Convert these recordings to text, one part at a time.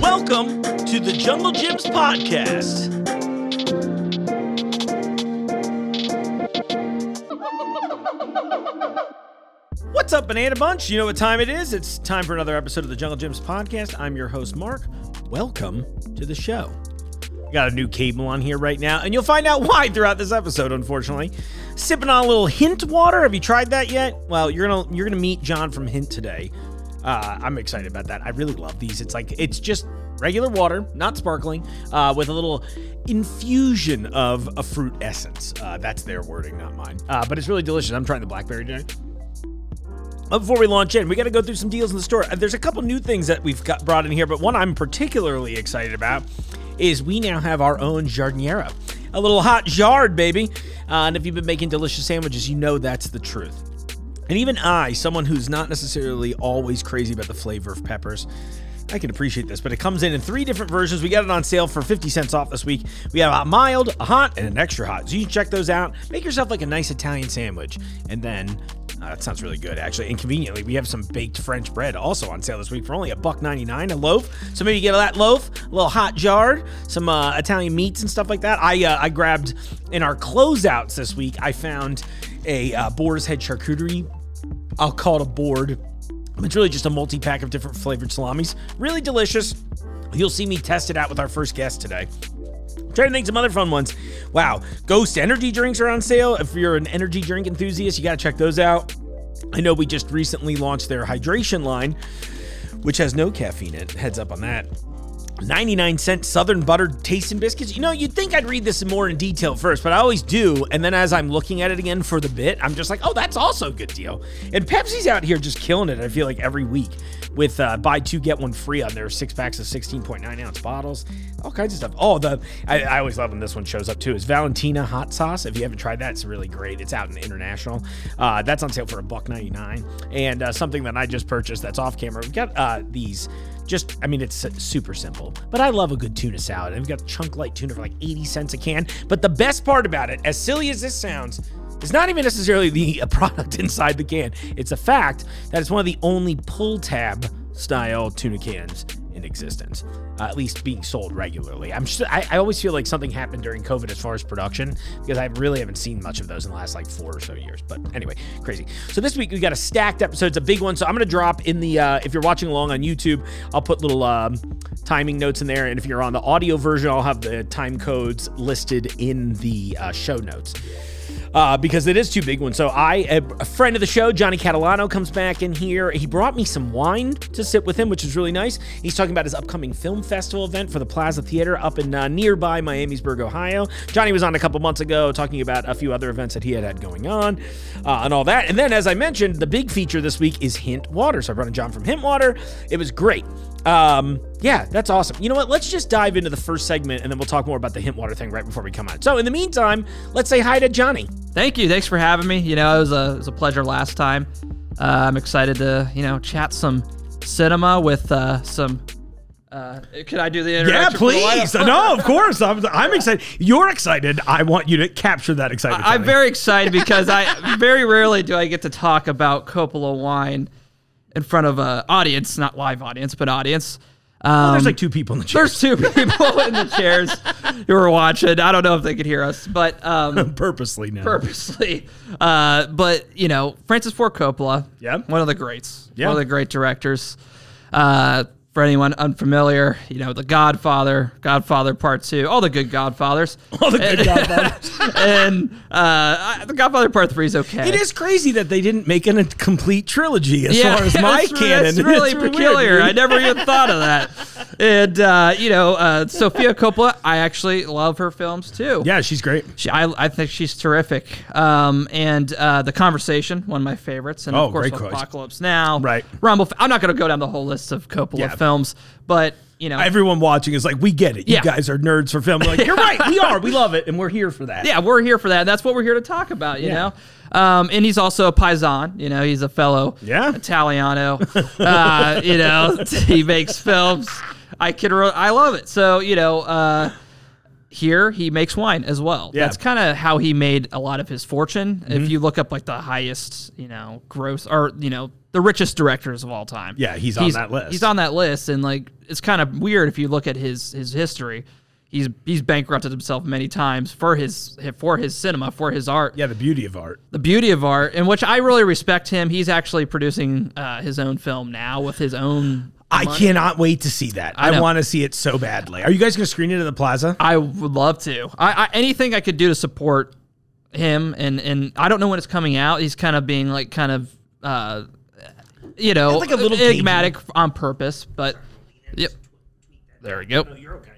Welcome to the Jungle Gyms Podcast. What's up, Banana Bunch? You know what time it is. It's time for another episode of the Jungle Gyms Podcast. I'm your host, Mark. Welcome to the show. We Got a new cable on here right now, and you'll find out why throughout this episode, unfortunately. Sipping on a little hint water. Have you tried that yet? Well, you're gonna you're gonna meet John from Hint today. Uh, I'm excited about that. I really love these. It's like it's just regular water, not sparkling, uh, with a little infusion of a fruit essence. Uh, that's their wording, not mine. Uh, but it's really delicious. I'm trying the blackberry today. But before we launch in, we got to go through some deals in the store. Uh, There's a couple new things that we've got brought in here, but one I'm particularly excited about is we now have our own jardiniera, a little hot jard, baby. Uh, and if you've been making delicious sandwiches, you know that's the truth. And even I, someone who's not necessarily always crazy about the flavor of peppers, I can appreciate this, but it comes in in three different versions. We got it on sale for 50 cents off this week. We have a mild, a hot, and an extra hot. So you can check those out. Make yourself like a nice Italian sandwich. And then, uh, that sounds really good, actually. And conveniently, we have some baked French bread also on sale this week for only a buck 99 a loaf. So maybe get that loaf, a little hot jarred, some uh, Italian meats and stuff like that. I, uh, I grabbed in our closeouts this week, I found a uh, boar's head charcuterie I'll call it a board. It's really just a multi pack of different flavored salamis. Really delicious. You'll see me test it out with our first guest today. I'm trying to think some other fun ones. Wow, Ghost energy drinks are on sale. If you're an energy drink enthusiast, you got to check those out. I know we just recently launched their hydration line, which has no caffeine in it. Heads up on that. 99 cent southern buttered tasting biscuits. You know, you'd think I'd read this more in detail first, but I always do. And then as I'm looking at it again for the bit, I'm just like, oh, that's also a good deal. And Pepsi's out here just killing it, I feel like, every week with uh, buy two, get one free on their six packs of 16.9 ounce bottles, all kinds of stuff. Oh, the I, I always love when this one shows up too is Valentina hot sauce. If you haven't tried that, it's really great. It's out in the international. Uh, that's on sale for a buck 99. And uh, something that I just purchased that's off camera, we've got uh, these just I mean it's s- super simple, but I love a good tuna salad. And we've got chunk light tuna for like 80 cents a can. But the best part about it, as silly as this sounds, is not even necessarily the uh, product inside the can. It's the fact that it's one of the only pull tab style tuna cans in existence, uh, at least being sold regularly. I'm just, I, I always feel like something happened during COVID as far as production because I really haven't seen much of those in the last like four or so years. But anyway, crazy. So this week we got a stacked episode. It's a big one. So I'm gonna drop in the uh, if you're watching along on YouTube, I'll put little um, timing notes in there, and if you're on the audio version, I'll have the time codes listed in the uh, show notes uh, because it is too big one. So I, a a friend of the show, Johnny Catalano, comes back in here. He brought me some wine to sip with him, which is really nice. He's talking about his upcoming film festival event for the Plaza Theater up in uh, nearby Miamisburg, Ohio. Johnny was on a couple months ago talking about a few other events that he had had going on uh, and all that. And then, as I mentioned, the big feature this week is Hint Water. So I brought in John from Hint Water. It was great. Um, yeah, that's awesome. You know what? Let's just dive into the first segment and then we'll talk more about the Hint Water thing right before we come out. So, in the meantime, let's say hi to Johnny. Thank you. Thanks for having me. You know, it was a, it was a pleasure last time. Uh, I'm excited to, you know, chat some cinema with uh, some. Uh, can I do the Yeah, introduction? for the please. lineup? no, of course. I'm, I'm excited. You're excited. I want you to capture that excitement. I'm Tony. very excited because I very rarely do I get to talk about Coppola wine in front of a audience, not live audience, but audience. Um, There's like two people in the chair. there's two people in the chairs who were watching. I don't know if they could hear us, but um, Purposely now. purposely. Uh, but you know, Francis Ford Coppola, Yeah. one of the greats, Yeah. one of the great directors. Uh, for anyone unfamiliar, you know, The Godfather, Godfather Part Two, all the good Godfathers, All the good Godfathers. and uh, I- The Godfather Part Three is okay. It is crazy that they didn't make an, a complete trilogy as far as my it's, canon. It's really weird, peculiar. dude. I never even thought of that. And uh, you know, uh, Sophia Coppola, I actually love her films too. Yeah, she's great. She, I, I think she's terrific. Um, and uh, the conversation, one of my favorites, and Oh, of course great choice. Apocalypse Now, Right. Rumble. F- I'm not going to go down the whole list of Coppola Yeah. films, but you know, Everyone watching is like, we get it. You Yeah. guys are nerds for film. We're like, you're right. We are. We love it. And we're here for that. yeah, we're here for that. That's what we're here to talk about. You Yeah. know. Um, and he's also a paisan, you know. He's a fellow Yeah. Italiano. Uh, you know, he makes films. I can, re- I love it. So you know, uh, here he makes wine as well. Yeah. That's kind of how he made a lot of his fortune. Mm-hmm. If you look up like the highest, you know, gross or you know the richest directors of all time. Yeah, he's on that list. He's on that list, and like it's kind of weird if you look at his his history. He's he's bankrupted himself many times for his for his cinema for his art Yeah, the beauty of art. the beauty of art, in which I really respect him. He's actually producing uh, his own film now with his own. I cannot wait to see that. I, know. Uh, want to see it so badly. Are you guys going to screen it in the plaza? I would love to. I, I anything I could do to support him, and and I don't know when it's coming out. He's kind of being like kind of, uh, you know, like a little enigmatic on purpose, but yep. There we go. You're okay.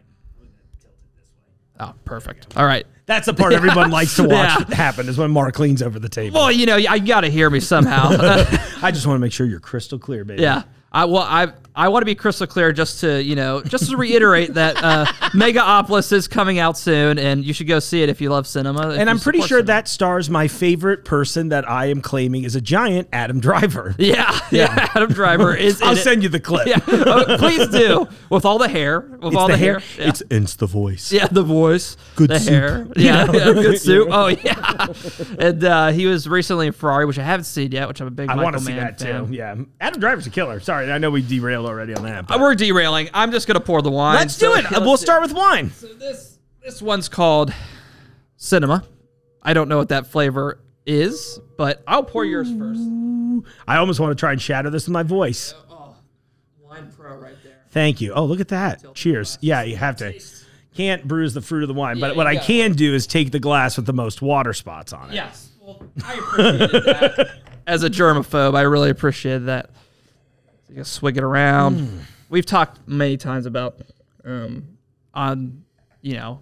Oh, perfect. All right. That's the part everyone likes to watch Yeah. happen is when Mark leans over the table. Well, you know, I gotta hear me somehow. I just want to make sure you're crystal clear, baby. Yeah. I well I I want to be crystal clear just to you know just to reiterate that uh, Megaopolis is coming out soon and you should go see it if you love cinema. if And you I'm pretty support sure cinema. that stars my favorite person that I am claiming is a giant, Adam Driver. yeah yeah, Adam Driver is. I'll in send you the clip. It. Yeah, Oh, please do with all the hair with It's all the, the, hair. Yeah. It's it's the voice. Yeah, the voice, Good the soup. hair, yeah, yeah, good soup. Oh yeah, and uh, he was recently in Ferrari, which I haven't seen yet, which I'm a big. I want to see that fan. too. Yeah, Adam Driver's a killer. Sorry, I know we derailed already on that. Uh, But We're derailing. I'm just gonna pour the wine. let's so- do it. Yeah, we'll let's do it. start with wine. So this this one's called Cinema. I don't know what that flavor is, but I'll pour yours first. I almost want to try and shatter this with my voice. Oh, Wine pro right there. Thank you. Oh, look at that. Cheers. Yeah, you have to. Can't bruise the fruit of the wine, but what I yeah. can do is take the glass with the most water spots on it. Yes. Well, I appreciated that. As a germaphobe, I really appreciated that. You can swig it around. Mm. We've talked many times about um, on you know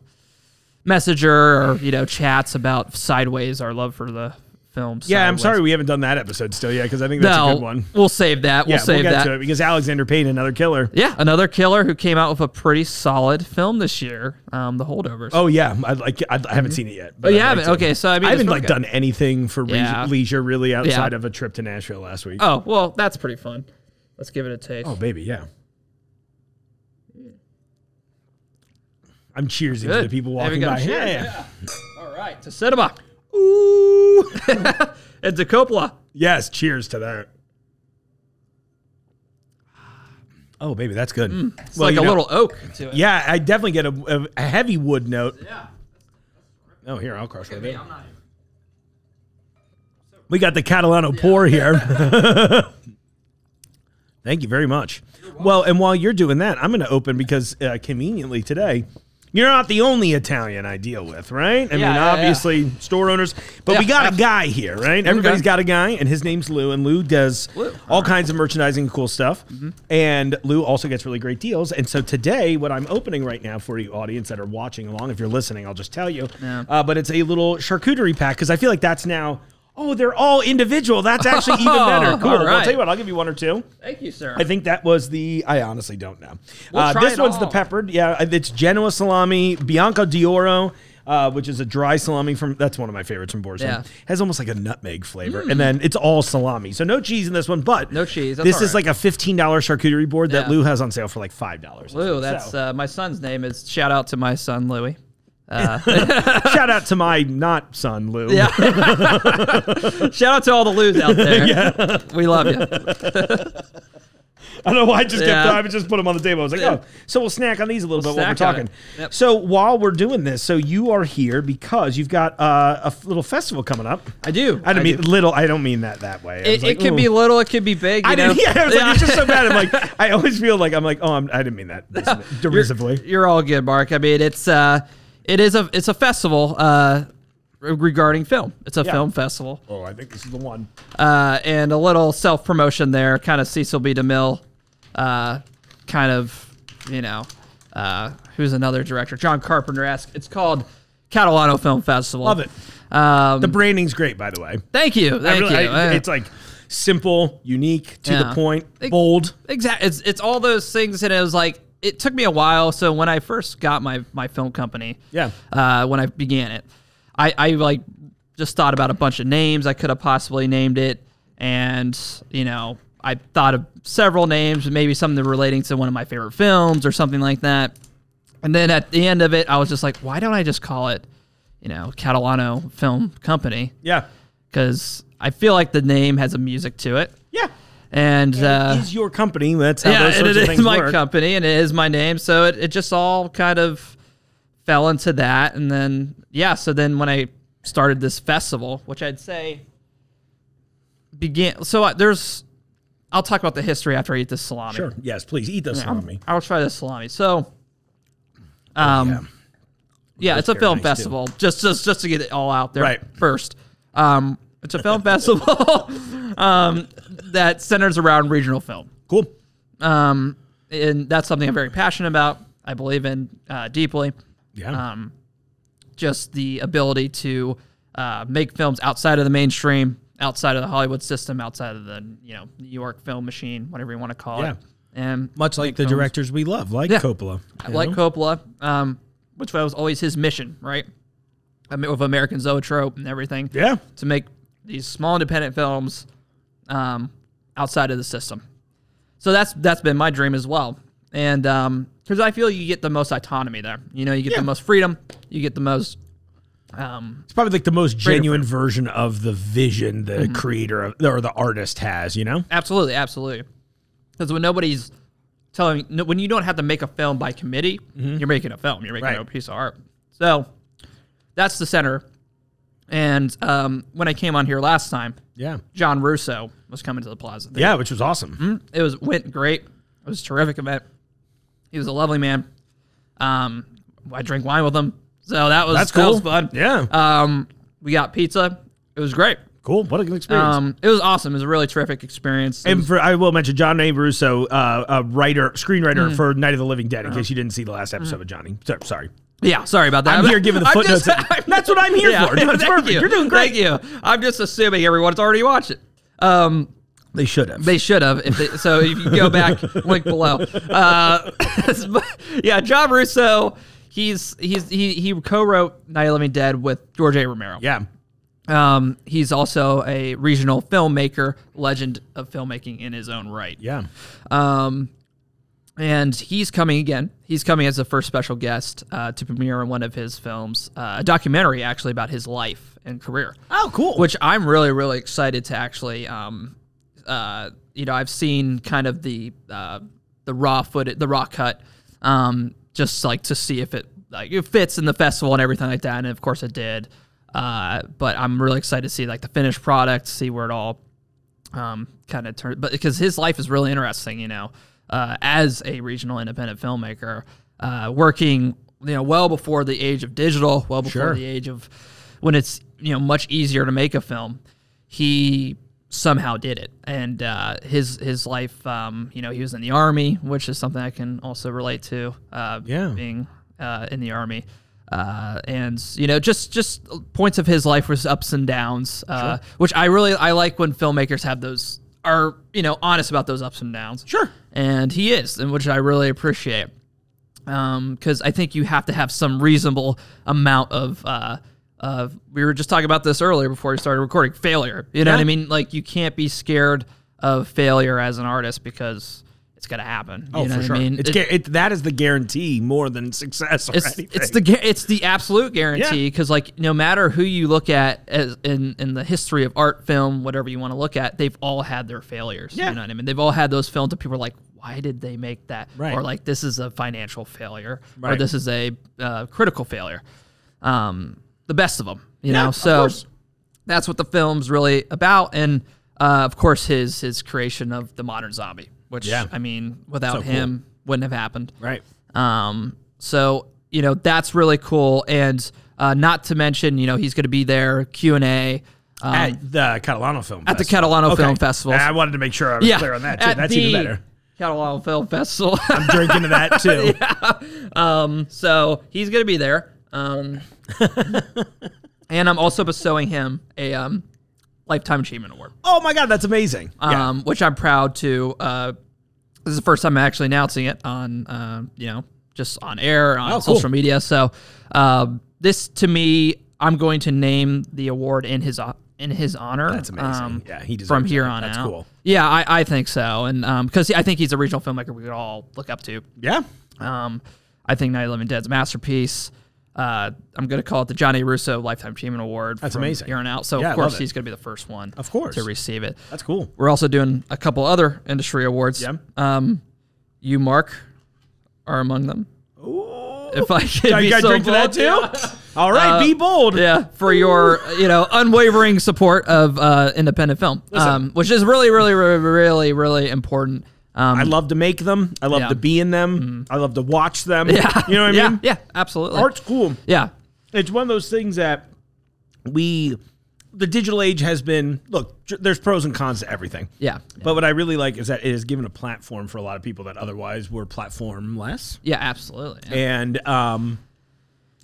messenger or you know chats about sideways our love for the film. Yeah, I'm Sideways. sorry we haven't done that episode still yet because I think that's No, a good one. we'll save that. We'll Yeah, save we'll get that. to it because Alexander Payne, another killer. Yeah, another killer who came out with a pretty solid film this year, um, The Holdovers. Oh yeah, I like. I, I haven't seen it yet. But but Mm-hmm. Oh, you I'd like haven't. to. okay, so I mean, I it's haven't pretty like good. done anything for re- Yeah. leisure really outside Yeah. of a trip to Nashville last week. Oh well, that's pretty fun. Let's give it a taste. Oh, baby, yeah. I'm cheersing to Good. the people There we walking go. by. Cheers. Yeah, yeah. All right, to cinema Ooh. and to Coppola. yes, cheers to that. Oh, baby, that's good. Mm. It's like a little oak to it. Yeah, I definitely get a, a heavy wood note. Yeah. Oh, here, I'll crush with it. I'm not- We got the Catalano pour here. Thank you very much. Well, and while you're doing that, I'm going to open because uh, conveniently today, you're not the only Italian I deal with, right? I Yeah, mean, yeah, obviously store owners, but we Yeah, got a guy here, right? Everybody's Okay. got a guy, and his name's Lou, and Lou does Lou. Mm-hmm. all kinds of merchandising, and cool stuff, and Lou also gets really great deals. And so today, what I'm opening right now for you, audience that are watching along, if you're listening, I'll just tell you. Yeah. Uh, but it's a little charcuterie pack because I feel like that's now. Oh, they're all individual. That's actually even better. Cool. all Well, I'll right. tell you what. I'll give you one or two. Thank you, sir. I think that was the. I honestly don't know. We'll uh, try this it one's the all. peppered. Yeah, it's Genoa salami, Bianco d'Oro, uh, which is a dry salami from. That's one of my favorites from Boar's Head. Yeah. Mm. Has almost like a nutmeg flavor, and then it's all salami, so no cheese in this one. But No cheese, that's This all is right. like a fifteen dollar charcuterie board that Yeah. Lou has on sale for like five dollars. Lou, that's uh, my son's name. Is shout out to my son Louis. shout out to my not son Lou. uh, Yeah. shout out to all the Lou's out there. We love you. I don't know why I just Yeah. kept. I would just put them on the table. I was like, Yeah. oh, so we'll snack on these a little We'll bit while we're snack on talking. it. Yep. So while we're doing this, so you are here because you've got uh, a f- little festival coming up. I do. I don't mean do. little. I don't mean that that way. I was It, like, it could "Ooh." be little. It could be big. You I know? didn't. Yeah, I was like, Yeah. it's just so bad. I'm like, I always feel like I'm like, oh, I'm, I didn't mean that dis- derisively. You're all good, Mark. I mean, it's uh, it is a it's a festival uh, re- regarding film. It's a Yeah. film festival, Oh, I think this is the one. uh, and a little self promotion there, kind of Cecil B. DeMille, uh, kind of you know, uh, who's another director, John Carpenter esque. It's called Catalano Film Festival. Love it. Um, The branding's great, by the way. thank you, I thank really- you. I- Uh, it's like simple, unique, to the Yeah. uh, point, Ex- bold. Exactly. It's, it's all those things, and it was like it took me a while. So when I first got my my film company, Yeah. uh, when I began it, I I like just thought about a bunch of names I could have possibly named it, and you know I thought of several names, maybe something relating to one of my favorite films or something like that. And then at the end of it, I was just like, why don't I just call it, you know, Catalano Film Company? Yeah. Because I feel like the name has a music to it. Yeah. And uh, is your company. That's how yeah, those and sorts it of is things my work. company and it is my name. So it, it just all kind of fell into that. And then, yeah, so then when I started this festival, which I'd say began, so I, there's, I'll talk about the history after I eat this salami. Sure. Yes, please eat this salami. I'll try the salami. So, um, yeah, it's a very film nice, too. festival. Just, just, just to get it all out there Right. first. Um, it's a film festival um, that centers around regional film Cool. um, and that's something I'm very passionate about. I believe in uh, deeply. Yeah. um, Just the ability to uh, make films outside of the mainstream, outside of the Hollywood system, outside of the you know New York film machine, whatever you want to call Yeah. it. And Much like the directors we love, like Yeah. Coppola. you like know? Coppola, um, which was always his mission, right? I mean, with American Zoetrope and everything, Yeah. to make these small independent films um, outside of the system. So that's that's been my dream as well, and because I feel you get the most autonomy there. You know, you get Yeah. the most freedom, you get the most. Um, It's probably like the most Creative genuine version of the vision the Mm-hmm. creator of, or the artist has, you know? absolutely, absolutely. Because when nobody's telling, no, when you don't have to make a film by committee, you're making a film. You're making Mm-hmm. Right. a piece of art. So that's the center. And um, when I came on here last time, Yeah. John Russo was coming to the plaza. Yeah, which was awesome. It was went great. It was a terrific event. He was a lovely man. Um, I drank wine with him, so that was That's that cool. was fun. Yeah. Um, we got pizza. It was great. cool. What an experience. Um, it was awesome. It was a really terrific experience. It and was- for, I will mention John A. Russo, uh, a writer, Mm. screenwriter for Night of the Living Dead, in Uh-huh. case you didn't see the last episode Mm-hmm. of Johnny. So, sorry. yeah, sorry about that. I'm here giving the just- footnotes. That's what I'm here for. No, it's thank perfect. You. You're doing great. Thank you. I'm just assuming everyone's already watched it. Um, They should have. They should have. If they, so if you go back, link below. Uh, yeah, John Russo. He's he's he he co-wrote Night of the Living Dead with George A. Romero. yeah. Um, he's also a regional filmmaker, legend of filmmaking in his own right. Yeah. Um, and he's coming again. He's coming as the first special guest uh, to premiere in one of his films, uh, a documentary actually about his life and career Oh, cool. which I'm really really excited to actually. Um, uh, you know, I've seen kind of the uh, the raw footage, the raw cut, um, just like to see if it like it fits in the festival and everything like that. And of course, it did. Uh, but I'm really excited to see like the finished product, see where it all um, kind of turned. But because his life is really interesting, you know, uh, as a regional independent filmmaker, uh, working you know well before the age of digital, well before Sure. the age of when it's you know much easier to make a film, he somehow did it. And uh, his his life, um, you know, he was in the army, which is something I can also relate to. Uh, Yeah. being uh, in the army. Uh, and you know, just just points of his life was ups and downs, uh, which I really I like when filmmakers have those are you know honest about those ups and downs. Sure. and he is, and which I really appreciate because I think you have to have some reasonable amount of. Uh, of we were just talking about this earlier before we started recording. Failure, you know what Yeah. I mean? Like you can't be scared of failure as an artist because it's gonna happen. Oh, you know for what sure. I mean? it's, It- gu- it, that is the guarantee more than success or it's, anything. It's the gu- it's the absolute guarantee because like no matter who you look at as in in the history of art, film, whatever you want to look at, they've all had their failures. Yeah. You know what I mean? They've all had those films that people are like, why did they make that? Right. Or like this is a financial failure, or Right. this is a uh, critical failure. Um, the best of them, you Yeah, know. of So course. that's what the film's really about, and uh, of course his his creation of the modern zombie, which Yeah. I mean, without So cool. him wouldn't have happened. right. Um, so you know that's really cool, and uh, not to mention you know he's going to be there Q and A. Um, at the Catalano Film at the Festival. Catalano Film Festival. And I wanted to make sure I was clear on that, too. at That's the even better. Catalan Film Festival. Drink into that, too. so he's going to be there, um, and I'm also bestowing him a um, lifetime achievement award. Oh, my God. That's amazing. yeah. um, which I'm proud to. Uh, this is the first time I'm actually announcing it on, uh, you know, just on air on Oh, cool. social media. So um this to me, I'm going to name the award in his o- in his honor. That's amazing. Yeah, he deserves um, from here that. on That's out. cool. Yeah, um, I, I think so, and because I think he's a regional filmmaker we could all look up to. Yeah. Um, I think Night of the Living Dead's a masterpiece. Uh, I'm going to call it the Johnny Russo Lifetime Achievement Award. That's from amazing. Here on out. So, Yeah, I of course, love it. he's going to be the first one Of course. to receive it. That's cool. We're also doing a couple other industry awards. Yeah. Um, you, Mark, are among them. If I can I be got so drink to that bold. Uh, too. All right, be bold. Yeah, for your you know unwavering support of uh, independent film, um, which is really, really, really, really, really important. Um, I love to make them. I love Yeah. to Mm-hmm. be in them. I love to watch them. yeah, You know what I yeah, mean? Yeah, absolutely. Art's cool. Yeah, It's one of those things that we, the digital age has been, look, j- there's pros and cons to everything. yeah, But what I really like is that it has given a platform for a lot of people that otherwise were platformless. yeah, absolutely. Yeah. And, um,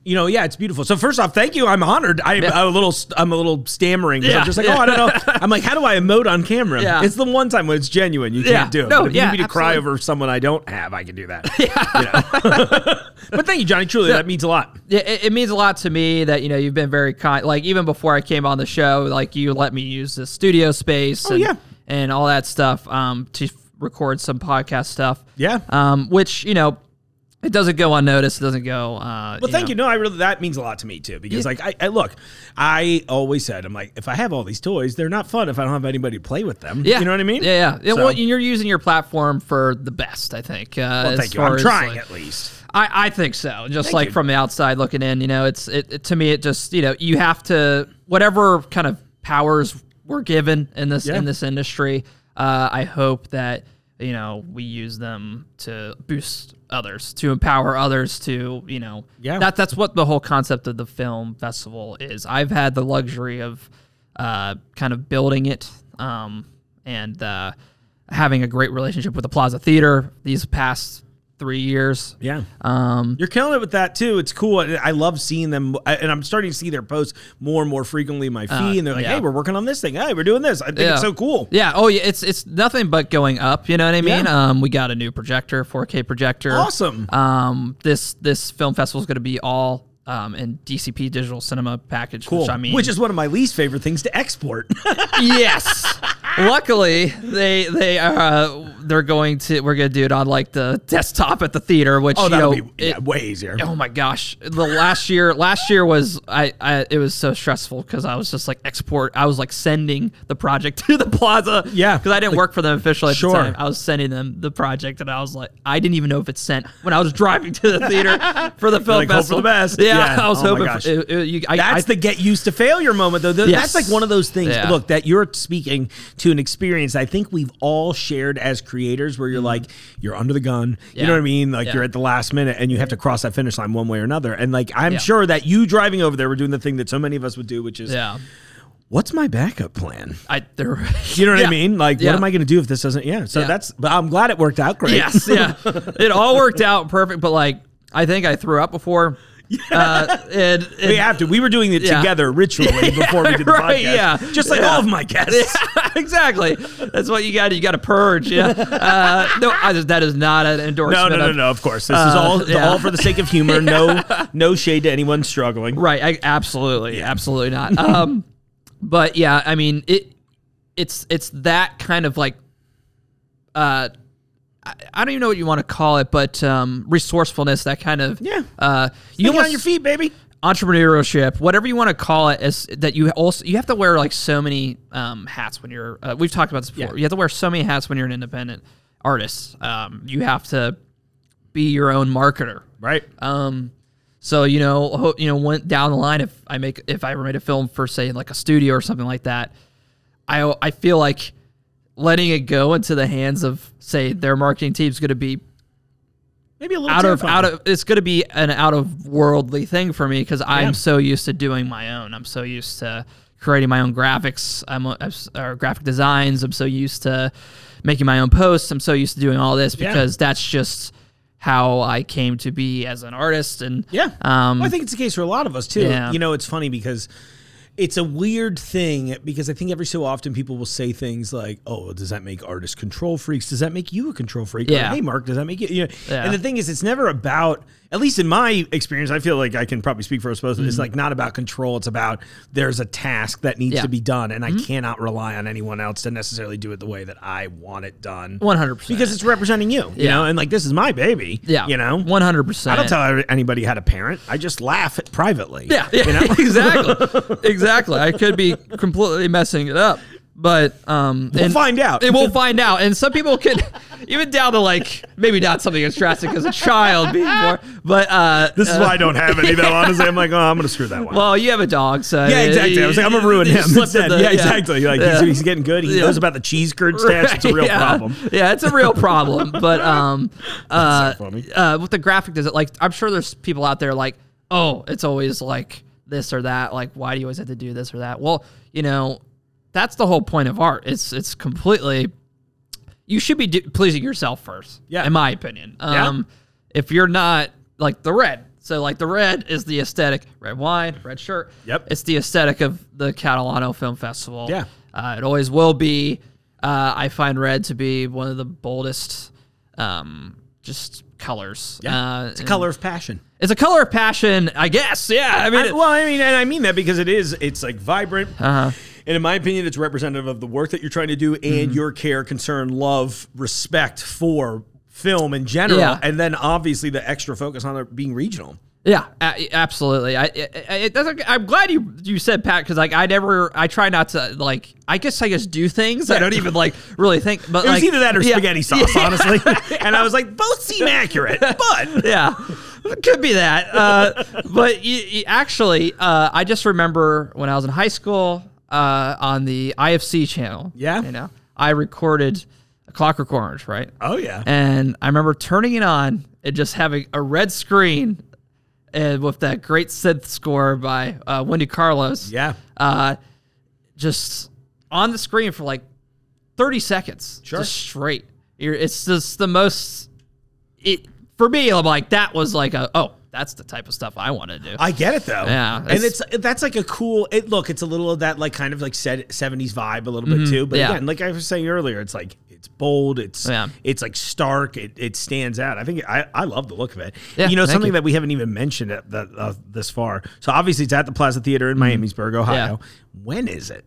you know, yeah, it's beautiful. So first off, thank you. I'm honored. I, I'm a little, st- I'm a little stammering. 'cause Yeah. I'm just like, Yeah. oh, I don't know. I'm like, how do I emote on camera? Yeah. It's the one time when it's genuine. You Yeah. can't do it. No, but if yeah, you need me to cry absolutely. over someone I don't have, I can do that. You know? but thank you, Johnny. Truly, that means a lot. Yeah, it, it means a lot to me that you know you've been very kind. Like even before I came on the show, like you let me use the studio space and Oh, yeah. and all that stuff um, to f- record some podcast stuff. Yeah. um, which you know it doesn't go unnoticed. It doesn't go. Uh, Well, thank you. No, I really that means a lot to me too because like I, I look, I always said I'm like if I have all these toys, they're not fun if I don't have anybody to play with them. Yeah, you know what I mean? Yeah, yeah. yeah So- Well, you're using your platform for the best, I think. Uh, Well, as thank you. far I'm as, trying like- at least. I, I think so. Just Thank like you. from the outside looking in, you know, it's it, it- to me it just you know you have to whatever kind of powers we're given in this Yeah. in this industry. Uh, I hope that you know we use them to boost others, to empower others, to you know Yeah. that that's what the whole concept of the film festival is. I've had the luxury of uh, kind of building it um, and uh, having a great relationship with the Plaza Theater these past three years. Yeah, Um, you're killing it with that too. It's cool. and I love seeing them, I- and I'm starting to see their posts more and more frequently in my feed. and they're like, Uh, yeah. "Hey, we're working on this thing. Hey, we're doing this. I think Yeah. it's so cool." yeah. Oh, yeah. It's it's nothing but going up. You know what I mean? Um, we got a new projector, 4K projector. Awesome. Um, this this film festival is going to be all um in DCP digital cinema package. Cool. Which I mean, which is one of my least favorite things to export. yes. Luckily, they they are uh, they're going to we're going to do it on like the desktop at the theater, which oh, you that'll know be yeah, it- way easier. Oh my gosh! The last year, last year was I, I it was so stressful because I was just like export. I was like sending the project to the plaza. Yeah. because I didn't work for them officially at Sure. the time. I was sending them the project, and I was like, I didn't even know if it sent when I was driving to the theater for the film like, hope for festival. the best. Yeah, Yeah. I was Oh my hoping. gosh. For, it, it- you, I, That's I, the get used to failure moment, though. Th- Yes. That's like one of those things. Yeah. Look, that you're speaking to an experience I think we've all shared as creators where you're like, you're under the gun. You Mm-hmm. Yeah. know what I mean? Like, Yeah. you're at the last minute and you have to cross that finish line one way or another. And, like, I'm Yeah. sure that you driving over there were doing the thing that so many of us would do, which is, yeah. what's my backup plan? I there. You know what Yeah. I mean? Like, Yeah. what am I going to do if this doesn't? Yeah. So Yeah. that's, but I'm glad it worked out great. Yes, yeah. It all worked out perfect, but like I think I threw up before. Uh, and, and We have to. We were doing it Yeah. together ritually before we did the right, podcast. yeah. Just like all of my guests. exactly. That's what you got. You got to purge. Yeah. Uh, no, I just, that is not an No, endorsement. no, no, of- no. Of course, this is Uh, all yeah. all for the sake of humor. No, no shade to anyone struggling. Right. I, absolutely. Absolutely not. Um, but yeah, I mean it. It's it's that kind of like, uh, I, I don't even know what you want to call it, but um, resourcefulness. That kind of Yeah. Uh, you You almost, on your feet, baby. entrepreneurship, whatever you want to call it, is that you also you have to wear like so many um, hats when you're. Uh, we've talked about this before. Yeah. You have to wear so many hats when you're an independent artist. Um, you have to be your own marketer. Right. Um, so you know, ho- you know, went down the line. If I make, if I ever made a film for say like a studio or something like that, I I feel like letting it go into the hands of say their marketing team is going to be Maybe a little out of out terrifying. of it's going to be an out of worldly thing for me because I'm Yeah. so used to doing my own. I'm so used to creating my own graphics. I'm a- I'm s- or graphic designs. I'm so used to making my own posts. I'm so used to doing all this Yeah. because that's just how I came to be as an artist. And Yeah. um, Well, I think it's the case for a lot of us too. Yeah. You know, it's funny because it's a weird thing because I think every so often people will say things like, "Oh, does that make artists control freaks? Does that make you a control freak?" Or, Yeah. hey, Mark, does that make you? you know? Yeah. And the thing is, it's never about. at least in my experience, I feel like I can probably speak for us both. Mm-hmm. It's like not about control. It's about there's a task that needs Yeah. Mm-hmm. to be done, and I cannot rely on anyone else to necessarily do it the way that I want it done. One hundred percent. Because it's representing you, you Yeah. know, and like this is my baby, yeah, you know. one hundred percent. I don't tell anybody how to parent. I just laugh at privately. Yeah, yeah exactly, exactly. I could be completely messing it up, but um, we'll find out. And we'll find out. And some people could, even down to like maybe not something as drastic as a child being born, but uh, This is why I don't have any though. Honestly, I'm like, oh, I'm gonna screw that one. up. well, you have a dog, so yeah, exactly. I was like, I'm gonna ruin you him. slipped instead. the- yeah, exactly. Like he's, he's getting good. He Yeah. knows about the cheese curd stash. It's a Right, real yeah. problem. Yeah, it's a real problem. But um, uh, uh, with the graphic, does it like? I'm sure there's people out there like, oh, it's always like this or that. Like, why do you always have to do this or that? Well, you know, that's the whole point of art. It's it's completely. You should be do- pleasing yourself first. Yeah. in my opinion. Um, if you're not like the red. So like the red is the aesthetic, red wine, red shirt. Yep. It's the aesthetic of the Catalano Film Festival. Yeah. Uh, it always will be. Uh, I find red to be one of the boldest, um, just colors. Yeah. Uh, it's a color of passion. It's a color of passion, I guess. Yeah. I mean, I- it- Uh-huh. well, I mean, and I mean that because it is. It's like vibrant, and in my opinion, it's representative of the work that you're trying to do and Mm-hmm. your care, concern, love, respect for film in general, Yeah. and then obviously the extra focus on it being regional. yeah, a- e, absolutely. I, e, it, it doesn't, I'm glad you you said Pat because like I never I try not to like I guess I just do things I don't even like really think. But It like, was either that or yeah. spaghetti sauce, honestly. and I was like, both seem accurate, but yeah, could be that. Uh, but you, you- actually, uh, I just remember when I was in high school uh, on the IFC channel. Yeah. you know, I recorded Clockwork Orange, right? oh yeah, And I remember turning it on and just having a red screen, and with that great synth score by uh, Wendy Carlos. yeah. Uh, just on the screen for like 30 seconds. Sure. Just straight. You're- It's just the most. It for me. I'm like that was like a oh that's the type of stuff I want to do. I get it though. Yeah, and it's it's- that's like a cool. It look, it's a little of that like kind of like said seventies vibe a little bit too. But Mm-hmm. yeah. again, like I was saying earlier, it's like it's bold. It's Yeah. it's like stark. It, it stands out. I think I, I love the look of it. Yeah, you know thank something you. that we haven't even mentioned at the, uh, this far. So obviously it's at the Plaza Theater in Mm-hmm. Miamisburg, Ohio. When is it?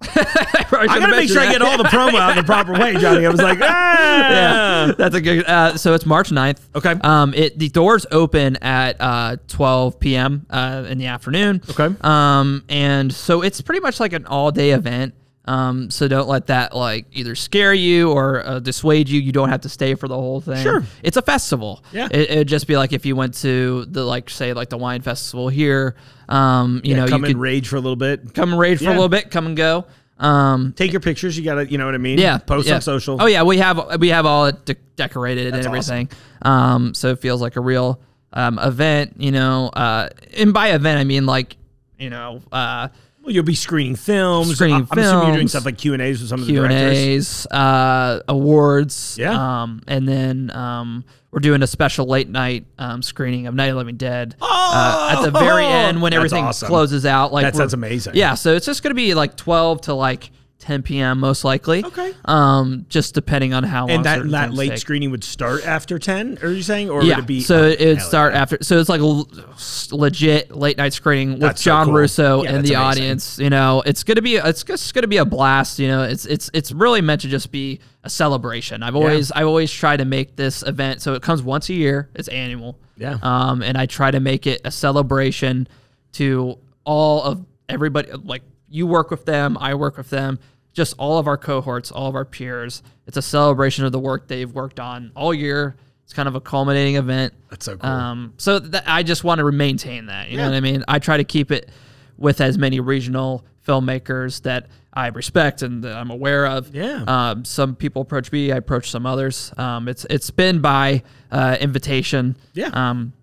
I gotta make sure I get all the promo out in the proper way, Johnny. I was like, ah. Yeah, that's a good. Uh, so it's March 9th. Okay. Um, it the doors open at uh 12 p.m. uh in the afternoon. Okay. Um, and so it's pretty much like an all day event. Um, so don't let that like either scare you or uh, dissuade you. You don't have to stay for the whole thing. Sure. It's a festival. Yeah. It, it'd just be like if you went to the like say like the wine festival here. Um, you know come you and could rage for a little bit. come raid for Yeah. a little bit, come and go. Um, Take your pictures. You gotta, you know what I mean. yeah. Post yeah. on social. Oh yeah, we have we have all it de- decorated and awesome. everything. Um, so it feels like a real um, event, you know. Uh, and by event, I mean like you know uh, Well, you'll be screening films. Screening I'm assuming you're doing films. stuff like Q and A's with some of the Q and directors. A's, uh, awards. Yeah. Um, and then um, we're doing a special late night um, screening of Night of the Living Dead. uh, at the very end when Oh! That's everything awesome. closes out. Like That we're- sounds amazing. Yeah, so it's just gonna be like twelve to like. 10 p.m. most likely. Okay. Um, just depending on how long. And that, certain that things late take. screening would start after ten. Are you saying, or would it be? so it would hell start after. So it's like a l- s- legit late night screening with That's so John cool. Russo Yeah, and that's the amazing. audience. You know, it's gonna be it's just gonna be a blast. You know, it's it's it's really meant to just be a celebration. I've always I've always tried to make this event so it comes once a year. It's annual. Yeah. Um, and I try to make it a celebration to all of everybody. Like you work with them, I work with them. Just all of our cohorts, all of our peers. It's a celebration of the work they've worked on all year. It's kind of a culminating event. That's so cool. Um, so th- I just want to maintain that. You Yeah. know what I mean? I try to keep it with as many regional filmmakers that I respect and that I'm aware of. Yeah. Um, some people approach me, I approach some others. Um, it's it's been by uh, invitation. Yeah. Um,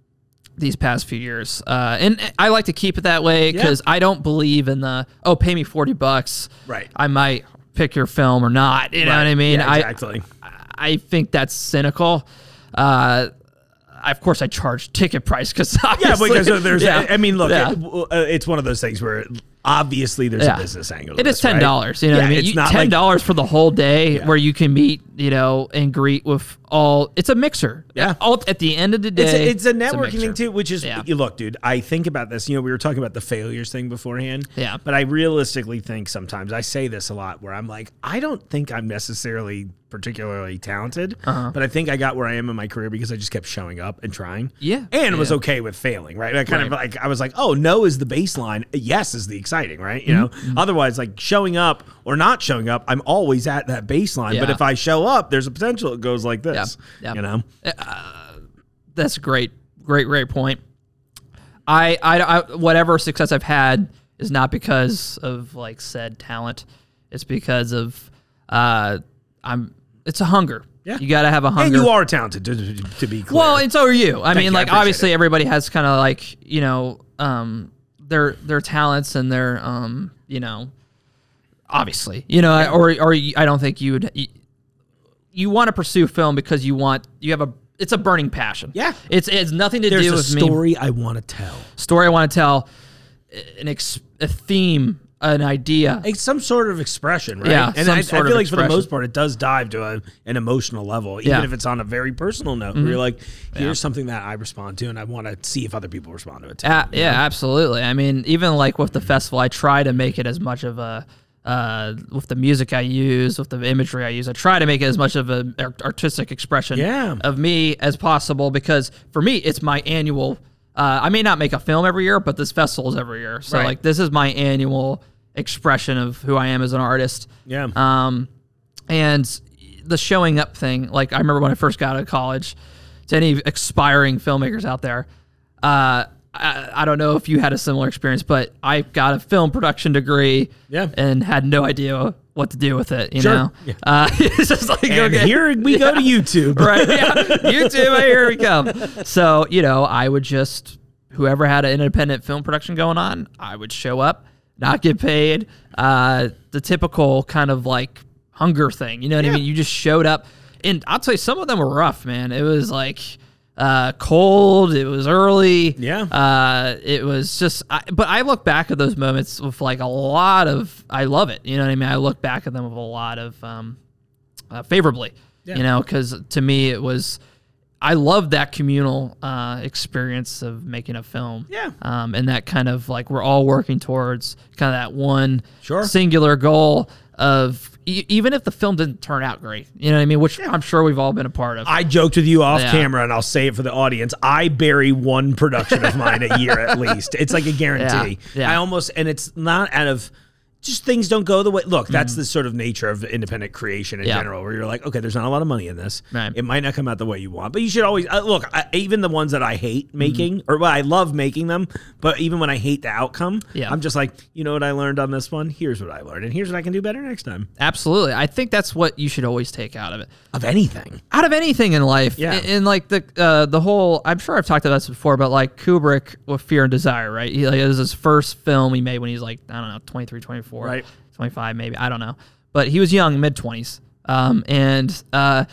these past few years, uh, and I like to keep it that way because I don't believe in the oh, pay me forty bucks. Right. I might pick your film or not. You know Right. what I mean? Yeah, I- exactly. I think that's cynical. Uh, I- of course, I charge ticket price because yeah, because uh, there's. I mean, look, yeah, it- w- uh, it's one of those things where obviously there's Yeah. a business angle. to It is this, ten right? dollars. You know what I Yeah, mean? it's You- not ten like- dollars for the whole day where you can meet, you know, and greet with all. It's a mixer. Yeah. At, all, at the end of the day, It's a, it's a networking mixer. thing too, which is Yeah. you look, dude. I think about this. You know, we were talking about the failures thing beforehand. Yeah. But I realistically think sometimes I say this a lot, where I'm like, I don't think I'm necessarily particularly talented, Uh-huh. but I think I got where I am in my career because I just kept showing up and trying. Yeah. And was Yeah. okay with failing, right? I kind of like I was like, oh, no is the baseline, yes is the exciting, right? You know. Mm-hmm. Otherwise, like showing up or not showing up, I'm always at that baseline. But Yeah. if I show up, there's a potential it goes like this. Yeah. You know. That's a great, great, great point. I, I, I- whatever success I've had is not because of like said talent. It's because of, uh, I'm. It's a hunger. Yeah. You gotta have a hunger. And you are talented, to, to, to be clear. Well, and so are you. I mean, you, I like appreciate obviously everybody has kind of like you know um, their their talents and their um, you know obviously you know I- or or you- I don't think you would you, you want to pursue film because you want you have a it's a burning passion. Yeah. it's it's nothing to There's do a with me story I want to tell. story I want to tell, an ex, a theme, an idea. It's some sort of expression, right? Yeah, and some I, sort I of feel like for the expression. most part, it does dive to a, an emotional level, even Yeah. Mm-hmm. if it's on a very personal note. Where you're like, here's something that I respond to, and I want to see if other people respond to it. Too. A- yeah, absolutely. I mean, even like with the festival, I try to make it as much of a uh, with the music I use, with the imagery I use, I try to make it as much of an artistic expression Yeah. of me as possible because for me, it's my annual. Uh, I may not make a film every year, but this festival is every year. So Right. like, this is my annual expression of who I am as an artist. Yeah. Um, and the showing up thing, like I remember when I first got out of college, to any aspiring filmmakers out there, uh, I, I don't know if you had a similar experience, but I got a film production degree Yeah. and had no idea what to do with it, you Sure. know? Yeah. Uh, it's just like, and okay. here we go to YouTube. right? Yeah. YouTube, here we come. So, you know, I would just, whoever had an independent film production going on, I would show up, not get paid. Uh, the typical kind of like hunger thing. You know what I mean? You just showed up. And I'll tell you, some of them were rough, man. It was like uh, cold. It was early. Yeah. Uh, it was just, I, but I look back at those moments with like a lot of, I love it. You know what I mean? I look back at them with a lot of, um, uh, favorably. You know, because to me it was, I loved that communal uh, experience of making a film. Yeah. Um, and that kind of like we're all working towards kind of that one Sure. singular goal of e- even if the film didn't turn out great, you know what I mean? Which I'm sure we've all been a part of. I joked with you off Yeah. camera, and I'll say it for the audience. I bury one production of mine a year at least. It's like a guarantee. Yeah. Yeah. I almost, and it's not out of just things don't go the way. Look, that's the sort of nature of independent creation in Mm. Yeah. general, where you're like, okay, there's not a lot of money in this. Right. It might not come out the way you want, but you should always uh, look. I, even the ones that I hate Mm-hmm. making, or well, I love making them, but even when I hate the outcome, Yeah. I'm just like, you know what I learned on this one? Here's what I learned, and here's what I can do better next time. Absolutely. I think that's what you should always take out of it. Of anything, out of anything in life. Yeah. And, and, like the uh, the whole, I'm sure I've talked about this before, but like Kubrick with Fear and Desire, right? He, like, it was his first film he made when he's like, I don't know, 23, 24, Right. 25, maybe. I don't know. But he was young, mid 20s. Um, and uh,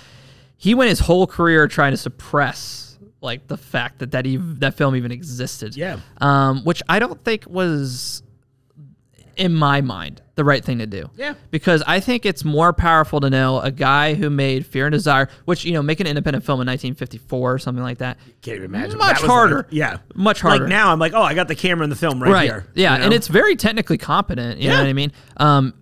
he went his whole career trying to suppress like the fact that that, ev- that film even existed. Yeah. Um, which I don't think was in my mind, the right thing to do. Yeah. Because I think it's more powerful to know a guy who made Fear and Desire, which, you know, make an independent film in 1954 or something like that. can't even imagine. Much That was harder. like- yeah, Much harder. Like now, I'm like, oh, I got the camera in the film right, right. here. Yeah. you know? And it's very technically competent. You know Yeah. what I mean? Um,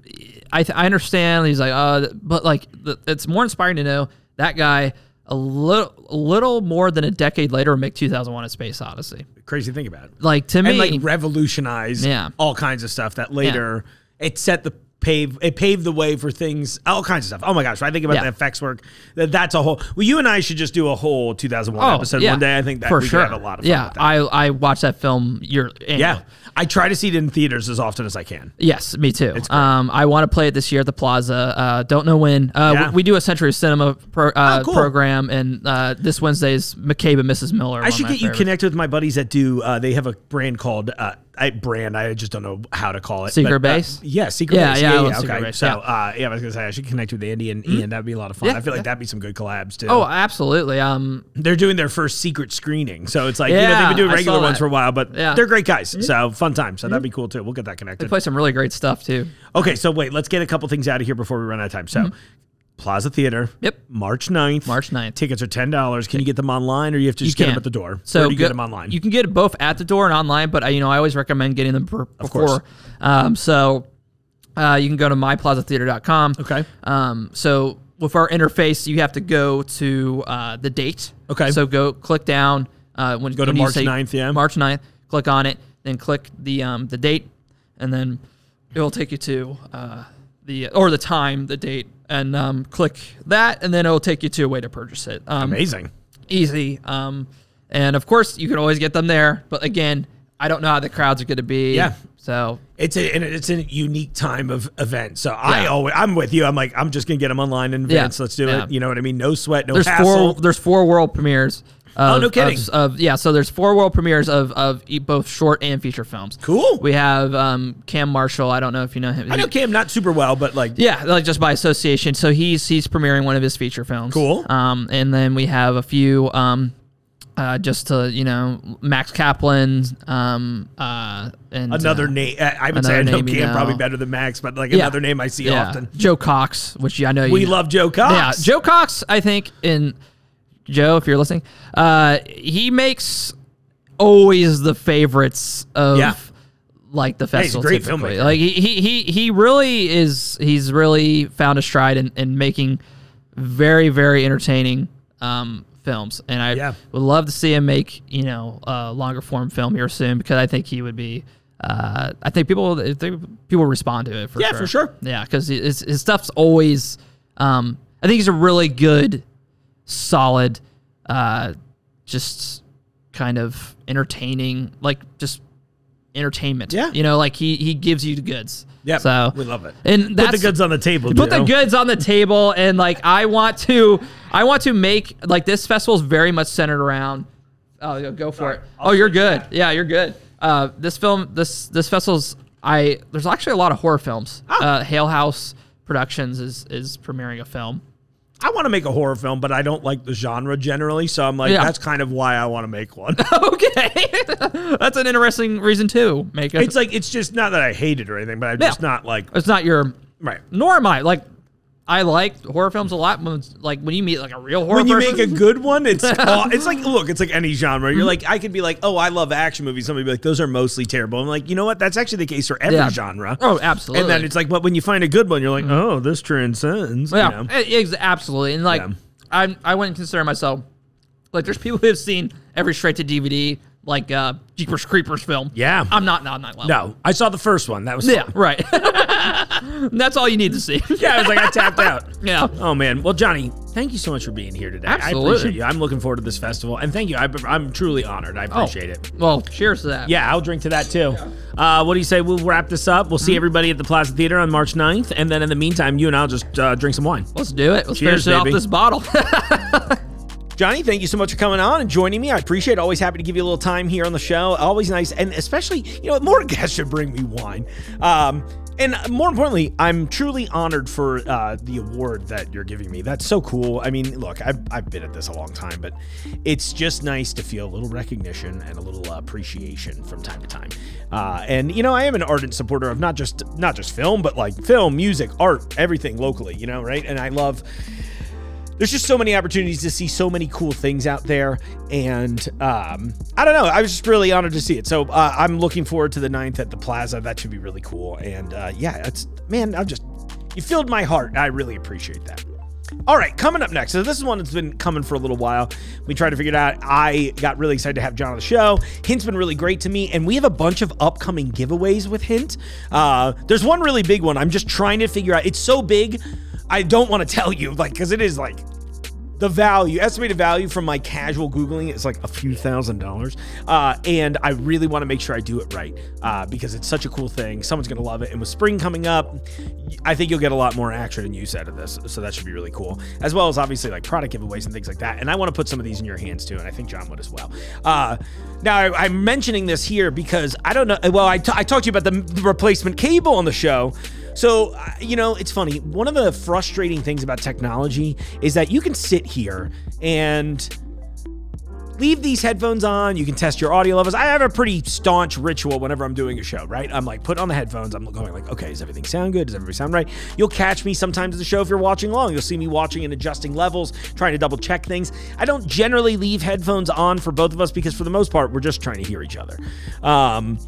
I, th- I understand he's like, uh, but like, the, it's more inspiring to know that guy a little, little more than a decade later would make 2001 A Space Odyssey. crazy thing about it. Like, to me, and like revolutionize Yeah. all kinds of stuff that later it set the pave it paved the way for things all kinds of stuff. Oh my gosh, I think about Yeah. the effects work. That that's a whole. Well, you and I should just do a whole 2001 episode one day. I think that oh, for we sure. could have a lot of fun Yeah, with that. I I watch that film. Year annually. yeah, I try to see it in theaters as often as I can. Yes, me too. Um, I want to play it this year at the Plaza. Uh, don't know when. Uh, Yeah. Oh, we, we do a Century of Cinema pro, uh, cool. program, and uh, this Wednesday's McCabe and Mrs. Miller. I should get you connected with my buddies that do. Uh, they have a brand called uh, I, brand. I just don't know how to call it. Secret but, uh, base? yeah, secret Yeah, base. yeah, I love okay. Secret Base, so yeah. Mm-hmm. Uh, yeah, I was gonna say I should connect with Andy and Ian. That'd be a lot of fun. Yeah, I feel like yeah. that'd be some good collabs too. Oh, absolutely. Um, they're doing their first secret screening, so it's like you know Yeah, they've been doing I regular saw ones that. for a while, but Yeah. Mm-hmm. they're great guys. So fun time. So that'd be cool too. We'll get that they connected. play some really great stuff too. Okay, so wait, let's get a couple things out of here before we run out of time. So, Plaza Theater. Mm-hmm. Yep. March 9th. March 9th. Tickets are ten dollars. Can you get them online, or you have to just get them can. at the door? So Where do you go- get them online? You can get both at the door and online, but uh, you know I always recommend getting them per, before. course. Um, so uh, you can go to myplazatheater.com. Okay. Um, so with our interface, you have to go to uh, the date. Okay. So go click down. Uh, when go to March 9th, yeah. March 9th. Click on it, then click the um, the date, and then it will take you to uh, the or the time, the date, and um, click that, and then it will take you to a way to purchase it. Um, Amazing. easy. Um, and of course, you can always get them there. But again, I don't know how the crowds are going to be. Yeah. So It's a and it's a unique time of event. So I Yeah. always I'm with you. I'm like I'm just gonna get them online in advance. Let's do Yeah. it. You know what I mean? No sweat, no there's hassle. four. There's four world premieres. Of, Oh, no kidding. Of, of- yeah, so there's four world premieres of of e- both short and feature films. Cool. We have um, Cam Marshall. I don't know if you know him. I know Cam not super well, but like Yeah, like just by association. So he's he's premiering one of his feature films. Cool. Um, and then we have a few. Um, uh, just to you know, Max Kaplan. Um, uh, and another uh, name. I would say I another know name you Cam know. probably better than Max, but like Yeah. another name I see Yeah. often. Joe Cox, which I know you We know. love Joe Cox. Yeah, Joe Cox. I think in Joe, if you're listening, uh, he makes always the favorites of Yeah. like the he's a festival. great typically. filmmaker. Like he, he he he really is. He's really found a stride in, in making very very entertaining um, films, and I Yeah. would love to see him make you know a longer form film here soon because I think he would be. Uh, I think people I think people respond to it for Yeah, sure. for sure. Yeah, because his, his stuff's always. Um, I think he's a really good, solid, uh, just kind of entertaining, like just entertainment. Yeah. you know, like he he gives you the goods. Yeah, so we love it. and that's Put the goods on the table. put the Joe. goods on the table and like i want to i want to make like this festival is very much centered around oh yeah, go for it oh you're good yeah you're good uh this film this this festival's i there's actually a lot of horror films Ah. uh hale house productions is is premiering a film I want to make a horror film, but I don't like the genre generally. So I'm like, Yeah. that's kind of why I want to make one. okay that's an interesting reason to make it it's like, it's just not that I hate it or anything, but I'm Yeah. just not like, it's not your right. nor am i like i like horror films a lot when it's- like when you meet like a real horror When you person- make a good one, it's aw- it's like look, it's like any genre. You're like, I could be like, oh, I love action movies. Somebody be like, those are mostly terrible. I'm like, you know what? That's actually the case for every Yeah. genre. oh absolutely Mm-hmm. and then it's like, but when you find a good one, you're like, oh, this transcends. you Yeah, know? e- ex- absolutely. And like, Yeah. I'm I wouldn't consider myself like there's people who have seen every straight to DVD like uh Jeepers Creepers film. Yeah. I'm not not that level. No, I saw the first one. That was Yeah, fun. right. That's all you need to see. Yeah, I was like, I tapped out. yeah. Oh man! Well, Johnny, thank you so much for being here today. I Absolutely. appreciate you. I'm looking forward to this festival, and thank you. I, I'm truly honored. Oh. I appreciate it. Well, cheers to that. Yeah, I'll drink to that too. Uh, what do you say? We'll wrap this up. We'll see everybody at the Plaza Theater on March 9th, and then in the meantime, you and I'll just uh, drink some wine. Let's do it. Let's Cheers, finish it baby. off this bottle. Johnny, thank you so much for coming on and joining me. I appreciate it. Always happy to give you a little time here on the show. Always nice. And especially, you know, more guests should bring me wine. Um, and more importantly, I'm truly honored for uh, the award that you're giving me. That's so cool. I mean, look, I've, I've been at this a long time, but it's just nice to feel a little recognition and a little uh, appreciation from time to time. Uh, and you know, I am an ardent supporter of not just not just film, but like film, music, art, everything locally. You know, right? And I love there's just so many opportunities to see so many cool things out there and um, i don't know i was just really honored to see it so uh, i'm looking forward to the 9th at the plaza that should be really cool and uh, yeah it's man i'm just you filled my heart i really appreciate that all right, coming up next. So this is one that's been coming for a little while. We tried to figure it out. I got really excited to have John on the show. Hint's been really great to me, and we have a bunch of upcoming giveaways with Hint. Uh, there's one really big one. I'm just trying to figure out. It's so big, I don't want to tell you, like, because it is like the value, estimated value from my casual Googling is like a few thousand dollars. Uh, and I really want to make sure I do it right uh, because it's such a cool thing. Someone's going to love it. And with spring coming up, I think you'll get a lot more action and use out of this. So that should be really cool. As well as obviously like product giveaways and things like that. And I want to put some of these in your hands too. And I think John would as well. Uh, now, I, am mentioning this here because I don't know. Well, I, t- I talked to you about the, the replacement cable on the show. So, uh, you know, it's funny. One of the frustrating things about technology is that you can sit here and leave these headphones on. You can test your audio levels. I have a pretty staunch ritual whenever I'm doing a show, right? I'm like, put on the headphones. I'm going like, okay, does everything sound good? Does everybody sound right? You'll catch me sometimes at the show if you're watching along. You'll see me watching and adjusting levels, trying to double check things. I don't generally leave headphones on for both of us because for the most part, we're just trying to hear each other. Um,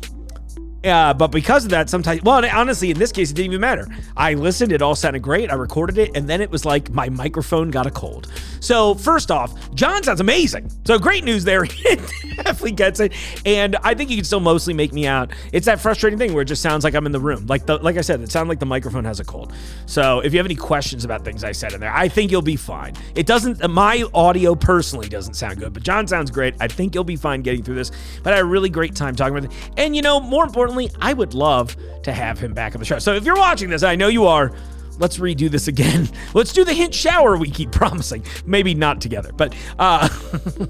uh, but because of that, sometimes, well, honestly, in this case, it didn't even matter. I listened, it all sounded great. I recorded it, and then it was like my microphone got a cold. So, first off, John sounds amazing. So, great news there. he definitely gets it. And I think you can still mostly make me out. It's that frustrating thing where it just sounds like I'm in the room. Like the, like I said, it sounded like the microphone has a cold. So, if you have any questions about things I said in there, I think you'll be fine. It doesn't, my audio personally doesn't sound good, but John sounds great. I think you'll be fine getting through this. But I had a really great time talking about it. And, you know, more importantly, I would love to have him back on the show. So if you're watching this, I know you are. Let's redo this again. Let's do the hint shower we keep promising. Maybe not together, but uh,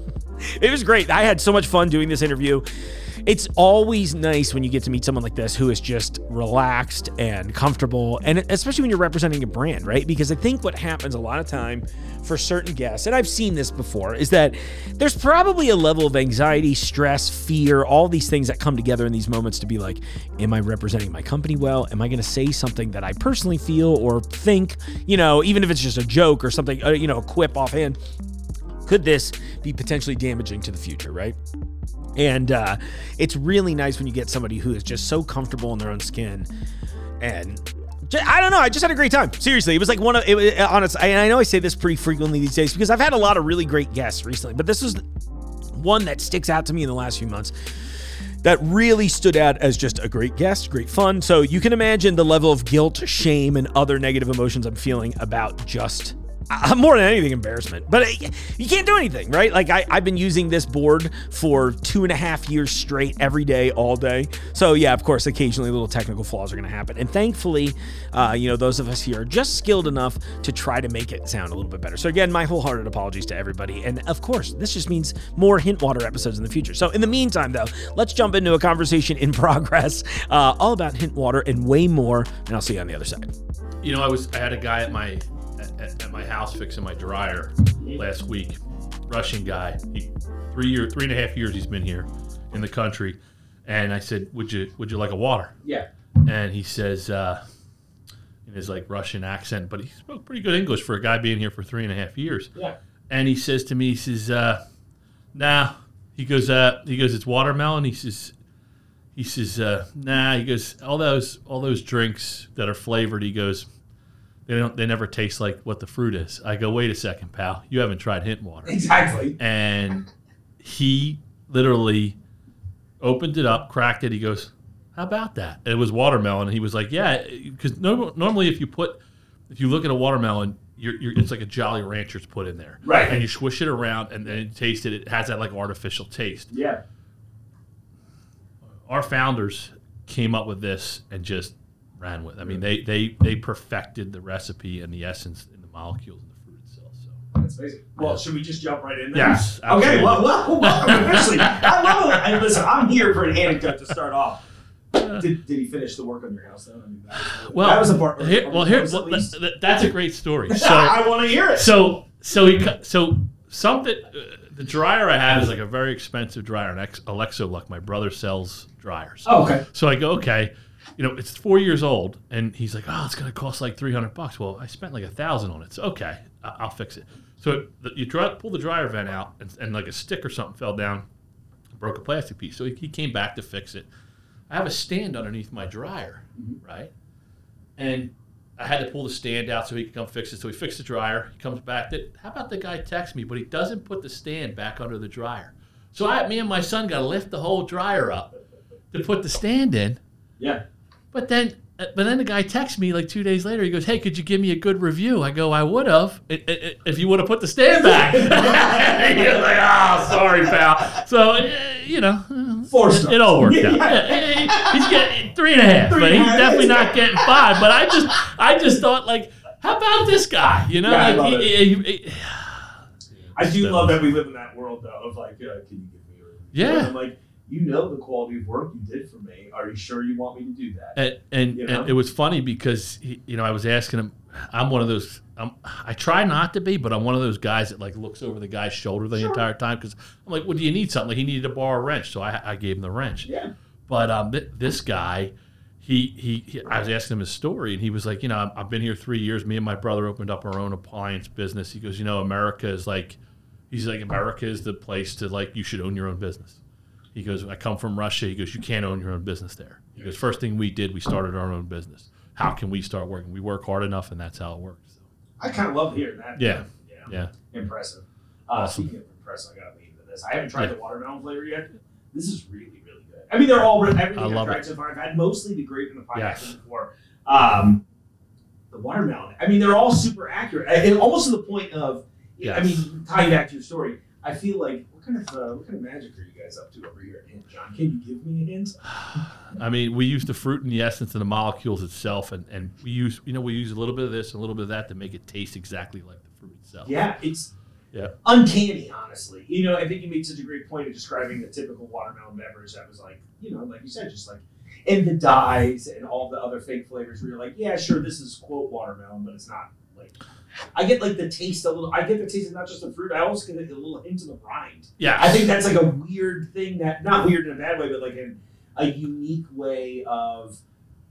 it was great. I had so much fun doing this interview. It's always nice when you get to meet someone like this who is just relaxed and comfortable, and especially when you're representing a brand, right? Because I think what happens a lot of time for certain guests, and I've seen this before, is that there's probably a level of anxiety, stress, fear, all these things that come together in these moments to be like, am I representing my company well? Am I going to say something that I personally feel or think, you know, even if it's just a joke or something, uh, you know, a quip offhand? Could this be potentially damaging to the future, right? And uh, it's really nice when you get somebody who is just so comfortable in their own skin. And just, I don't know, I just had a great time. Seriously, it was like one of, it was, honest, and I know I say this pretty frequently these days because I've had a lot of really great guests recently, but this was one that sticks out to me in the last few months that really stood out as just a great guest, great fun. So you can imagine the level of guilt, shame, and other negative emotions I'm feeling about just I'm more than anything embarrassment, but uh, you can't do anything, right? Like I, have been using this board for two and a half years straight, every day, all day. So yeah, of course, occasionally little technical flaws are going to happen, and thankfully, uh, you know, those of us here are just skilled enough to try to make it sound a little bit better. So again, my wholehearted apologies to everybody, and of course, this just means more Hintwater episodes in the future. So in the meantime, though, let's jump into a conversation in progress, uh, all about Hintwater and way more, and I'll see you on the other side. You know, I was I had a guy at my at, at, my house fixing my dryer last week. Russian guy, he, three year, three and a half years he's been here in the country, and I said, "Would you would you like a water?" Yeah. And he says, uh, in his like Russian accent, but he spoke pretty good English for a guy being here for three and a half years. Yeah. And he says to me, he says, uh, "Nah," he goes, uh, he goes, "It's watermelon." He says. He says, uh, "Nah." He goes, "All those, all those drinks that are flavored." He goes, they don't they never taste like what the fruit is. I go, wait a second, pal, you haven't tried hint water. Exactly. And he literally opened it up, cracked it. He goes, how about that? And it was watermelon. And he was like, yeah, because no, normally if you put if you look at a watermelon. You're, you're, it's like a Jolly Rancher's put in there, right? And you swish it around, and then taste it. It has that like artificial taste. Yeah. Our founders came up with this and just ran with. I mean, they they they perfected the recipe and the essence and the molecules in the fruit itself. So that's amazing. Well, yeah. should we just jump right in? There? Yes. Absolutely. Okay. Well, well, welcome officially. I love it. I, listen, I'm here for an anecdote to start off. Did, did he finish the work on your house though? I mean, that was, well, that was a part. Here, well, here, well, that, that's a great story. So I want to hear it. So so he so something. Uh, the dryer I had is like a very expensive dryer, an Ex- Alexolux. My brother sells dryers. Oh, okay. So I go, okay you know, it's four years old, and he's like, oh, it's going to cost like 300 bucks. Well, I spent like a thousand on it. So, okay, I'll fix it. So it, you try, pull the dryer vent out, and, and, like a stick or something fell down, broke a plastic piece. So he, he, came back to fix it. I have a stand underneath my dryer, right? And I had to pull the stand out so he could come fix it. So he fixed the dryer. He comes back. How about the guy texts me, but he doesn't put the stand back under the dryer? So I, me and my son got to lift the whole dryer up to put the stand in. Yeah. But then uh, but then the guy texts me like two days later. He goes, "Hey, could you give me a good review?" I go, "I would have i- i- if you would have put the stand back." He's like, "Ah, sorry, pal." So uh, you know, Four it, stars. it all worked out. Yeah. Yeah, He's getting three and a half, Three but and a he's half. definitely not getting five. But I just, I just thought like, how about this guy? You know, Yeah, I like, love he- he- he- I do So- love that we live in that world though of like, uh, can you give me a review? Yeah. And I'm like, you know the quality of work you did for me. Are you sure you want me to do that? and and, You and know? it was funny because he, you know I was asking him. I'm one of those. I'm, I try not to be, but I'm one of those guys that like looks over the guy's shoulder the entire time because I'm like, "Well, do you need something?" Like he needed to borrow a wrench, so I, I gave him the wrench. Yeah. But um, th- this guy, he, he he, I was asking him his story, and he was like, you know, "I've- I've been here three years. Me and my brother opened up our own appliance business. He goes, you know, America is like, he's like, America is the place to like, you should own your own business. He goes, I come from Russia. He goes, you can't own your own business there. He goes, first thing we did, we started our own business. How can we start working? We work hard enough, and that's how it works. I kind of love hearing that. Yeah. Yeah. Yeah. Impressive. Uh, Speaking of impressive, I gotta lean into this. I haven't tried the watermelon flavor yet. This is really, really good. I mean, they're all everything I I've love tried it. so far. I've had mostly the grape and the pineapple Yes. before. Um, the watermelon. I mean, they're all super accurate, I- and almost to the point of. I Yes. mean, tying back to your story, I feel like what kind of uh, what kind of magic are you guys up to over here? And John, can you give me a hint? I mean, we use the fruit and the essence and the molecules itself, and, and we use, you know, we use a little bit of this and a little bit of that to make it taste exactly like the fruit itself. Yeah, it's Yeah. uncanny, honestly. You know, I think you made such a great point of describing the typical watermelon beverage that was like, you know, like you said, just like in the dyes and all the other fake flavors where you're like, yeah, sure, this is quote watermelon, but it's not like I get like the taste a little I get the taste of not just the fruit, I also get a little hint of the rind. Yeah. I think that's like a weird thing that not weird in a bad way, but like in a unique way of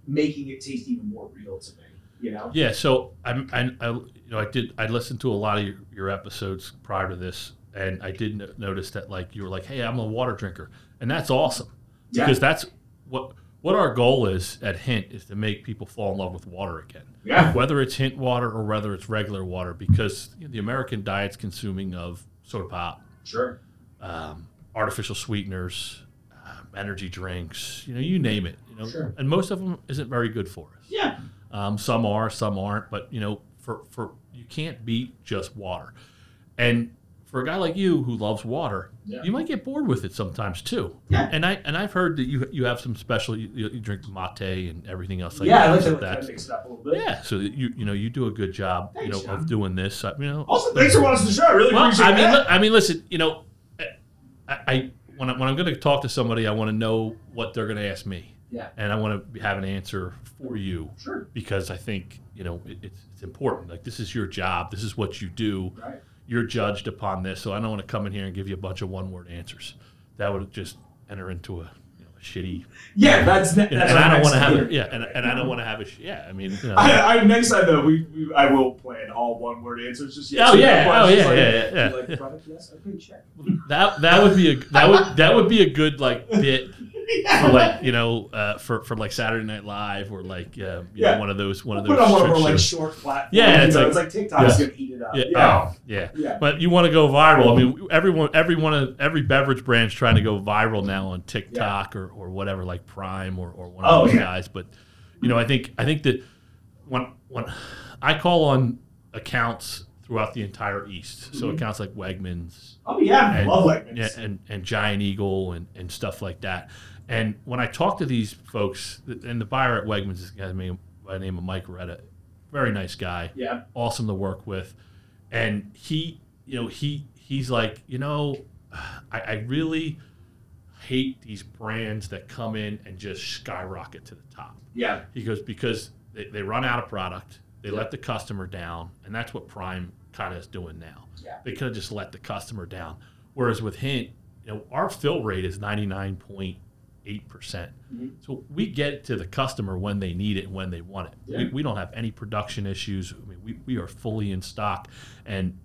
making it taste even more real to me. You know? Yeah, so I'm, I, I, you know, I did. I listened to a lot of your, your episodes prior to this, and I did no- notice that like you were like, "Hey, I'm a water drinker," and that's awesome Yeah. because that's what what our goal is at Hint is to make people fall in love with water again, Yeah. whether it's Hint water or whether it's regular water, because you know, the American diet's consuming of soda pop, Sure. um, artificial sweeteners, um, energy drinks, you know, you name it, you know, Sure. and most of them isn't very good for us. Yeah. Um, some are, some aren't. But you know, for for you can't beat just water. And for a guy like you who loves water, Yeah. you might get bored with it sometimes too. Yeah. And I and I've heard that you you have some special. You, you you drink mate and everything else like yeah, that. I like to so like, kind of that's- mix it up a little bit. yeah. So that you you know you do a good job you Thanks, know John. of doing this. I- You know. Also, thanks for watching the show. I really Well, appreciate I mean, that. li- I mean, listen, you know, I, I when I, when I'm going to talk to somebody, I want to know what they're going to ask me, yeah, and I want to have an answer for you sure. because I think you know it, it's, it's important. Like this is your job. This is what you do. Right. You're judged upon this. So I don't want to come in here and give you a bunch of one word answers. That would just enter into a, you know, a shitty. Yeah, that's that's. And, our and I don't next want to have year. a, yeah, and, and I don't want to have a sh- yeah. I mean, you know. I, I, next time though, we, we I will plan all one word answers. Just yes Oh, or yeah. no Oh, questions, yeah, like, yeah, yeah, you yeah. Like, product, yes, okay, check. that that would be a that would that would be a good like bit yeah. for like you know uh, for for like Saturday Night Live or like uh, you Yeah. know, one of those one of We'll those. put on one of trick our like shows. short platforms. Yeah, you it's know, like- it's like TikTok's yeah. gonna eat it up. yeah, Oh, yeah. yeah. But you want to go viral. I mean, everyone, every one of every beverage brand's trying to go viral now on TikTok or, or whatever, like Prime or, or one of Oh, those yeah. guys. But you know, I think I think that when when I call on accounts throughout the entire East, so accounts like Wegmans, Oh yeah, and, Mm-hmm. love Wegmans. yeah, and and Giant Eagle and, and stuff like that. And when I talk to these folks, th- and the buyer at Wegmans is a guy named- by the name of Mike Retta, very nice guy yeah, awesome to work with. And he, you know, he he's like, you know, I, I really hate these brands that come in and just skyrocket to the top. yeah, He goes because they, they run out of product, they let the customer down, and that's what Prime kind of is doing now. Yeah. They could have just let the customer down. Whereas with Hint, you know, our fill rate is ninety nine point eight percent. Mhm. So we get it to the customer when they need it and when they want it. Yeah. We, we don't have any production issues. I mean, we, we are fully in stock, and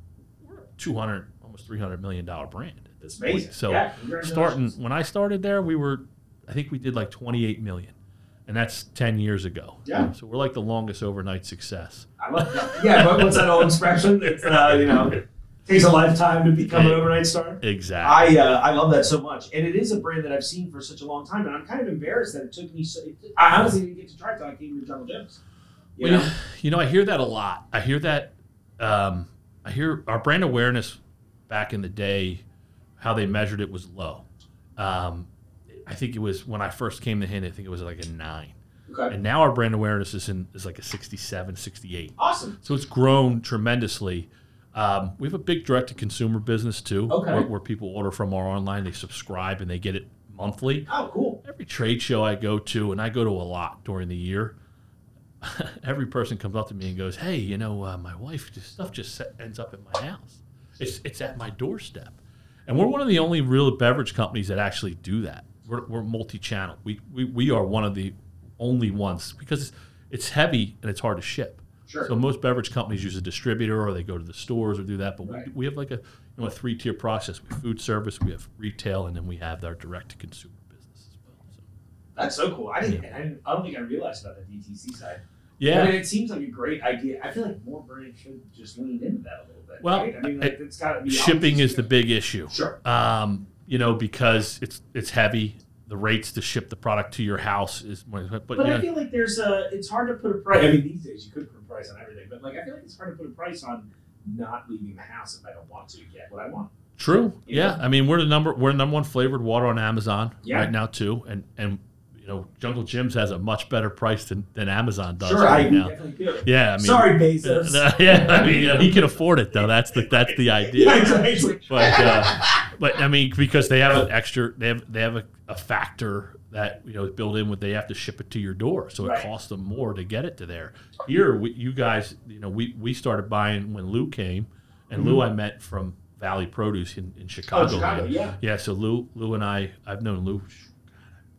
we're two hundred almost three hundred million dollar brand at this it's amazing. point. So yeah, congratulations. starting when I started there, we were, I think we did like 28 million, and that's 10 years ago. Yeah. So we're like the longest overnight success. I love that. Yeah, but what's that old expression? It's uh, you know, takes a lifetime to become an overnight star. Exactly. I uh, I love that so much, and it is a brand that I've seen for such a long time, and I'm kind of embarrassed that it took me. So, I honestly didn't get to try it until I came to Jungle Gyms. Well, You you, know? know, you know, I hear that a lot. I hear that. Um, I hear our brand awareness back in the day, how they measured it was low. Um, I think it was when I first came to Hint, I think it was like a nine. Okay. And now our brand awareness is in is like a 67, 68. Awesome. So it's grown tremendously. Um, we have a big direct to consumer business too, Okay. where, where people order from our online, they subscribe and they get it monthly. Oh, cool. Every trade show I go to, and I go to a lot during the year, every person comes up to me and goes, "Hey, you know, uh, my wife this stuff just se- ends up at my house. It's it's at my doorstep." And we're one of the only real beverage companies that actually do that. We're, we're multi-channel. We, we we are one of the only ones because it's heavy and it's hard to ship. Sure. So most beverage companies use a distributor or they go to the stores or do that. But we, Right. we have like a you know a three tier process. We have food service, we have retail, and then we have our direct to consumer business as well. So, That's so cool. I didn't, I didn't. I don't think I realized about the DTC side. yeah. I mean, it seems like a great idea. I feel like more brands should just lean into that a little bit. Well, right? I mean, like, it's got to be shipping obvious. is the big issue. Sure. Um, you know because it's it's heavy. The rates to ship the product to your house is but, But you I know, feel like there's a. It's hard to put a price. I mean, these days you could put a price on everything, but like I feel like it's hard to put a price on not leaving the house if I don't want to get what I want. True. Yeah. Yeah. I mean, we're the number we're the number one flavored water on Amazon Yeah. right now too, and and you know Jungle Jim's has a much better price than, than Amazon does sure, right I now. definitely do. Yeah. I mean, Sorry, Bezos. uh, yeah. I mean, yeah, he can afford it though. That's the that's the yeah, idea. exactly. But uh, but I mean, because they have an extra, they have they have a, a factor that you know is built in with they have to ship it to your door, so Right. it costs them more to get it to there. Here, we, you guys, you know, we we started buying when Lou came, and Lou I met from Valley Produce in, in Chicago. Mm-hmm. Oh, Chicago, yeah. Yeah, so Lou, Lou and I, I've known Lou.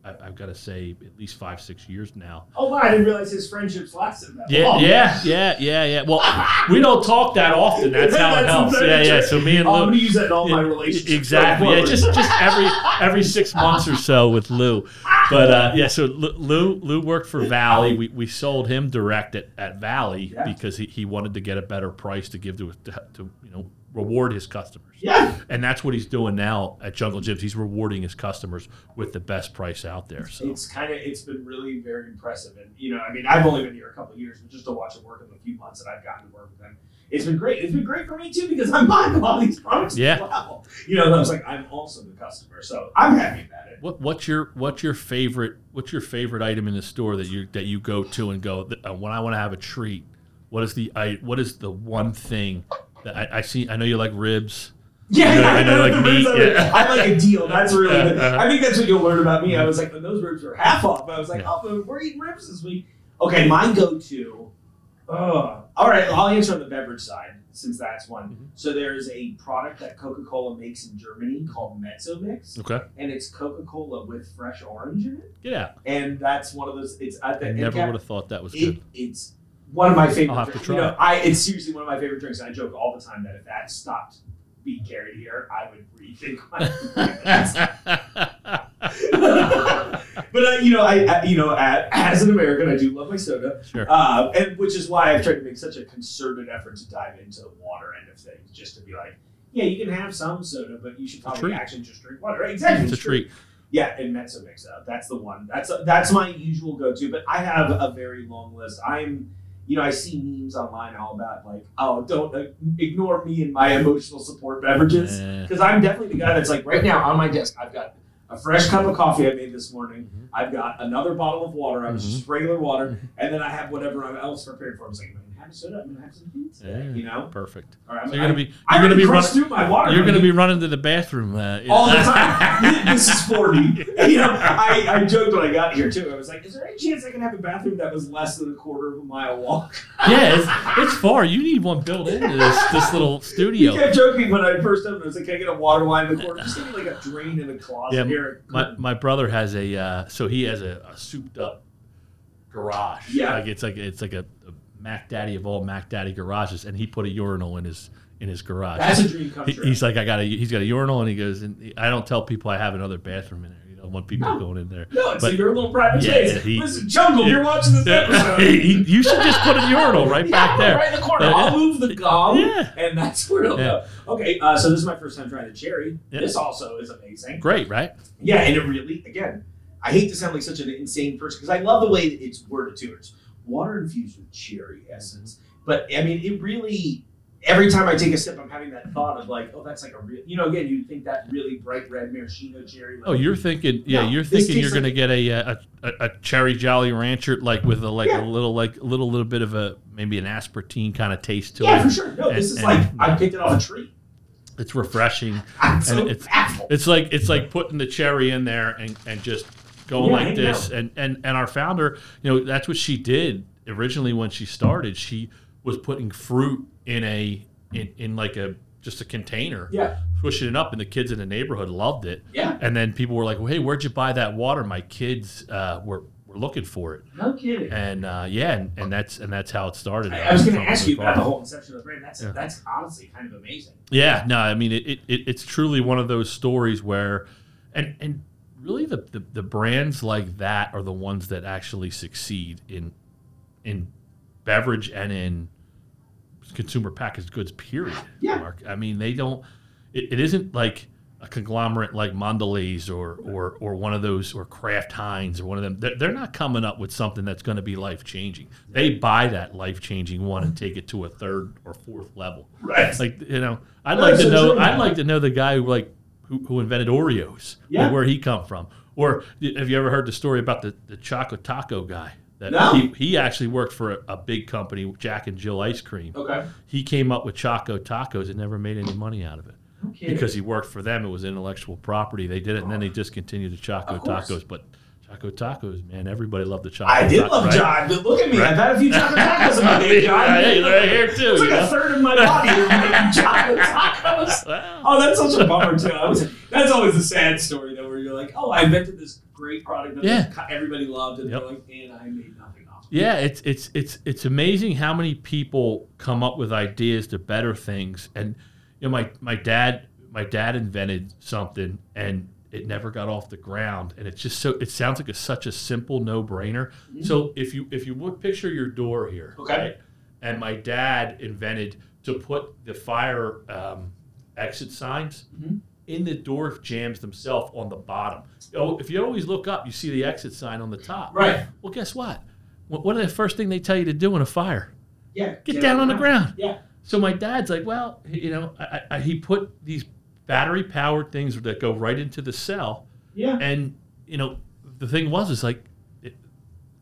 I, I've got to say, at least five, six years now. Oh wow, I didn't realize his friendships lasted that Yeah, long. yeah, yeah, yeah, yeah. Well, Oh, we don't talk that often. That's how it That's helps. very Yeah, yeah. true. So me and Oh, I'm Lou, gonna use that in all my Yeah, relationships. Exactly. going Yeah, just forward. just every every six months or so with Lou. But uh, yeah, so Lou- Lou Lou worked for Valley. We, we sold him direct at, at Valley Yeah. because he, he wanted to get a better price to give to to, to you know reward his customers. yeah. And that's what he's doing now at Jungle Gyms. He's rewarding his customers with the best price out there. So It's kind of it's been really very impressive, and you know, I mean, I've only been here a couple of years, but just to watch it work in the few months that I've gotten to work with them, it's been great. It's been great for me too because I'm buying all these products. as Yeah. well. You know, and I was like, I'm also the customer, so I'm happy about it. What, what's your what's your favorite what's your favorite item in the store that you that you go to and go "Th- uh, when I want to have a treat? What is the I, what is the one thing that I, I see? I know you like ribs. Yeah, know- I know, the like, ribs meat, are- yeah. I like a deal. That's really Yeah, good. uh-huh. I think that's what you'll learn about me. I was like, oh, those ribs are half off. I was like, Yeah. oh, but we're eating ribs this week. Okay, my go-to. Oh, all right. I'll answer on the beverage side since that's one. Mm-hmm. So there is a product that Coca-Cola makes in Germany called Mezzo Mix, Okay, and it's Coca-Cola with fresh orange in it. get out. And that's one of those. It's at the I end never cap- would have thought that was it, good. it's one of my favorite. I'll have to drinks. You try know, I it's seriously one of my favorite drinks. and I joke all the time that if that stopped being carried here, I would rethink my. but uh, you know, I, I you know, a- as an American, I do love my soda, sure. uh, and which is why I've tried to make such a concerted effort to dive into the water end of things, just to be like, yeah, you can have some soda, but you should probably treat. actually just drink water. Right? Exactly, It's a just drink treat. yeah, and Mezzo Mix up. That's the one. That's that's my usual go-to. But I have a very long list. I'm, you know, I see memes online all about like, oh, don't uh, ignore me and my emotional support beverages Yeah. because I'm definitely the guy that's like right now on my desk. I've got a fresh cup of coffee I made this morning. Mhm. I've got another bottle of water. I was Mm-hmm. just regular water, and then I have whatever I'm else prepared for. I'm like, I'm gonna have soda. I'm gonna have some heat today. Yeah. You know, Perfect. or I'm, So you're gonna be I'm you're gonna be crush running through my water. you're gonna be buddy running to the bathroom. Uh, all the time. this is 40. You know, I, I joked when I got here too. I was like, is there any chance I can have a bathroom that was less than a quarter of a mile walk? yeah, it's, it's far. You need one built into this this little You studio. kept joking when I first opened. I was like, can I get a water line in the corner? Just give me like a drain in the closet Yeah, here. My, my brother has a uh, so he has a, a souped up garage. Yeah. like it's like it's like a, a Mac Daddy of all Mac Daddy garages, and he put a urinal in his in his garage. That's a dream come He- true. he's like, I got a he's got a urinal, and he goes, and he- I don't tell people I have another bathroom in there. You know, don't want people No. going in there. No, it's But- your little private Yeah, space. yeah, he- Listen, Jungle, you're watching this episode. you should just put a urinal right yeah, back there. right in the corner. I'll move the gum, Yeah. and that's where it'll Yeah. go. Okay, uh, so this is my first time trying the cherry. Yeah. This also is amazing. Great, right? Yeah, and it really, again, I hate to sound like such an insane person because I love the way that it's worded to it. It's water infused with cherry essence. But I mean, it really, every time I take a sip, I'm having that thought of like, oh, that's like a real, you know, again, you think that really bright red maraschino cherry. Oh, you're thinking, yeah, No, you're this thinking you're tastes like- gonna get a, uh, a a cherry Jolly Rancher like with a like Yeah. a little like a little little bit of a maybe an aspartine kind of taste to Yeah, it. for sure. No, this And- is like, and- I picked it off a tree. It's refreshing. I'm so it's- baffled. It's like it's like putting the cherry in there and, and just going Yeah, like hanging this. And, and and our founder, you know, that's what she did originally when she started. She was putting fruit in a in, in like a just a container, Yeah. pushing it up, and the kids in the neighborhood loved it. Yeah. And then people were like, well, "Hey, where'd you buy that water? My kids uh, were were looking for it." No kidding. And uh, yeah, and, and that's and that's how it started. I, I was going to From ask you about farm. the whole inception of the brand. That's Yeah. that's honestly kind of amazing. Yeah, no, I mean it, it, it. It's truly one of those stories where, and and really the, the the brands like that are the ones that actually succeed in in beverage and in consumer packaged goods. Period. Yeah. Mark. I mean, they don't. It, it isn't like a conglomerate like Mondelez or or or one of those or Kraft Heinz or one of them. They're, they're not coming up with something that's going to be life changing. They buy that life changing one and take it to a third or fourth level. Right. It's like you know, I'd No, like it's to so know. true. I'd like to know the guy who like who, who invented Oreos. Yeah. like, where he come from, or y- have you ever heard the story about the the chocolate taco guy? That No. he, he actually worked for a, a big company, Jack and Jill Ice Cream. Okay. He came up with Choco Tacos and never made any money out of it No kidding. because he worked for them. It was intellectual property. They did it, and then they discontinued the Choco Of course. Tacos. But Choco Tacos, man, everybody loved the Choco. I did Taco, love right? John, but look at me. I've had a few chocolate tacos in my I day, mean, John. hey, they're right here too. It's like you a know? third of my body you're making chocolate tacos. Wow. Oh, that's such a bummer too. I was, that's always a sad story though, where you're like, oh, I invented this great product that Yeah. everybody loved, and Yep. they're like, and I made nothing off. of it." Yeah, it's it's it's it's amazing how many people come up with ideas to better things. And you know, my my dad my dad invented something and it never got off the ground. And it's just so it sounds like it's such a simple no brainer. So if you if you would picture your door here, Mm-hmm. Okay. And my dad invented to put the fire um, exit signs Mhm. in the door jams themselves on the bottom. Oh, if you always look up, you see the exit sign on the top. Right. Well, guess what? Wh- What are the first thing they tell you to do in a fire? Yeah. Get down out on the ground. Yeah. So my dad's like, well, he- you know, I, I- I, he put these battery powered things that go right into the cell, Yeah. and you know, the thing was is like, it,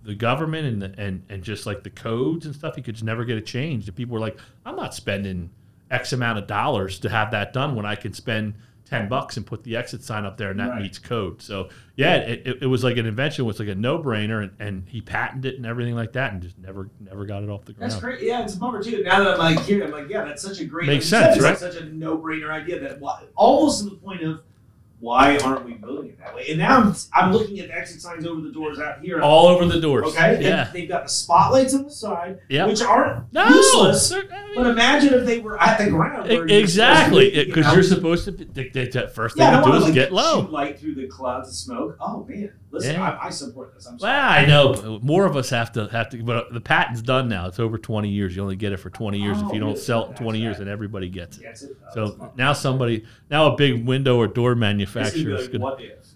the government and the, and and just like the codes and stuff, he could just never get it changed. And people were like, I'm not spending X amount of dollars to have that done when I can spend. 10 bucks and put the exit sign up there and that Right. meets code so yeah it, it, it was like an invention it was like a no-brainer and, and he patented it and everything like that and just never never got it off the ground That's great. Yeah, it's a bummer too. Now that I'm like here, I'm like, yeah, that's such a great. Makes like you said, sense, it's like Such a no-brainer idea that why, almost to the point of why aren't we building it that way? And now I'm, I'm looking at the exit signs over the doors out here. all over the doors. okay, Yeah. and they've got the spotlights on the side, Yeah. which aren't No. useless. They're- I But mean- imagine if they were at the ground. where E- you're exactly, supposed to be, you because know? you're supposed to. The, the, the first thing yeah, I you don't do want is to like, get shoot low. light through the clouds of smoke. Oh man, listen, Yeah. I, I support this. I'm sorry. Well, I know but more of us have to have to. But the patent's done now. It's over 20 years. You only get it for 20 years. if Oh, you don't really? sell it in That's 20 years, right. then everybody gets it. Gets it? Oh, that's a So bummer. now somebody, now a big window or door It's gonna be manufacturer is going like, to. what if?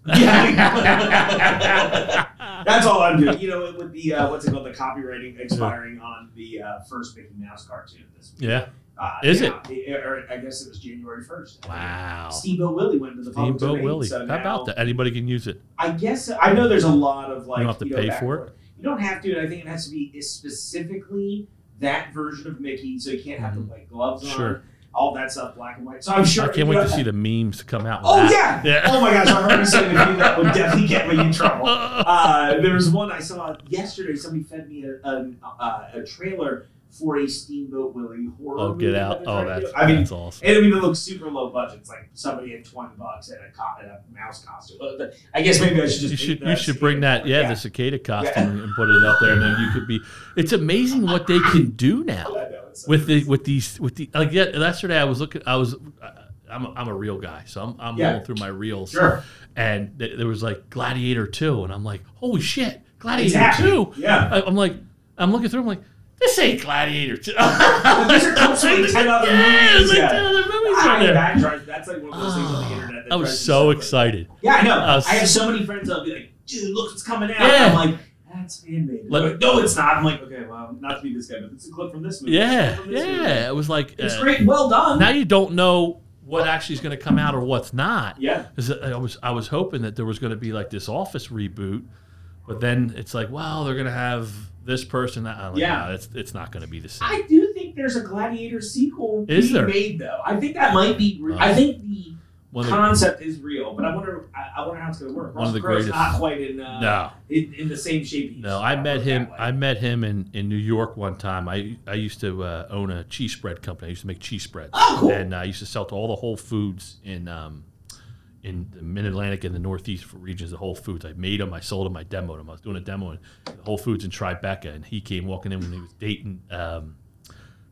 That's all I'm doing. You know, it would be uh, what's it called? The copywriting expiring on the uh, first Mickey Mouse cartoon this week. Yeah. Uh, Is yeah, it- Or I guess it was January first. Wow. Steamboat Willie went to the public Steamboat domain, Willie. So How about now- that? Anybody can use it. I guess I know there's a lot of like don't have to you know, pay back and for it? forth. You don't have to. and I think it has to be specifically that version of Mickey, so you can't have the white gloves on, Mm-hmm. Sure. all that stuff, black and white. So I'm sure. I can't you wait know, to see the memes come out. with Oh that. yeah. Oh my gosh, I heard something that would definitely get me in trouble. Uh, there was one I saw yesterday. Somebody fed me a, a, a, a trailer for a Steamboat Willie horror. Oh, movie get that out. they're Oh, trying to that's, do. I mean, that's awesome. and I mean, it looks super low budget. It's like somebody had twenty bucks at a co- at a mouse costume. But, but I guess maybe I should just you should make you that should bring that yeah, the cicada costume and put it out there and then you could be it's amazing what they can do I now know, it's so with the crazy. with these with the like yeah, yesterday I was looking I was uh, I'm a, I'm a real guy, so I'm I'm Yeah. going through my reels. Sure. And th- there was like Gladiator Two, and I'm like, holy shit, Gladiator Exactly. Two. Yeah. I, I'm like, I'm looking through. I'm like, this ain't Gladiator Two. These are clips from like 10 other yeah, movies, There's like yeah. ten other movies I, on there. that drives, that's like one of those things on the internet. That I was drives me so crazy. excited. Yeah, I know. I was- I have so many friends that'll be like, dude, look what's coming out. Uh, Yeah. And I'm like, that's fan made. Let- Like, no, it's not. I'm like, okay, well, not to be this guy, but it's a clip from this movie. Yeah, It's a clip from this movie. yeah. It was like It's uh, great. Well done. now you don't know what actually is going to come out or what's not. yeah. 'Cause I was I was hoping that there was going to be like this Office reboot, but then it's like, wow, they're going to have this person. That, I'm like, Yeah. no, it's it's not going to be the same. I do think there's a Gladiator sequel Is being there? made, though. I think that might be. Re- I think the One of the- concept is real, but I wonder. I, I wonder how it's going to work. One of the Russell Crowe's greatest- Not quite in, uh, no, in in the same shape. he's- no. I met him. that way. I met him in, in New York one time. I I used to uh, own a cheese spread company. I used to make cheese spreads, Oh, cool. and I used to sell to all the Whole Foods in um, in the Mid Atlantic and the Northeast regions. The Whole Foods. I made them. I sold them. I demoed them. I was doing a demo in Whole Foods in Tribeca, and he came walking in when he was dating. Um,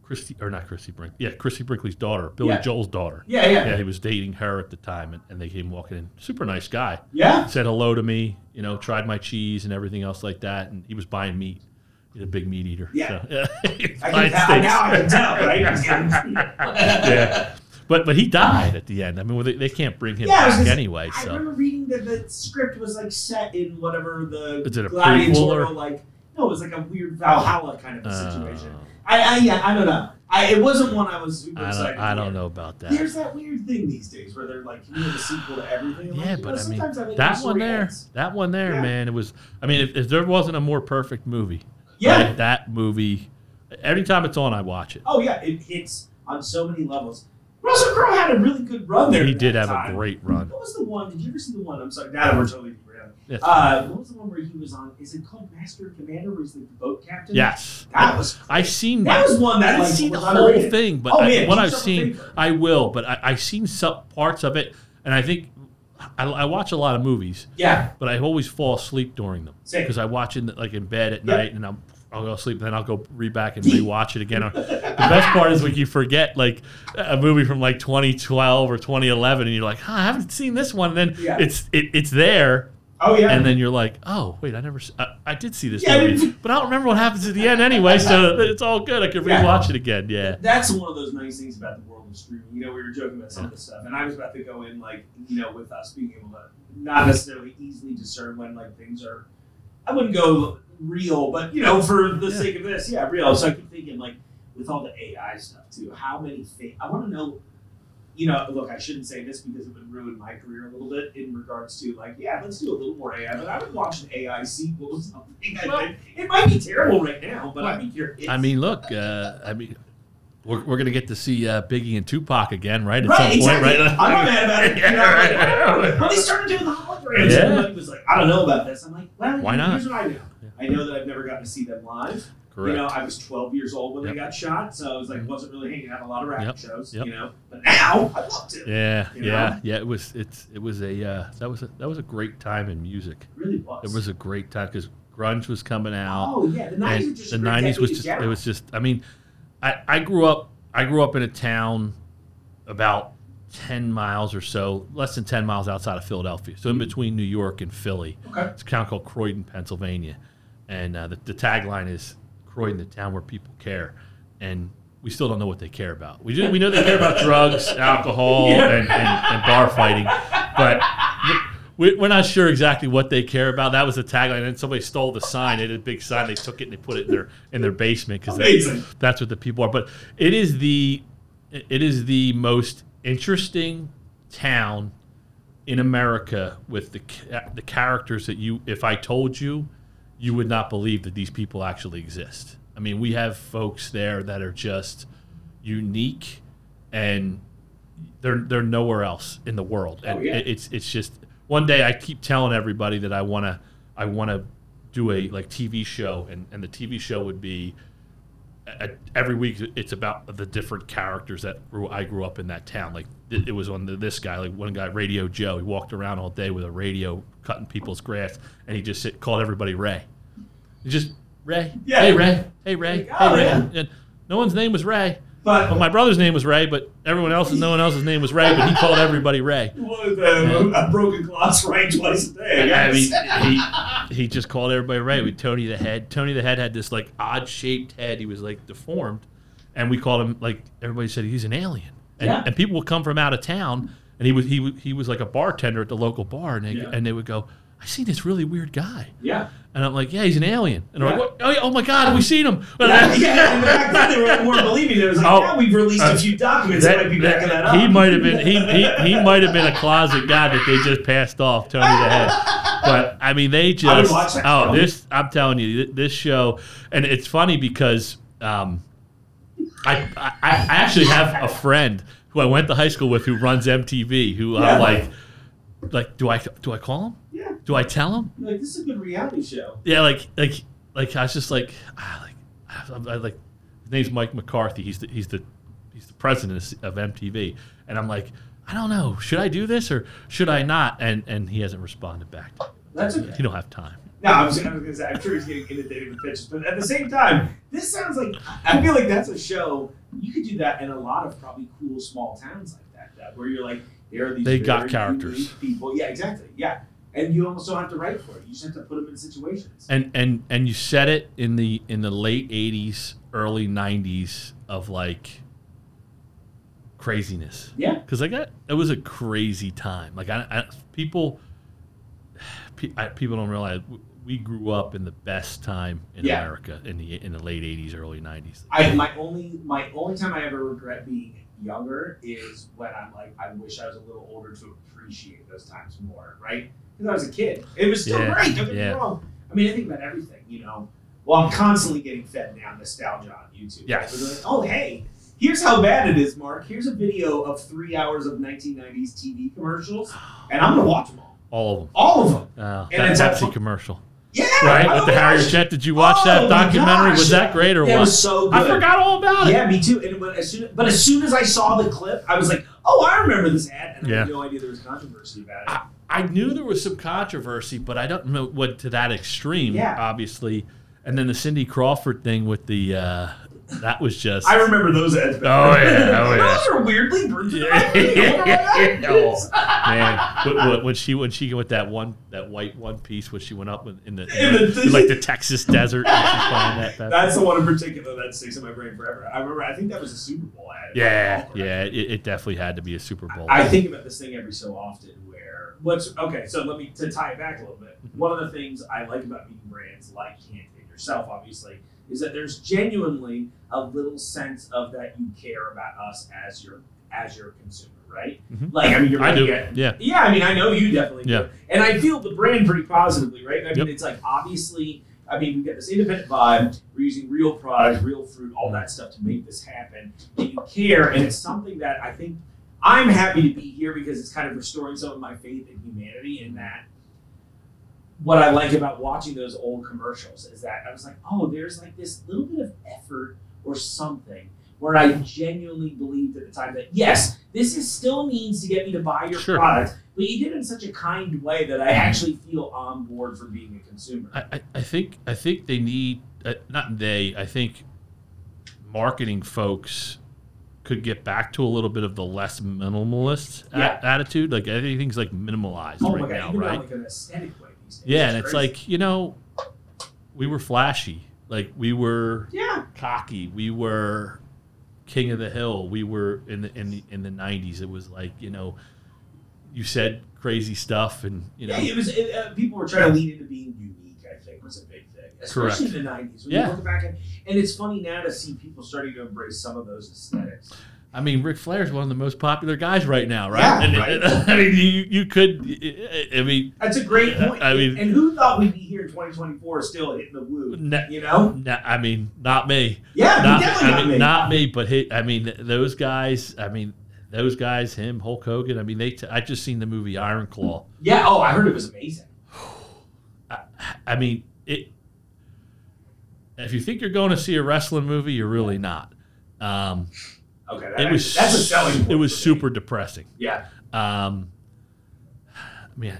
Christy, or not Christy Brink, yeah, Christy Brinkley's daughter, Billy Yeah. Joel's daughter. Yeah, yeah. yeah, he was dating her at the time, and, and they came walking in. Super nice guy Yeah. said hello to me, you know, tried my cheese and everything else like that. And he was buying meat. He's a big meat eater. Yeah. So, He was I buying can tell, now I can steaks. tell, right? yeah. But but he died at the end. I mean, well, they, they can't bring him Yeah, I was back just- anyway. I So remember reading that the script was like set in whatever the Was it a prequel gladiatorial or- like no, it was like a weird Valhalla kind of a Uh, situation. I, I yeah, I don't know. I, it wasn't one I was super I excited. don't, to I hear. don't know about that. There's that weird thing these days where they're like, you know, the sequel to everything. I'm like, Yeah, you know, but I mean, sometimes I think that the one story there, ends. that one there, Yeah. man, it was. I mean, if, if there wasn't a more perfect movie, Yeah. like, that movie, every time it's on, I watch it. Oh yeah, it hits on so many levels. Russell Crowe had a really good run there. He at did have that time. a great run. What was the one? Did you ever see the one? I'm sorry, now that we're totally derailed. Yeah. Uh, what was the one where he was on? Is it called Master and Commander? Where he's like the boat captain? Yes, That was. I seen That was one that I like, didn't see the was whole underrated. thing, but Oh, I, man, what do I've yourself a seen, favor. I will. But I, I've seen some parts of it, and I think I, I watch a lot of movies, Yeah. but I always fall asleep during them Same. because I watch it like in bed at Yeah. night, and I'm. I'll go to sleep, then I'll go re back and rewatch it again. The best part is when you forget like a movie from like 2012 or 2011, and you're like, "Huh, I haven't seen this one." And then Yeah. it's it, it's there, Oh yeah. and then you're like, "Oh, wait, I never, s- I, I did see this Yeah, I movie, didn't- but I don't remember what happens at the end anyway, so it's all good. I can Yeah. rewatch it again." Yeah, That's one of those nice things about the world of streaming. You know, we were joking about some of this stuff, and I was about to go in, like, you know, with us being able to not necessarily easily discern when, like, things are. I wouldn't go real, but, you know, for the Yeah. sake of this, yeah, real. So I keep thinking, like, with all the AI stuff, too, how many things. I want to know, you know, look, I shouldn't say this because it would ruin my career a little bit in regards to, like, yeah, let's do a little more AI, but I would watch an AI sequel or something. I Well- think. it might be terrible right now, but I'd be curious. I mean, look, uh, I mean, we're, we're gonna get to see uh, Biggie and Tupac again, right? At Right, some point, exactly. right? I'm not mad about it. You know, I'm like, Yeah, "I don't right. know." When they started doing the holograms, Yeah. everybody was like, I don't know about this. I'm like, well, Why not? here's what I know. I know that I've never gotten to see them live. Correct. You know, I was 12 years old when Yep. they got shot, so I was like, wasn't really hanging out at a lot of rap Yep. shows, Yep. you know. But now, I'd love to. yeah, You yeah, know? yeah. It was it's it was a uh, that was a, that was a great time in music. It really was. It was a great time because grunge was coming out. oh, yeah. The 90s were and just the a great nineties decade was in just it general. was just I mean, I, I grew up I grew up in a town about ten miles or so, less than ten miles outside of Philadelphia. So in between New York and Philly. Hmm. Okay. It's a town called Croydon, Pennsylvania. And uh, the, the tagline is Croydon, the town where people care. And we still don't know what they care about. We, do, we know they care about drugs, alcohol, and, and, and bar fighting, but we, we're not sure exactly what they care about. That was the tagline. And somebody stole the sign. They had a big sign. They took it and they put it in their in their basement because Amazing. that's what the people are. But it is the it is the most interesting town in America with the ca- the characters that you if I told you you would not believe that these people actually exist. I mean, we have folks there that are just unique and they're they're nowhere else in the world. And Oh, yeah. it- it's it's just one day I keep telling everybody that I want to I want to do a like TV show and and the TV show would be uh, every week it's about the different characters that grew, I grew up in that town. Like it, it was on the, this guy, like one guy, Radio Joe. He walked around all day with a radio cutting people's grass, and he just sit, called everybody Ray. He just Ray, Yeah. hey Ray, hey Ray, Like, oh, hey Ray. yeah. And no one's name was Ray. But Well, Oh my brother's name was Ray, but everyone else's, no one else's name was Ray, but he called everybody Ray. one of them, uh, a broken glass rang twice a day. I I guess. mean, he, he just called everybody Ray with Tony the Head. Tony the Head had this like odd shaped head. He was like deformed, and we called him like everybody said he's an alien. And, Yeah. and people would come from out of town, and he was he was- he was like a bartender at the local bar, and they, Yeah. and they would go, "I see this really weird guy," yeah. and I'm like, "Yeah, he's an alien," and they're Yeah. like, what? Oh, yeah, "Oh my God, have we seen him?" Yeah, yeah, and back then they were- weren't believing it. It was like, Oh, yeah, we've released uh, a few documents that, might be that- backing that up. He might have been he, he, he might have been a closet guy that they just passed off Tony the Head. But I mean, they would just watch that oh show. this I'm telling you th- this show, and it's funny because um, I, I I actually have a friend who I went to high school with who runs MTV who Yeah. I'm like like do I do I call him? Yeah. Do I tell him? Like, this is a good reality show. Yeah, like like like I was just like ah, like I, I, I like his name's Mike McCarthy. He's the he's the he's the president of MTV, and I'm like I don't know. Should I do this or should I not? And and he hasn't responded back. That's okay. You don't have time. No, I was, I was going to say, I'm sure he's getting inundated with pitches, but at the same time, this sounds like, I feel like that's a show, you could do that in a lot of probably cool small towns like that, that where you're like, there are these They got very characters. unique people. Yeah, exactly. Yeah. And you almost don't have to write for it. You just have to put them in situations. And and and you said it in the in the late '80s, early '90s of like craziness. yeah. because I got it was a crazy time. Like I, I people, pe- I, people don't realize w- we grew up in the best time in Yeah. America in the in the late '80s, early '90s. I my only my only time I ever regret being younger is when I'm like I wish I was a little older to appreciate those times more, right? Because I was a kid, it was still Yeah, great. Don't get me yeah. wrong. I mean, I think about everything, you know. Well, I'm constantly getting fed now nostalgia on YouTube. right? Yes. We're like, oh hey, here's how bad it is, Mark. Here's a video of three hours of 1990s TV commercials, and I'm gonna watch them all, All of all of them. them. Uh, And that it's Pepsi a- commercial, Yeah, right? oh With the my Harrier gosh. Jet. Did you watch that Oh my documentary? Was gosh. that great or That what? was so good. I forgot all about it. Yeah, me too. And when, as soon, but as soon as I saw the clip, I was like, "Oh, I remember this ad," and I had Yeah. no idea there was controversy about it. I knew there was some controversy, but I don't know what to that extreme. Yeah. obviously. And then the Cindy Crawford thing with the uh, that was just I remember those ads. Better. Oh, yeah, oh, yeah. those are weirdly brutal. Yeah, yeah, Oh, man. When, when, when she when she with that one that white one piece when she went up in, in the, in In the- the- in, like the Texas desert. And she's flying that, that- That's the one in particular that sticks in my brain forever. I remember. I think that was a Super Bowl ad. yeah, yeah. It, it definitely had to be a Super Bowl. I think about this thing every so often where what's okay, so let me to tie it back a little bit. Mhm. One of the things I like about meeting brands like Can't and yourself, obviously, is that there's genuinely a little sense of that you care about us as your as your consumer, right? Mhm. Like I mean you're I gonna do. get Yeah. yeah, I mean, I know you definitely do. Yeah. And I feel the brand pretty positively, right? I mean, Yep. it's like obviously, I mean, we got this independent vibe. We're using real product, real fruit, all that stuff to make this happen. And you care, and it's something that I think I'm happy to be here because it's kind of restoring some of my faith in humanity in that. What I like about watching those old commercials is that I was like, oh, there's like this little bit of effort or something where I genuinely believed at the time that yes, this is still means to get me to buy your Sure. product, but you did it in such a kind way that I actually feel on board for being a consumer. I, I, I think I think they need uh, not they. I think marketing folks could get back to a little bit of the less minimalist a- Yeah. attitude. Like everything's like minimalized oh my right god, now, even right? like an aesthetic way these days. yeah, It's and it's crazy. like you know, we were flashy. Like we were yeah, cocky. We were king of the hill. We were in the in the in the nineties. It was like you know, you said crazy stuff, and you know, yeah, it was. It, uh, people were trying to lean into being unique. I think was a big thing, especially in the '90s. When Yeah. you look back at, and it's funny now to see people starting to embrace some of those aesthetics. I mean, Ric Flair is one of the most popular guys right now, right? Yeah, and, right. I mean, you you could, I mean, That's a great point. I mean- and who thought we'd be here in 2024 still hitting the woo? na- You know? na- I mean, not me, Yeah, not, definitely I not mean, me. not me, but he, I mean, those guys, I mean. Those guys, him, Hulk Hogan. I mean, they. T- I just seen the movie Iron Claw. Yeah. Oh, I heard it was amazing. I mean, it. If you think you're going to see a wrestling movie, you're really not. Um, Okay. That, it was that's a selling. Point It was for me. super depressing. Yeah. Um, I mean,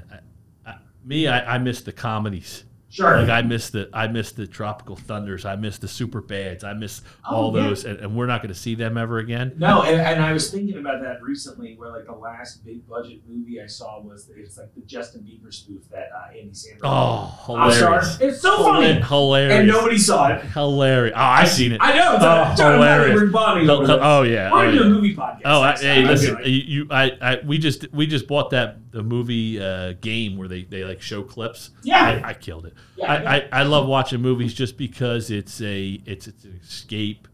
I, I, me, I, I miss the comedies. Sure. Like I miss the I miss the tropical thunders. I miss the super bads. I miss Oh, all yeah. those, and, and we're not going to see them ever again. No, and, and I was thinking about that recently, where like the last big budget movie I saw was it's like the Justin Bieber spoof that uh, Andy Samberg. Oh, I'm hilarious! sorry, it's so funny, Hilarious! and nobody saw it. Hilarious! Oh, I seen it. I know. It's Oh, oh, John hilarious. Patrick Bonnie. Hel- hel- oh yeah. We're oh, gonna do a yeah. movie podcast. Oh, I, next hey, time. I listen. feel like. You, you- I, I, we just, we just bought that the movie uh, game where they, they like show clips. Yeah. I, I killed it. Yeah, I, I, I love watching movies just because it's a, it's, it's an escape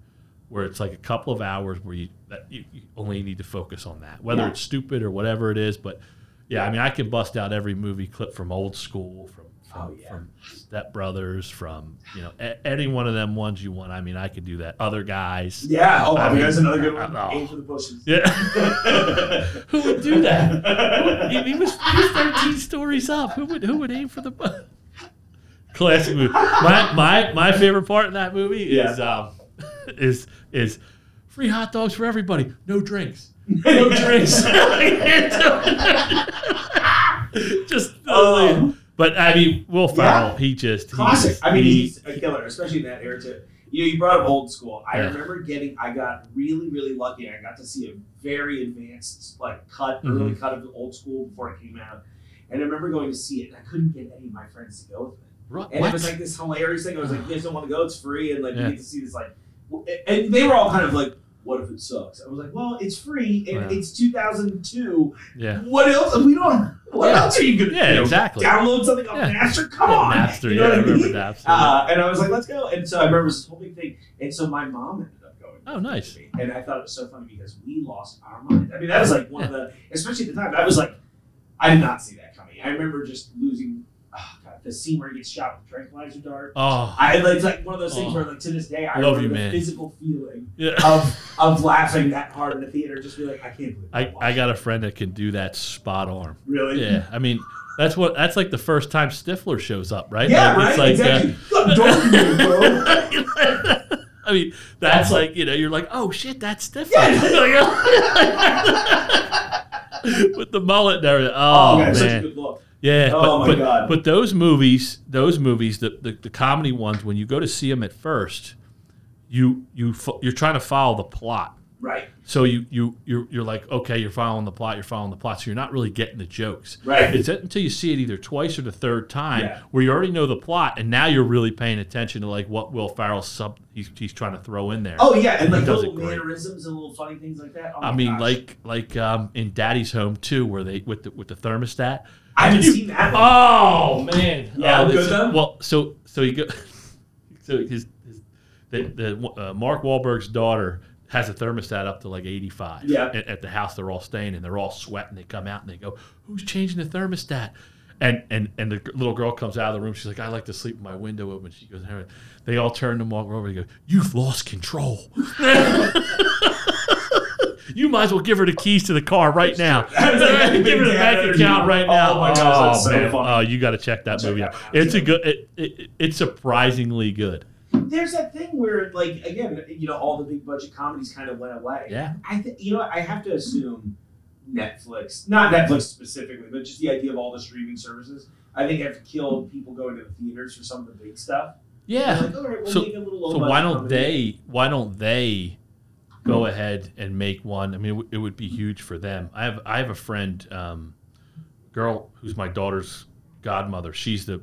where it's like a couple of hours where you, that you, you only need to focus on that, whether Yeah. it's stupid or whatever it is. But yeah, I mean, I can bust out every movie clip from old school, from, from, Oh, yeah. from Step Brothers, from, you know, a, any one of them ones you want. I mean, I could do that. Other guys. yeah. Oh, I I mean, that's mean, another good one. I- oh. Aim for the bushes. Yeah. who would do that? He, he was, he was 13 stories up. Who would who would aim for the bu- classic movie? My my my favorite part in that movie is um is is free hot dogs for everybody, no drinks. No drinks. just uh, Um, but I mean Will Ferrell, he just he Classic. just- I mean, he- he's a killer, especially in that era too. You know, you brought up old school. I Yeah. remember getting. I got really, really lucky. I got to see a very advanced, like cut, Mm-hmm. early cut of the old school before it came out. And I remember going to see it, and I couldn't get any of my friends to go with me. Ru- And it was what? like this hilarious thing. I was like, "You guys don't want to go? It's free." And like, Yeah. you get to see this like, w- and they were all kind of like, "What if it sucks?" I was like, "Well, it's free, and Yeah. it's 2002. yeah. What else? We don't. What Yeah. else are you gonna Yeah, do? exactly. Download something on Yeah. Napster? Come on, Napster, you know yeah, what I I mean? remember Napster. Uh, and I was like, let's go. And so I remember this whole big thing. And so my mom ended up going. Oh, nice. And I thought it was so funny because we lost our mind. I mean, that was like one of the, especially at the time, that was like, I did not see that coming. I remember just losing, oh God, the scene where he gets shot with a tranquilizer dart. oh I like, it's like one of those things Oh. where like to this day I Love remember you, the man. physical feeling yeah. of of laughing that hard in the theater, just be like, I can't believe I, I watched got a friend that can do that spot on. it. really Yeah, I mean that's what that's like the first time Stifler shows up, right? Like, yeah right it's like, exactly. Good dork move, bro. uh, I mean, that's like you know, you're like, oh shit, that's Stifler with the mullet and everything. Oh, Oh, man, such a man, good look. yeah. Oh, but, my but, God. But those movies, those movies, the, the the comedy ones, when you go to see them at first, you you fo- you're trying to follow the plot. Right, So you you you're, you're like okay, you're following the plot, you're following the plot, so you're not really getting the jokes. Right. It's until you see it either twice or the third time Yeah. where you already know the plot, and now you're really paying attention to like what Will Farrell sub he's, he's trying to throw in there. Oh yeah, and like He does little it great. mannerisms and little funny things like that. Oh, I my mean, gosh. like like um, in Daddy's Home too, where they with the with the thermostat. I haven't You- seen that. one. Oh man! Yeah, Oh, good this- though. Well, so so you go. So his, his the, the uh, Mark Wahlberg's daughter has a thermostat up to like eighty five. Yeah. At, at the house they're all staying and they're all sweating. They come out and they go, "Who's changing the thermostat?" And and and the little girl comes out of the room. She's like, "I like to sleep with my window open." She goes, "Hey." "They all turn to Mark Wahlberg and go, you've lost control." You might as well give her the keys to the car right now. give her like, the bank yeah, account right now. oh my gosh, that's so man. funny. Oh, you got to check that Check movie out. that out, It's a yeah. good. It, it, it's surprisingly good. There's that thing where, like, again, you know, all the big budget comedies kind of went away. Yeah. I think you know, what, I have to assume Netflix, not Netflix specifically, but just the idea of all the streaming services. I think have killed people going to the theaters for some of the big stuff. They're Yeah. Like, all right, we'll So- make a little So low-budget why don't comedy. they? Why don't they go ahead and make one? I mean, it, would- it would be huge for them. I have I have a friend, um, girl who's my daughter's godmother. She's the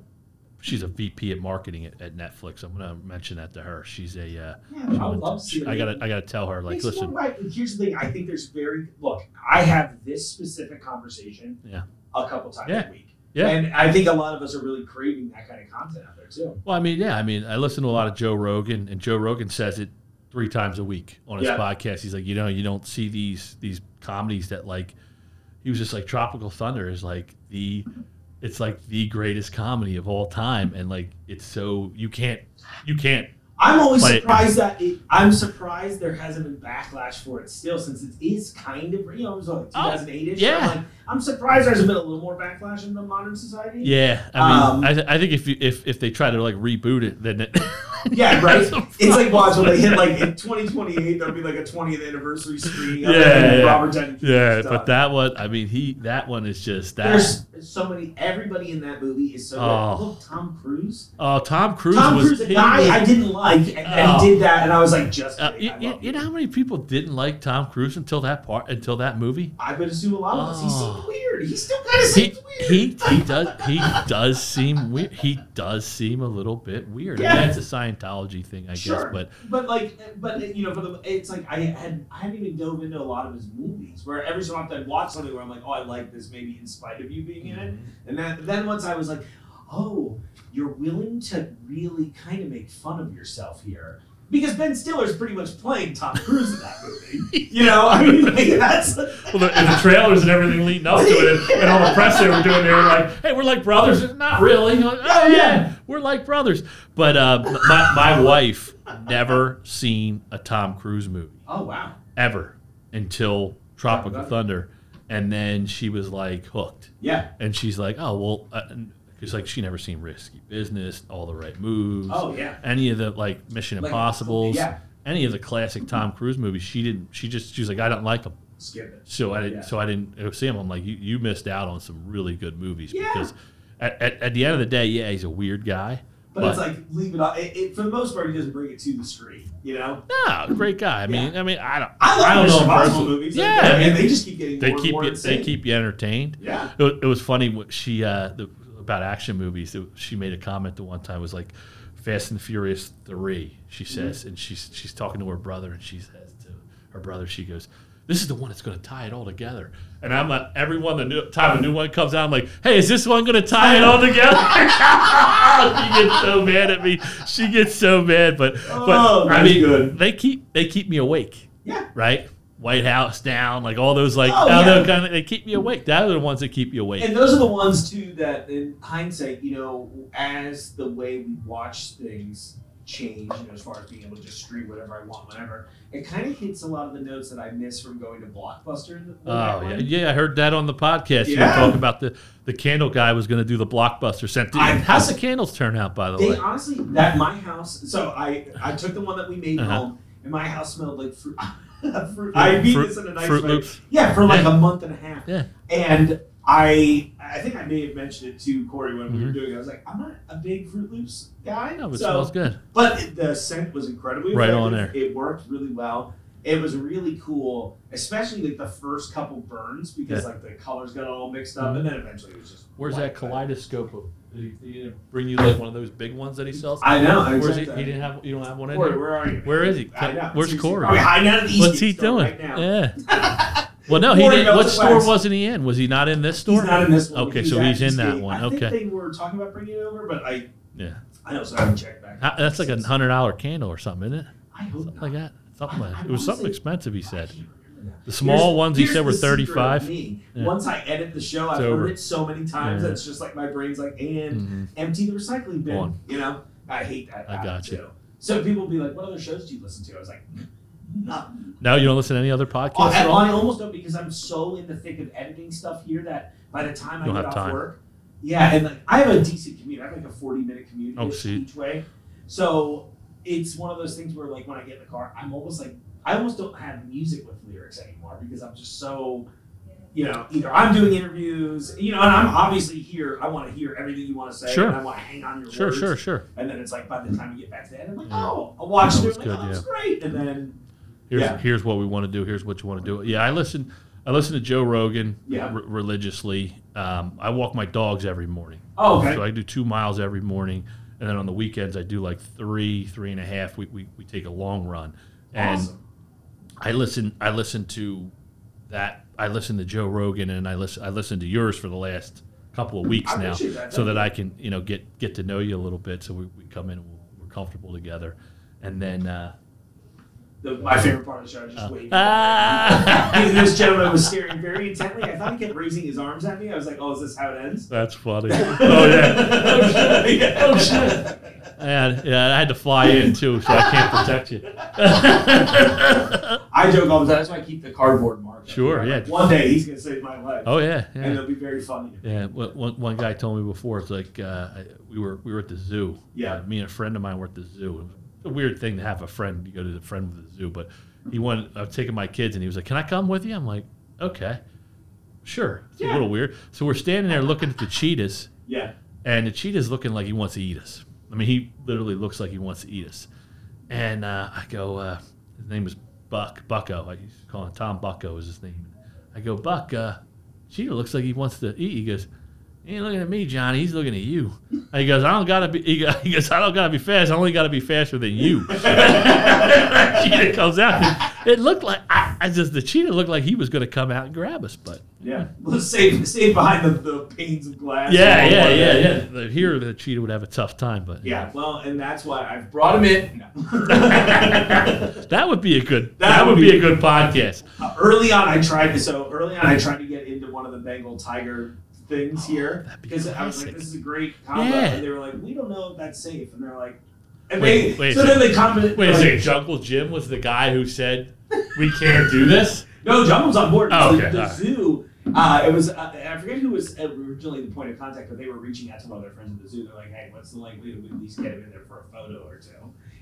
she's a VP at marketing at, at Netflix. I'm gonna mention that to her. She's a. Uh, Yeah, I would she- love to see. I it. gotta I gotta tell her like It's more listen. like- here's the thing. I think there's very look. I have this specific conversation. Yeah. A couple times Yeah. a week. Yeah. And I think a lot of us are really craving that kind of content out there too. Well, I mean, yeah, I mean, I listen to a lot of Joe Rogan, and Joe Rogan says it three times a week on his Yeah. podcast. He's like, you know, you don't see these these comedies that like. He was just like Tropical Thunder is like the, it's like the greatest comedy of all time, and like it's so you can't you can't I'm always Play it. surprised that it, I'm surprised there hasn't been backlash for it still since it is kind of you know it was like Oh, 2008ish. yeah. I'm, like, I'm surprised there hasn't been a little more backlash in the modern society. Yeah, I mean, Um, I, th- I think if you, if if they try to like reboot it, then it, Yeah, right. That's a It's like watch when they hit like in 2028, there'll be like a 20th anniversary screening. Of it, Yeah, and yeah. Robert Downey Jr. yeah. stuff. But that one, I mean, he that one is just that. there's so many. Everybody in that movie is so. Oh. Good. Look, Tom Cruise. Oh, Tom Cruise Tom was. Cruise, a he guy was- I didn't like, and, and Oh. he did that, and I was like, just. uh, kidding, you, I you- love you know how many people didn't like Tom Cruise until that part, until that movie. I would assume a lot of us. He Oh. seemed weird. He still kind of He, seems weird. he he does he does seem weird. He does seem a little bit weird. And Yeah. that's a Scientology thing, I sure, guess. But like, but you know, for the it's like I had I haven't even dove into a lot of his movies. Where every so often I watch something where I'm like, oh, I like this, maybe in spite of you being in it. Mm-hmm. And that, then once I was like, oh, you're willing to really kind of make fun of yourself here. Because Ben Stiller's pretty much playing Tom Cruise in that movie. You know, I mean, like, that's. Well, the, and the trailers and everything leading up to it, and, and all the press they were doing, they were like, "Hey, we're like brothers." Not really. Like, oh yeah, we're like brothers. But uh, m- my my wife never seen a Tom Cruise movie Oh, wow. ever until Tropical Thunder. Thunder, and then she was like hooked, Yeah. and she's like, "Oh well," uh, and- she's like, "She never seen Risky Business, All the Right Moves." Oh, yeah. any of the like Mission Like, Impossibles, yeah. any of the classic Tom Cruise movies. She didn't. She just she was like, "I don't like them." Skip it. So I didn't. Yeah. So I didn't go see him. I'm like, you, you missed out on some really good movies Yeah. because at, at, at the end of the day, yeah, he's a weird guy, But it's like, leave it off. It, it, for the most part, he doesn't bring it to the screen, you know? no, great guy. I mean, I mean, I don't, I I love don't Mission know. him Impossible personally. movies. Yeah, Like, I and mean, they just keep getting They more and keep more you, they insane. keep you entertained. Yeah. It was, it was funny what she uh, the, about action movies. It, she made a comment the one time it was like, "Fast and Furious 3, She Mm-hmm. says, and she's she's talking to her brother, and she says to her brother, she goes, "This is the one that's going to tie it all together." And I'm like, every one the new, time a new one comes out, I'm like, "Hey, is this one going to tie it all together?" she gets so mad at me. She gets so mad, but Oh, but I that's mean, good. they keep they keep me awake Yeah. right? White House down, like all those like Oh, other yeah. kind of they keep you awake. That are the ones that keep you awake. And those are the ones too that, in hindsight, you know, as the way we watch things change, you know, as far as being able to just stream whatever I want, whenever, it kind of hits a lot of the notes that I miss from going to Blockbuster. in the- Oh back yeah, when. yeah! I heard that on the podcast. You were Yeah. talking about the, the candle guy was going to do the blockbuster scent. I- How's the candles turn out, by the They way? honestly, that my house. So I, I took the one that we made Uh-huh. home, and my house smelled like fruit. fruit I beat Fruit- this in a nice Fruit way. Loops? Yeah, for like Yeah. a month and a half. Yeah. And I, I think I may have mentioned it to Corey when we were Mhm. doing. it. I was like, I'm not a big Fruit Loops guy. No, but it so smells good. But it- the scent was incredibly Right effective. on there. It worked really well. It was really cool, especially like the first couple burns because like the colors got all mixed up, and then eventually it was just. Where's white. that kaleidoscope? Of, he, he didn't bring you like one of those big ones that he sells. I know. Where's exactly. he? He didn't have. You don't have one in Corey, here. where are you? Where is he? I know. Where's Seriously, Corey? probably hiding out of the What's East he Gate store doing? Right now. Yeah. Well, no, he Corey didn't. goes What to store West. wasn't he in? Was he not in this store? He's not in this one. Okay, so at he's in East that Gate. one. I think Okay. they were talking about bringing it over, but I, Yeah. I know, so I haven't checked back. Uh, That's like a hundred dollar candle or something, isn't it? I hope Something not. like that. Something I- like I it was wanna something say- expensive. He said I can't remember now. the small Here's- ones he here's said were the secret thirty of five. me. Yeah. Once I edit the show, I've It's over. heard it so many times Yeah. that it's just like my brain's like, and Mm-hmm. empty the recycling bin. On. You know, I hate that. I habit, gotcha. too. So people be like, "What other shows do you listen to?" I was like, "Nothing." Now you don't listen to any other podcasts Oh, at I, all. I almost don't because I'm so in the thick of editing stuff here that by the time I You'll get have off time. work, yeah, and like I have a decent commute. I have like a 40 minute commute Oh, each- shoot. each way, so it's one of those things where like when I get in the car, I'm almost like I almost don't have music with lyrics anymore because I'm just so. You know, either I'm doing interviews, you know, and I'm obviously here. I want to hear everything you want to say, Sure. and I want to hang on your Sure, words. sure, sure. And then it's like by the time you get back to the end, I'm like, Yeah. oh, I watched That it. was I'm like, good, oh, that's great. And then Here's Yeah. here's what we want to do. Here's what you want to do. Yeah, I listen. I listen to Joe Rogan Yeah. r- religiously. Um, I walk my dogs every morning. Oh, okay. So I do two miles every morning, and then on the weekends I do like three, three and a half. We we, we take a long run, and awesome. I listen. I listen to that. I listen to Joe Rogan, and I listen. I listen to yours for the last couple of weeks I now, appreciate that. so that I can you know get get to know you a little bit. So we, we come in, and we're comfortable together, and then uh, the, my favorite part of the show. I was just waiting. He- this gentleman was staring very intently. I thought he kept raising his arms at me. I was like, "Oh, is this how it ends?" That's funny. Oh yeah. oh shit! Oh shit! And yeah, I had to fly in too, so I can't protect you. I joke all the time. That's why I keep the cardboard mark. up. Sure, yeah. One day he's gonna save my life, Oh yeah. and Yeah. it'll be very funny. Yeah, one- one, one guy told me before, it's like uh, I- we were we were at the zoo. Yeah. Uh, me and a friend of mine were at the zoo. It was a weird thing to have a friend you go to the friend with the zoo, but he wanted. I was taking my kids, and he was like, "Can I come with you?" I'm like, "Okay, sure." It's a little weird. So we're standing there looking at the cheetahs, Yeah. and the cheetah's looking like he wants to eat us. I mean, he literally looks like he wants to eat us. And uh, I go, uh, his name was Buck Bucko. I used to call him Tom Bucko is his name. I go, Buck, uh, cheetah looks like he wants to eat. He goes, he ain't looking at me, Johnny. He's looking at you. And he goes, I don't gotta be. He go- he goes, I don't gotta be fast. I only gotta be faster than you. cheetah comes out. It looked like I, I just the cheetah looked like he was gonna come out and grab us, but Yeah. Let's save save behind the, the panes of glass. yeah, Oh, yeah, my yeah, God. yeah. The- Here, the cheetah would have a tough time, but Yeah, well, and that's why I've brought him in. No. That would be a good. That, would be, a good podcast. Uh, early on, I tried to. So early on, I tried to get into one of the Bengal tiger things here Oh, that'd be because I was like, classic. "This is a great combo," Yeah. and they were like, "We don't know if that's safe," and they're like, and Wait, they, wait a so then they commented, Wait a like, second. Jungle Jim was the guy who said we can't do this. No, John was on board. Oh, the, okay, the all right. zoo. Uh, it was uh, I forget who was originally the point of contact, but they were reaching out to one of their friends at the zoo. They're like, "Hey, what's the likelihood we at least get him in there for a photo or two?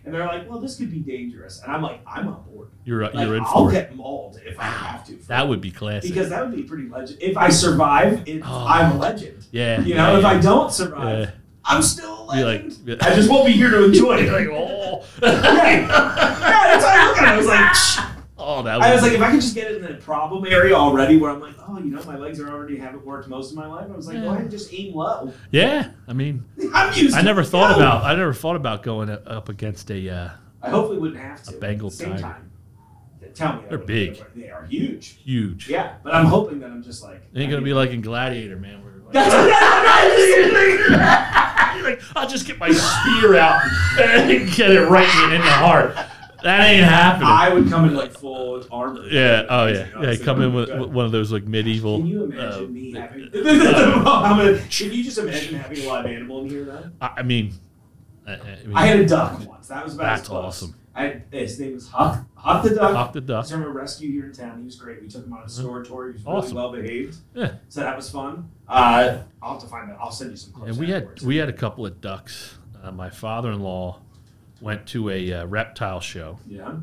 And they're like, "Well, this could be dangerous." And I'm like, "I'm on board. You're uh, Like, you're in I'll for it. get mauled if I have to." for That would be classic. because that would be pretty legend. If I survive, it, Oh. I'm a legend. yeah, You know, yeah, if I yeah. don't survive, Yeah. I'm still a You're legend. like- I just won't be here to enjoy it. Like, Like, oh, right. yeah, that's how I look at it. I was like, "Shh." oh, that I was would like, if I could just get it in the problem area already, where I'm like, oh, you know, my legs are already haven't worked most of my life. I was like, go ahead and just aim low. yeah. I mean, I'm used. I to never it. thought No. about I never thought about going a- up against a. Uh, I hopefully wouldn't have to. A Bengal At the same tiger. time, tell me I They're wouldn't be big. able to- They are huge. huge. Yeah, but I'm hoping that I'm just like. It ain't gonna be like in Gladiator, man. Where like, That's You're like, I'll just get my spear out and get it right in the heart. That ain't happening. I would come in like full armor. Yeah. Oh yeah. Amazing. Yeah. Honestly, Come in oh, with God. with um, one of those like medieval. Can you imagine uh, me having? I'm gonna- can you just imagine having a live animal in here though? I I mean, I, Uh, I mean, I had a duck once. That was about as That's close. awesome. I had, his name was Huck. Huck the duck. Huck the I duck. Mm-hmm. was from a rescue here in town. He was great. We took him on a store tour. He was Awesome. really well behaved. Yeah. So that was fun. Uh, I'll have to find that. I'll send you some clips. And we had afterwards. we had a couple of ducks. Uh, my father-in-law went to a uh, reptile show, yeah.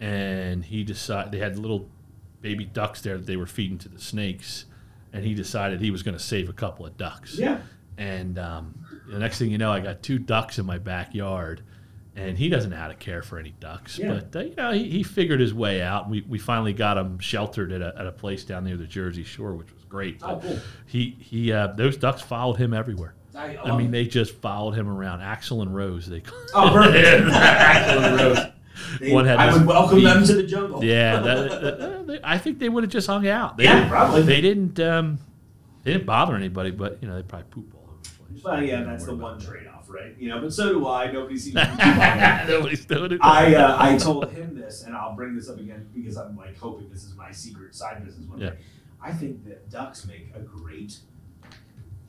and he decided they had little baby ducks there that they were feeding to the snakes, and he decided he was going to save a couple of ducks. Yeah. And um, the next thing you know, I got two ducks in my backyard, and he doesn't know how to care for any ducks. Yeah. But uh, you know, he, he figured his way out. We, we finally got him sheltered at a, at a place down near the Jersey Shore, which was great. Oh, But cool. He he, uh, those ducks followed him everywhere. I, I mean, they just followed him around. Axel and Rose, they. call- oh, perfect. Axel and Rose. They- One had I this would welcome beak. them to the jungle. Yeah, that, that- that- they- I think they would have just hung out. They Yeah, didn't- probably. They didn't. Um, they didn't bother anybody, but you know, they probably pooped all over the place. Well, yeah, that's the Don't worry one about trade off, right? You know, but so do I. Nobody seems to be too bothered. that. Nobody's doing it. I uh, I told him this, and I'll bring this up again because I'm like hoping this is my secret side business one Yeah. day. I think that ducks make a great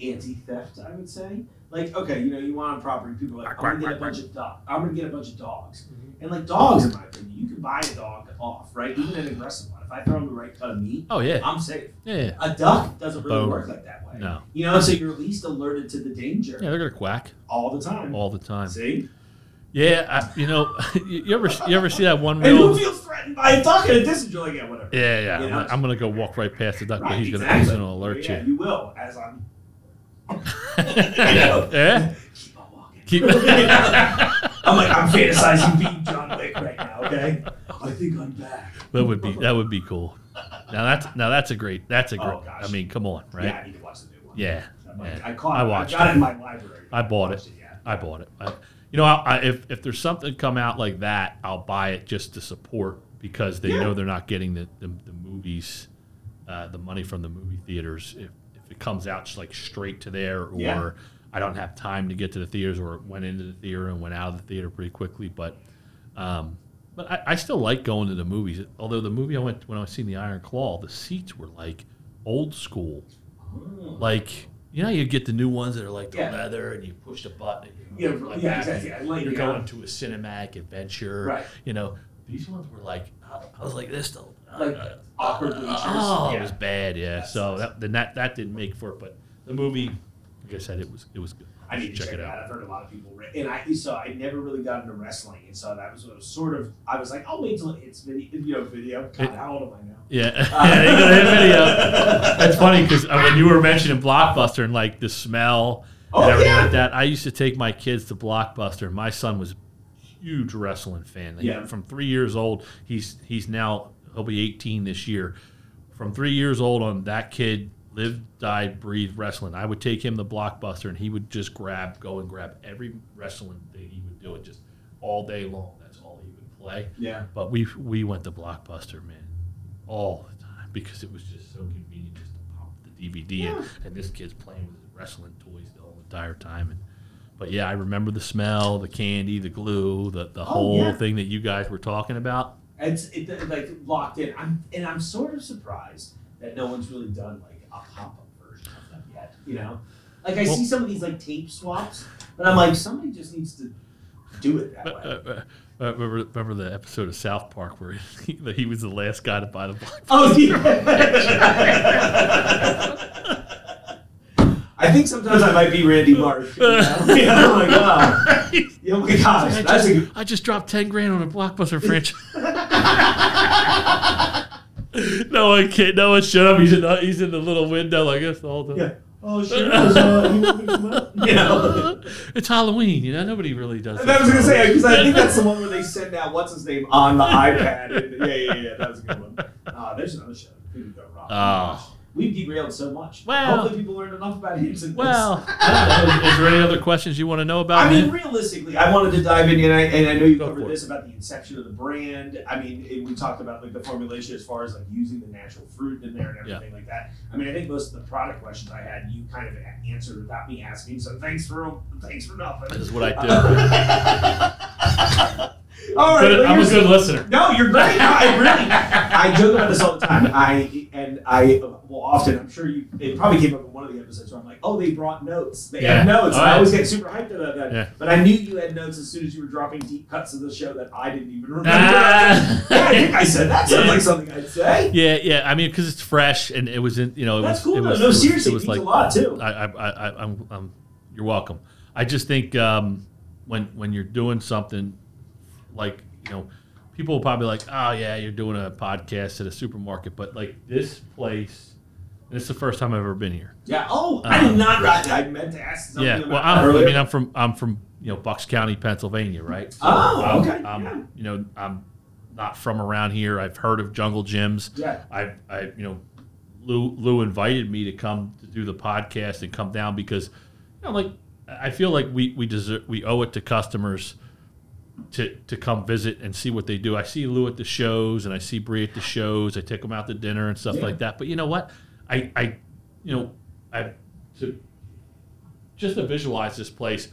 anti-theft. I would say, like, okay, you know, you want a property, people are like, I'm gonna get a bunch of dogs. I'm gonna get a bunch of dogs, Mm-hmm. and like dogs, in my opinion, you can buy a dog off, right? Even an aggressive one. If I throw him the right cut of meat, Oh yeah, I'm safe. yeah, yeah. A duck doesn't really Boom. work like that way. No. You know, so you're at least alerted to the danger Yeah, they're gonna quack all the time. all the time. See, Yeah, I, you know, you you ever you ever see that one and who reel? feels threatened by a duck at a distance? You're like, yeah, whatever. Yeah, yeah. You I'm, know? gonna- I'm gonna go walk right past the duck, but Right, he's gonna he's exactly. gonna alert yeah, you. will, as I'm. yeah. yeah. Keep on walking. Keep- I'm like, I'm fantasizing being John Wick right now, okay? I think I'm back. That would be that would be cool. Now that's now that's a great that's a great. Oh, gosh. I mean, come on, Yeah, right? I need to watch the new one. Yeah. I'm like, yeah. I caught I it. watched I got it it. in my library. I bought it. Watched yeah. I bought it. I, you know, I, I, if if there's something come out like that, I'll buy it just to support because they know they're not getting the the, the movies, uh, the money from the movie theaters. If if it comes out just like straight to there, or Yeah. I don't have time to get to the theaters, or it went into the theater and went out of the theater pretty quickly, but. Um, But I, I still like going to the movies. Although the movie I went when I was seeing the Iron Claw, the seats were like old school, like you know you get the new ones that are like the Hmm. Yeah. leather and you push the button. And Yeah, you know, like yeah, that, exactly. I and like- you're yeah. going to a cinematic adventure. Right. You know these ones were like I was like this though. Like awkwardly chosen. Oh, Yeah. it was bad. Yeah. so that, then that that didn't make for it, but the movie, like I said, it was it was good. I You need should to check, it out. I've heard a lot of people, re- and I so I never really got into wrestling, and so that was what was sort of I was like, I'll wait till it's video, you know, video. God, It- how old am I now? Yeah, yeah, they go to that video. That's funny because when you were mentioning Blockbuster and like the smell Oh, and everything yeah. like that, I used to take my kids to Blockbuster. and My son was a huge wrestling fan. Like, Yeah. from three years old, he's he's now he'll be 18 this year. From three years old on, that kid lived, died, breathed wrestling. I would take him to Blockbuster and he would just grab, go and grab every wrestling thing he would do it just all day long. That's all he would play. Yeah. But we we went to Blockbuster, man, all the time because it was just so convenient just to pop the DVD in, and this kid's playing with his wrestling toys the whole entire time. And but yeah, I remember the smell, the candy, the glue, the the whole Oh, yeah. thing that you guys were talking about. It's it, like locked in. I'm and I'm sort of surprised that no one's really done like a pop up version of that yet. You know, like I Well- see some of these like tape swaps, but I'm like, somebody just needs to do it that Uh, way. uh, uh, remember, remember the episode of South Park where he, he was the last guy to buy the block. oh yeah. I think sometimes I might be Randy Marsh. You know? yeah, oh my god! Oh my I gosh, that's just, a good. I just dropped ten grand on a blockbuster franchise. no one kid, no one shut up. He's in the, he's in the little window like this the whole time. Yeah. Oh shit! Uh, you want me to come up? You know. It's Halloween, you know. Nobody really does. And I was gonna say because I think that's the one where they send out what's his name on the iPad. And, yeah, yeah, yeah. That was a good one. Uh, there's another show. Couldn't go wrong. Oh. We've derailed so much. Well- Hopefully, people learned enough about him. since- Well, I don't know. is there any other questions you want to know about? I mean, him? realistically, I wanted to dive in, and I, and I know you Go for covered it. this about the inception of the brand. I mean, it, we talked about like the formulation as far as like using the natural fruit in there and Yeah. everything like that. I mean, I think most of the product questions I had, you kind of a- answered without me asking. So thanks for thanks for nothing. this is what I do. All right, Good- well, I'm a here's- good listener. No, you're great. No, I really, I joke about this all the time. I and I well often. I'm sure you. It probably came up in one of the episodes where I'm like, "Oh, they brought notes. They Yeah. have notes." And I Oh. always get super hyped about that. Yeah. But I knew you had notes as soon as you were dropping deep cuts of the show that I didn't even remember. Ah. yeah, I think I said that. Sounds Yeah. like something I'd say. Yeah, yeah. I mean, because it's fresh and it was in, you know, it That's was. cool. It though. was, no, it was- seriously, it was means like a lot too. I, I, I, I- I'm, I'm, you're welcome. I just think um, when when you're doing something like you know, people will probably like, oh yeah, you're doing a podcast at a supermarket, but like this place, and it's the first time I've ever been here. yeah. Oh, I did not. I, I meant to ask something Um, Yeah, about well, that I'm, I earlier. mean, I'm from I'm from you know Bucks County, Pennsylvania, right? So Oh, I'm, okay, I'm, yeah. You know, I'm not from around here. I've heard of jungle gyms. Yeah. I, I, you know, Lou Lou invited me to come to do the podcast and come down because, you know, like I feel like we we deserve we owe it to customers to to come visit and see what they do. I see Lou at the shows and I see Bree at the shows. I take them out to dinner and stuff Yeah. like that. But you know what? I I you know I to just to visualize this place.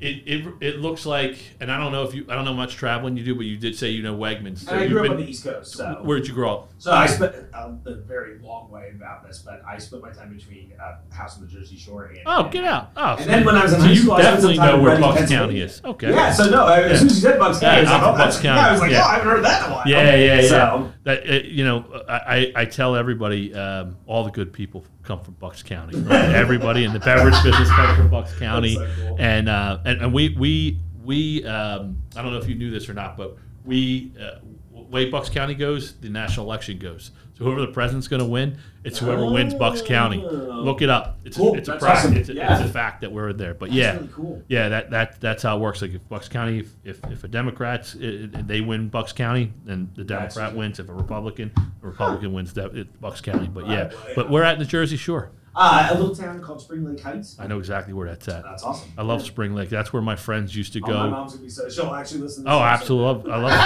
It, it, it looks like, and I don't know if you, I don't know how much traveling you do, but you did say you know Wegmans. So And I you've grew up been- on the East Coast, so Where'd you grow up? So I spent a, a very long way about this, but I split my time between uh, House on the Jersey Shore and. Oh, get out! Oh, And then when I was in so high you school, I spent some definitely time know in where Reading, Bucks County Pennsylvania. is. Okay. Yeah, so no, I- as soon as you said Bucks Yeah, County, I'm I was like, oh, from Bucks that's- County, Yeah, I was like, yeah. oh, I haven't heard that in a while. Yeah, yeah, yeah. So, That, uh, you know, I, I I tell everybody, um, all the good people come from Bucks County. Right? everybody in the beverage business comes from Bucks County, That's so cool. and, uh, and and we we we um, I don't know if you knew this or not, but we uh, w- way Bucks County goes, the national election goes. So whoever the president's going to win, it's whoever wins Bucks County. Oh. Look it up. It's Cool. a, it's a That's fact. awesome. It's, a, Yeah. it's a fact that we're there. But That's yeah, really cool. yeah, that, that that's how it works. Like if Bucks County, if if, if a Democrat they win Bucks County, then the That's Democrat true. wins. If a Republican, the Republican wins that it, Bucks County. But yeah, Right, well, but we're at the Jersey Shore. uh, a little town called Spring Lake Heights. I know exactly where that's at. That's awesome. I love Spring Lake. That's where my friends used to Oh, my go. mom's gonna be so. She'll actually listen. To Oh, this I episode. absolutely love I love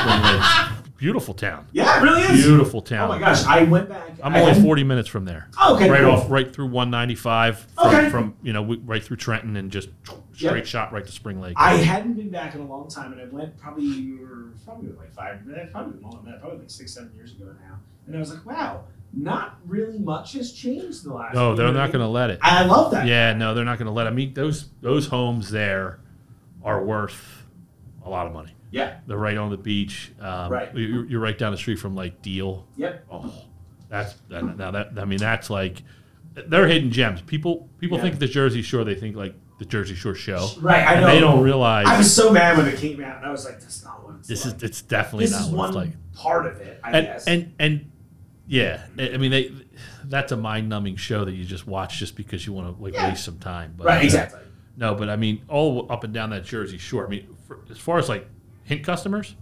Spring Lake. beautiful town. Yeah, it really is. Beautiful town. Oh my gosh, I went back. I'm I only had- 40 minutes from there. Okay, Right cool. off, right through 195 from, Okay. from you know, we- right through Trenton and just straight Yep. shot right to Spring Lake. I hadn't been back in a long time, and I went probably probably like five, eh, probably longer than that, probably like six, seven years ago now. And I was like, wow, not really much has changed in the last. no, you they're know not what going to let it. I mean? I love that. Yeah, no, they're not going to let. I mean, those those homes there are worth a lot of money. Yeah. They're right on the beach. Um, Right. You're, you're right down the street from like Deal. Yep. Oh, that's that, now that I mean that's like they're hidden gems. People people Yeah. think the Jersey Shore. They think like the Jersey Shore show. Right. I And know. they don't realize I was so mad when it came out, and I was like, that's not what it's this like. is it's definitely this not is what one it's like. part of it, I and, guess. and and yeah, I I mean they that's a mind numbing show that you just watch just because you want to like Yeah. waste some time. But, right, uh, exactly. No, but I mean all up and down that Jersey Shore. I mean, for, as far as like hint customers,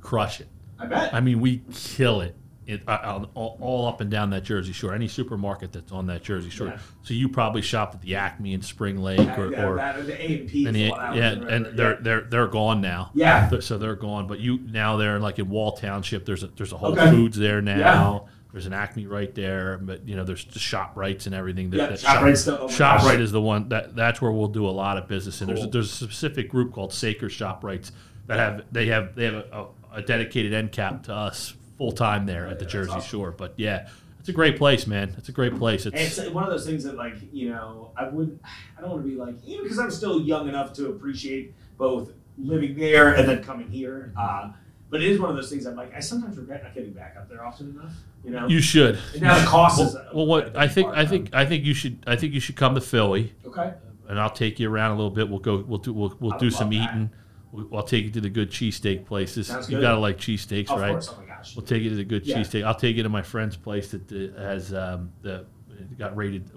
crush it. I bet. I mean, we kill it. It, uh, on- all, all up and down that Jersey Shore, any supermarket that's on that Jersey Shore. Yeah. So you probably shopped at the Acme in Spring Lake, or, yeah, or that, the A and P. and the- yeah, and they're they're they're gone now. Yeah. Th- so they're gone. But you now they're like in Wall Township. There's a there's a Whole Okay. Foods there now. There's an Acme right there, but you know there's the shop rights and everything. That, Yeah, that ShopRite's the- oh my shop gosh. right is the one that that's where we'll do a lot of business. And there's Cool. there's a specific group called Saker Shop Rights that have they have they have a, a, a dedicated end cap to us full time there at the Jersey Shore. But yeah, it's a great place, man. It's a great place. And it's one of those things that, like, you know, I would, I don't want to be like, even because I'm still young enough to appreciate both living there and then coming here. Uh, but it is one of those things I'm like, I sometimes regret not getting back up there often enough. You know, you should. and now the cost is. Well, well, what I think I think I think you should I think you should come to Philly, Okay. and I'll take you around a little bit. We'll go. We'll do. We'll, I we'll would do love some that. eating. We'll, I'll take you to the good cheesesteak places. Sounds You good. gotta like cheesesteaks, Of right? course. Oh my gosh. We'll take you to the good Yeah. cheesesteak. I'll take you to my friend's place that uh, has um, the it got rated.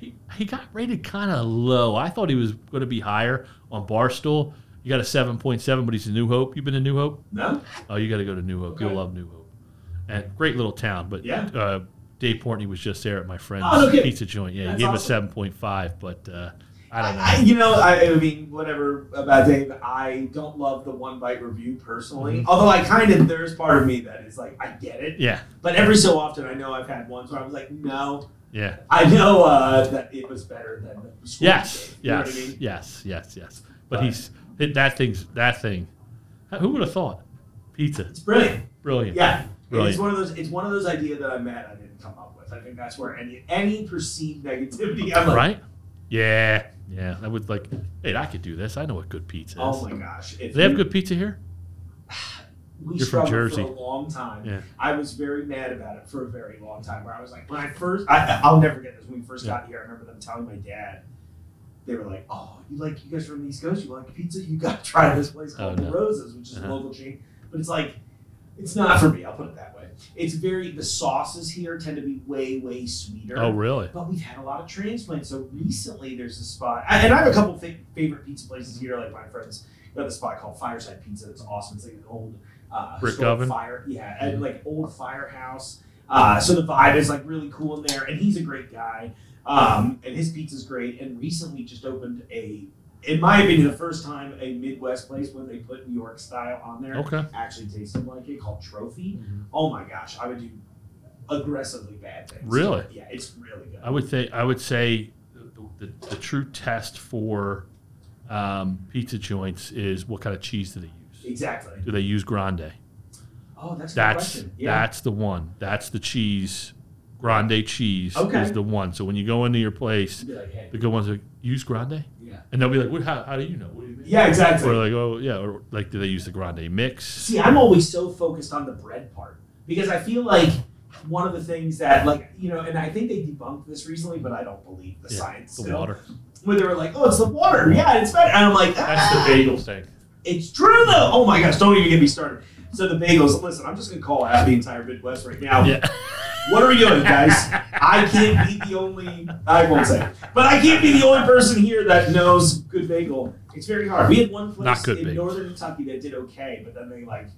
He, he got rated kind of low. I thought he was going to be higher on Barstool. You got a seven point seven, but he's a New Hope. You've been to New Hope? No. Oh, you got to go to New Hope. Okay. You'll love New Hope. And great little town, but Yeah. uh, Dave Portney was just there at my friend's Oh, no kidding. pizza joint. Yeah, That's he gave awesome. a 7.5, but uh, I don't know. I, I, you know, I, I mean, whatever about Dave, I don't love the one bite review personally. Although I kind of, there's part of me that is like, I get it. Mm-hmm. yeah, But every so often, I know I've had ones where I was like, no, yeah. I know uh, that it was better than the school. Yes, cake. You know what yes, I mean? yes, yes, yes. But But- he's it, that thing's that thing. Who would have thought? Pizza, It's brilliant. brilliant. Yeah. Brilliant. It's one of those. It's one of those ideas that I'm mad I didn't come up with. I think that's where any any perceived negativity. I'm like, right? Yeah, yeah. I would like. Wait, I could do this. I know what good pizza is. oh my gosh. If Do they have you- good pizza here? we You're from struggled Jersey. for a long time. Yeah. I was very mad about it for a very long time. Where I was like, when I first, I, I'll never get this. When we first got here, I remember them telling my dad, they were like, "Oh, you like you guys from the East Coast? You like pizza? You got to try this place called Oh, no. The Roses, which is Uh-huh. a local chain." But it's like, it's not for me. I'll put it that way. It's very the sauces here tend to be way way sweeter. Oh, really? But we've had a lot of transplants. So recently, there's a spot, I- and I have a couple fa- favorite pizza places here. Like my friends got this spot called Fireside Pizza. It's awesome. It's like an old uh, Brick historic oven? fire, yeah, and like old firehouse. Uh, so the vibe is like really cool in there, and he's a great guy, um, and his pizza's great. And recently, just opened a, in my opinion, the first time a Midwest place when they put New York style on there Okay. Mm-hmm. actually tasted like it called Trophy. Oh my gosh, I would do aggressively bad things. Really? Yeah, it's really good. I would say I would say the, the, the true test for um, pizza joints is what kind of cheese do they use? Exactly. Do they use grande? Oh, that's a good That's question. Yeah. that's the one. That's the cheese. Grande cheese Okay. is the one. So when you go into your place, You'd be like, hey, the good ones are use grande, yeah. and they'll be like, "What? How, how do you know? What do you mean?" Yeah, exactly. Or like, "Oh yeah," or like, "Do they use the grande mix?" See, I'm always so focused on the bread part because I feel like one of the things that, like, you know, and I think they debunked this recently, but I don't believe the Yeah, science. The still, water. Where they were like, oh, it's the water. Yeah, it's better. And I'm like, That's the "Ah." bagel thing. It's true though. Oh my gosh, don't even get me started. So the bagels, listen, I'm just gonna call out the entire Midwest right now. Yeah. What are we doing, guys? I can't be the only I won't say. But I can't be the only person here that knows good bagel. It's very hard. We had one place Not good in bagels. northern Kentucky that did okay, but then they like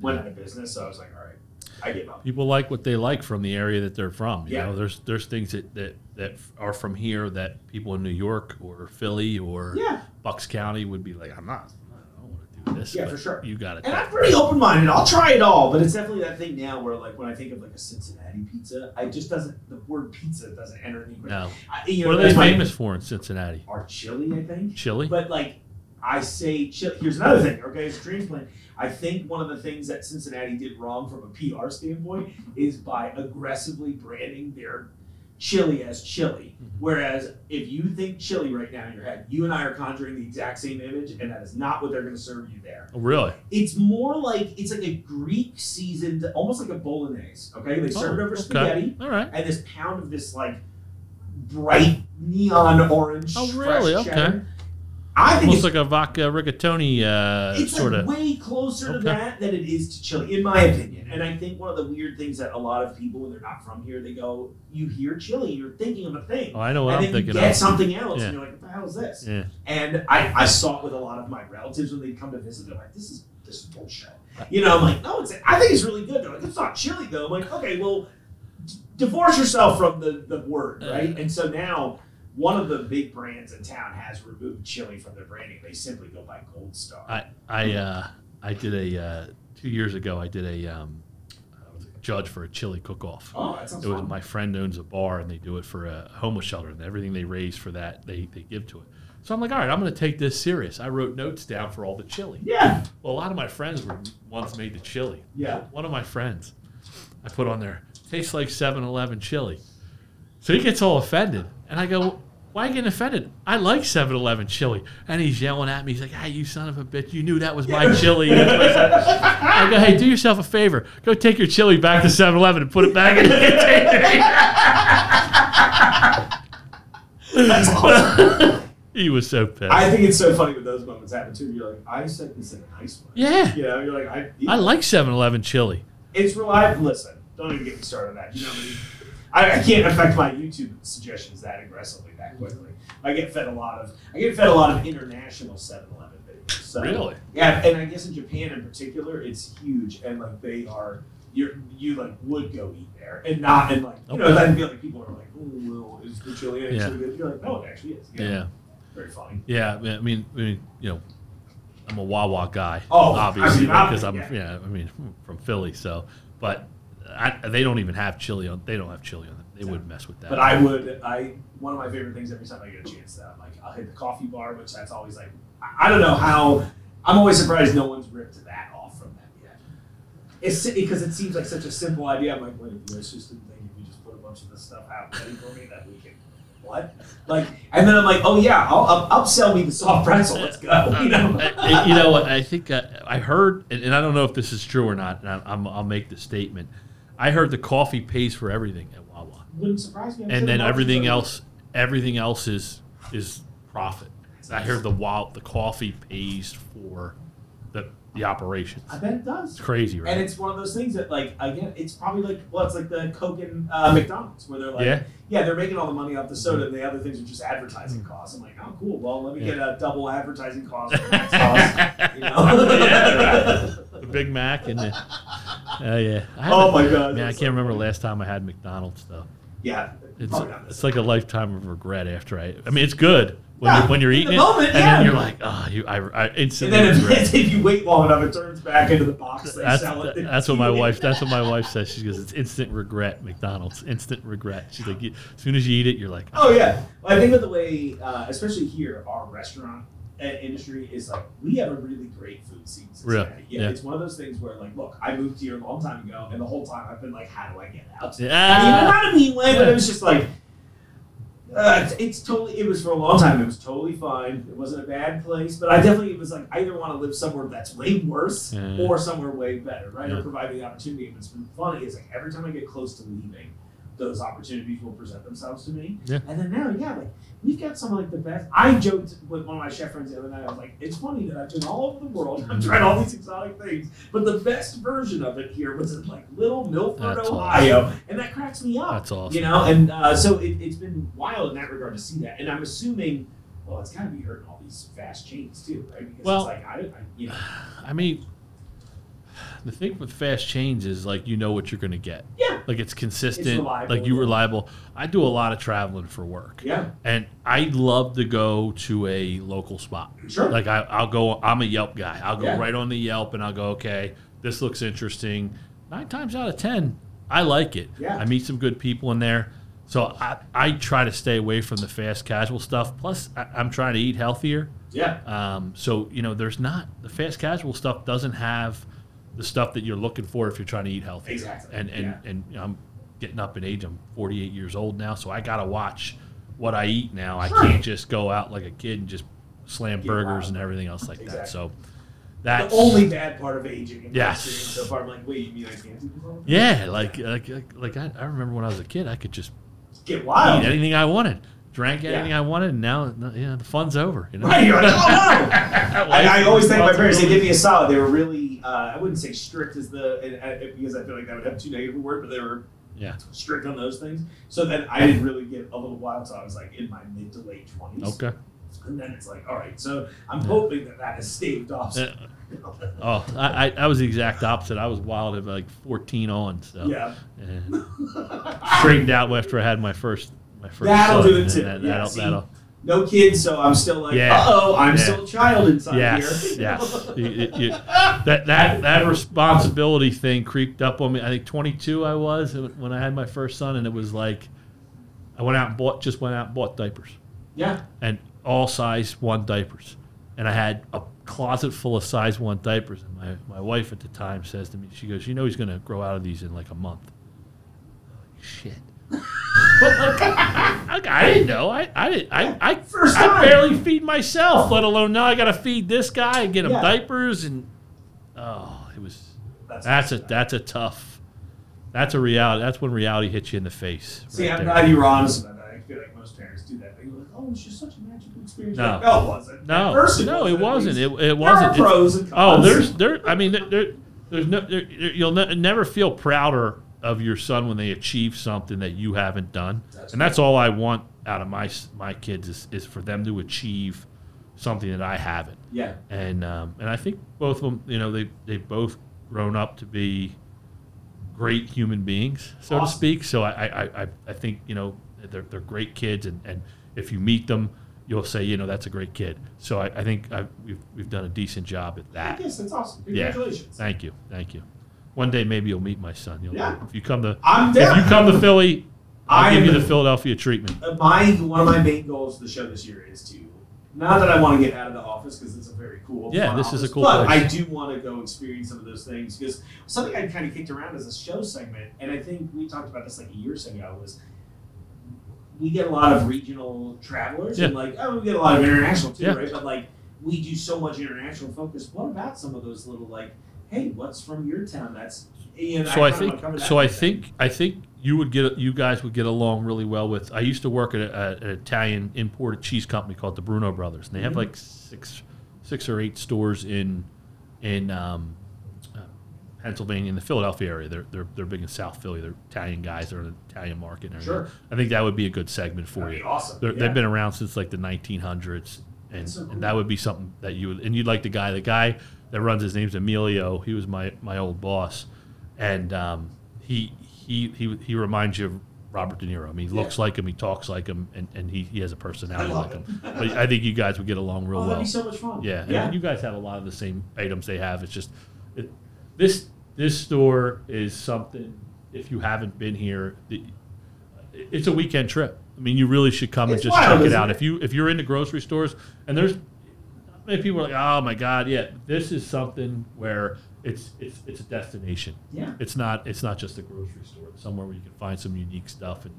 went out of business, so I was like, all right, I give up. people like what they like from the area that they're from. You Yeah. know, there's there's things that, that that are from here that people in New York or Philly or Yeah. Bucks County would be like, I'm not. I don't want to do this. Yeah, but for sure. You got it. And I'm pretty open minded. I'll try it all, but it's definitely that thing now where, like, when I think of like a Cincinnati pizza, I just doesn't the word pizza doesn't enter any. No. I, you know, What are they that's my- famous for in Cincinnati? Our chili, I think. Chili. But like, I say chili. Here's another thing. Okay, it's a dream plan. I think one of the things that Cincinnati did wrong from a PR standpoint is by aggressively branding their chili as chili. Whereas if you think chili right now in your head, you and I are conjuring the exact same image, and that is not what they're going to serve you there. Oh, really? It's more like it's like a Greek seasoned, almost like a bolognese. Okay, they serve it Oh, over okay. spaghetti All right. and this pound of this like bright neon orange. Oh, really? fresh Okay. cheddar. I think Almost it's, like a vodka rigatoni uh, it's sort like of. way closer to Okay. that than it is to chili, in my opinion. And I think one of the weird things that a lot of people, when they're not from here, they go, "You hear chili, you're thinking of a thing." Oh, I know what and I'm then thinking you get of. something else, Yeah. and you're like, "What the hell is this?" Yeah. And I, I saw it with a lot of my relatives when they'd come to visit. They're like, "This is this is bullshit." You know, I'm like, "No, it's I think it's really good." They're like, "It's not chili though." I'm like, "Okay, well, d- divorce yourself from the the word, right?" And so now. One of the big brands in town has removed chili from their branding. They simply go by Gold Star. I I uh, I did a uh, two years ago. I did a um, I was a judge for a chili cook-off. Oh, that sounds It was fun. my friend owns a bar and they do it for a homeless shelter and everything they raise for that they, they give to it. So I'm like, all right, I'm going to take this serious. I wrote notes down for all the chili. yeah. Well, a lot of my friends were once made the chili. Yeah. One of my friends, I put on there, tastes like 7 Eleven chili. So he gets all offended. And I go, why are you getting offended? I like 7 Eleven chili. And he's yelling at me. He's like, hey, you son of a bitch. You knew that was my chili. That's my son." I go, hey, do yourself a favor. Go take your chili back to 7 Eleven and put it back in the container. That's awesome. he was so pissed. I think it's so funny when those moments happen too. You're like, I said this in a nice way. yeah. You know, you're like, I, I like 7 Eleven chili. it's reliable. Listen, don't even get me started on that. You know what I mean? I, I can't affect my YouTube suggestions that aggressively, that quickly. I get fed a lot of, I get fed a lot of international 7-Eleven videos. So, Really? Yeah, and I guess in Japan in particular, it's huge, and like they are, you you like would go eat there, and not and like you know, Okay. I feel like people are like, oh, well, is the chili actually Yeah. good? You're like, no, it actually is. yeah. Very funny. Yeah, I mean, I mean, I mean, you know, I'm a Wawa guy. Oh, I obviously, mean, obvi- because I'm yeah. yeah. I mean, from Philly, so. But I, they don't even have chili on. They don't have chili on. them. They wouldn't mess with that. But I would, I one of my favorite things every time I get a chance to, I'm like, I'll hit the coffee bar, which that's always like, I, I don't know how, I'm always surprised no one's ripped that off from them yet. It's si- because it seems like such a simple idea. I'm like, wait, you guys just didn't think if we just put a bunch of this stuff out ready for me that we can. What? Like, and then I'm like, oh yeah, I'll up, upsell me the soft pretzel. Let's go. You know, Uh, I- you know what? I think uh, I heard, and, and I don't know if this is true or not. And I, I'm, I'll make the statement. I heard the coffee pays for everything at Wawa, wouldn't surprise me. I'm sure and then the margins everything are- else, everything else is is profit. I heard the Wawa, the coffee pays for the the operations. I bet it does. It's crazy, right? And it's one of those things that, like, again, it's probably like, well, it's like the Coke and uh, McDonald's, where they're like, Yeah. they're making all the money off the soda, and the other things are just advertising costs. I'm like, oh, cool. Well, let me Hmm. Yeah. get a double advertising cost for that sauce. You know? Yeah, the Big Mac and the. Oh yeah. I Oh haven't- my god. Man, I can't that's so remember the funny. Oh, last time I had McDonald's though. Yeah, It's probably not this it's like a lifetime of regret after I. I mean, it's good when you, Yeah, when you're in eating the it, moment, and yeah. then you're like, oh, you, I, I and instantly. then regret. if, if you wait long enough, it turns back into the box they That's, sell it. that's what my wife. That's what my wife says. She goes, "It's instant regret, McDonald's. Instant regret." She's like, you, "As soon as you eat it, you're like, "Ah." Oh yeah, well, I think of the way, uh, especially here, our restaurant uh, industry is like we have a really great food scene. in Cincinnati. Really? Yeah, Yeah. it's one of those things where like, look, I moved here a long time ago, and the whole time I've been like, how do I get out? I mean, yeah, not a mean way, but Ah. Yeah. it was just like. Uh, it's, it's totally. It was for a long time. It was totally fine. It wasn't a bad place, but I definitely was like, I either want to live somewhere that's way worse Yeah. or somewhere way better, right? Yeah. Or provide me the opportunity. And what's been funny is like every time I get close to leaving, those opportunities will present themselves to me. Yeah. And then now, yeah, like we've got some of like the best. I joked with one of my chef friends the other night. I was like, it's funny that I've been all over the world. I've tried all these exotic things, but the best version of it here was in like little Milford, That's Ohio, and that cracks me up. That's awesome. You know, and uh, so it, it's been wild in that regard to see that. And I'm assuming, well, it's got to be hurting all these fast chains too, right? Because Well- it's like I, I you know, I mean, the thing with fast chains is like you know what you're gonna get. yeah, Like it's consistent. It's reliable, like you yeah. reliable. I do a lot of traveling for work. Yeah. And I love to go to a local spot. Sure. Like I, I'll go. I'm a Yelp guy. I'll go Yeah. right on the Yelp and I'll go. Okay, this looks interesting. Nine times out of ten, I like it. Yeah. I meet some good people in there. So I, I try to stay away from the fast casual stuff. Plus, I, I'm trying to eat healthier. Yeah. Um, so you know, there's not the fast casual stuff doesn't have the stuff that you're looking for if you're trying to eat healthy. Exactly, And and yeah. and you know, I'm getting up in age. I'm 48 years old now, so I gotta watch what I eat now. I Sure. can't just go out like a kid and just slam Get burgers wild. and everything else like that. Exactly. So The that's only bad part of aging in my Yes. experience so far, I'm like, wait, you mean I can't do this all the time? yeah, like like like, like I, I remember when I was a kid, I could just Get eat wild. anything I wanted. Drank Yeah. anything I wanted, and now you know, the fun's over. You know? Right, you're like, oh no! That And I life always thank my parents. They responsibility. did me a solid. They were really, uh, I wouldn't say strict as the, and, and, because I feel like that would have too negative a word, but they were Yeah. strict on those things. So then I didn't really get a little wild. So I was like in my mid to late 20s. Okay. And then it's like, all right, so I'm hoping that that has staved off. Uh, Oh, I, I, I was the exact opposite. I was wild at like 14 on, so yeah. and straightened out after I had my first my first. That'll son, do it and too. That, Yeah, that'll, see, that'll, No kids, so I'm still like, Yeah. uh oh, I'm Yeah. still a child inside yes, here. yes. You- you- you- that that that responsibility thing creeped up on me. I think 22 I was when I had my first son, and it was like I went out and bought just went out and bought diapers. yeah. and all size one diapers. And I had a closet full of size one diapers. And my, my wife at the time says to me, she goes, You know, he's going to grow out of these in like a month. I'm like, Shit. but like, I, I didn't know. I, I, didn't, I, I, First I time. barely feed myself, let alone now I got to feed this guy and get him Yeah. diapers. And oh, it was, That's, that's a, that's a tough, that's a reality. That's when reality hits you in the face. See, right I'm there. glad you were honest about that. I feel like most parents do that. They're like, oh, it's just such a magical experience. No. Like, no, it wasn't. No, At first no, it wasn't, at wasn't. It, least. it There are wasn't. It's- pros and oh, cons. there's there. I mean, there, there- there's no. There, there- you'll ne- never feel prouder of your son when they achieve something that you haven't done, That's and that's all I want out of my s- my kids is, is for them to achieve something that I haven't. Yeah. And um, and I think both of them, you know, they they both grown up to be great human beings, so to Awesome. speak. So I, I, I- I, I think you know they're, they're great kids, and, and if you meet them, you'll say you know that's a great kid. So I, I think i we've we've done a decent job at that. Yes, that's awesome. Yeah. Congratulations. Thank you, thank you. One day maybe you'll meet my son. You'll, Yeah. If you come to I'm if down. you come to Philly, I'll I give am- you the Philadelphia treatment. Uh, my one of my main goals for the show this year is to not that I want to get out of the office because it's a very cool Yeah, fun this is a office, cool but place. I do want to go experience some of those things because something I kind of kicked around as a show segment, and I think we talked about this like years ago was we get a lot of regional travelers and like oh we get a lot of international too Yeah. right but like we do so much international focus. What about some of those little like hey what's from your town that's and So I kinda wanna cover think that so I kind of thing. think I think you would get you guys would get along really well with. I used to work at a, an Italian imported cheese company called the Bruno Brothers, and they have Mhm. like six six or eight stores in in um, uh, Pennsylvania in the Philadelphia area. They're, they're they're big in South Philly. They're Italian guys. They're in the Italian market. And everything. Sure. I think that would be a good segment for That'd be you. awesome They're, yeah. They've been around since like the 1900s, and, so and that cool. would be something that you would, and you'd like the guy. The guy that runs his name's Emilio. He was my my old boss, and um, he he he he reminds you of Robert De Niro. I mean, he looks like him, he talks like him, and, and he, he has a personality love like him. But I think you guys would get along real oh that'd well. be so much fun Yeah, and yeah you guys have a lot of the same items they have. It's just it, this this store is something. If you haven't been here, it, it's a weekend trip. I mean, you really should come It's and just wild, check it isn't out. it? If you if you're into grocery stores and there's not many people are like, oh my god, yeah, this is something where it's it's it's a destination. Yeah. it's not it's not just a grocery store. It's somewhere where you can find some unique stuff and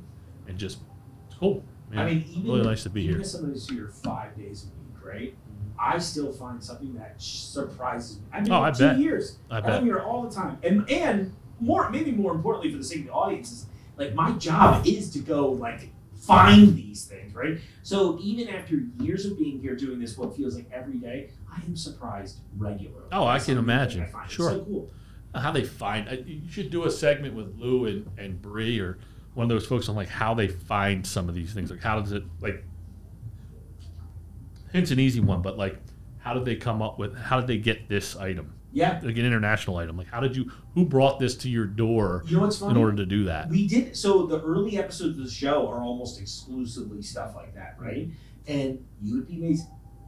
and just it's cool. I mean, it's even really if- nice to be even here. if somebody's here five days a week, right? I still find something that surprises me. I've been Oh, here I two bet. years. I am bet. here all the time, and and more maybe more importantly for the sake of the audience is like my job is to go like find these things, right? So even after years of being here doing this, what feels like every day, I am surprised regularly. Oh, I by can something that imagine. I find. It's Sure. so cool. how they find. I- You should do a segment with Lou and and Bree or one of those folks on like how they find some of these things. Like how does it like? It's an easy one, but like, how did they come up with? How did they get this item? Yeah. like an international item. Like, how did you? Who brought this to your door You know what's in funny? order to do that? We did so the early episodes of the show are almost exclusively stuff like that, right? And you would be amazed.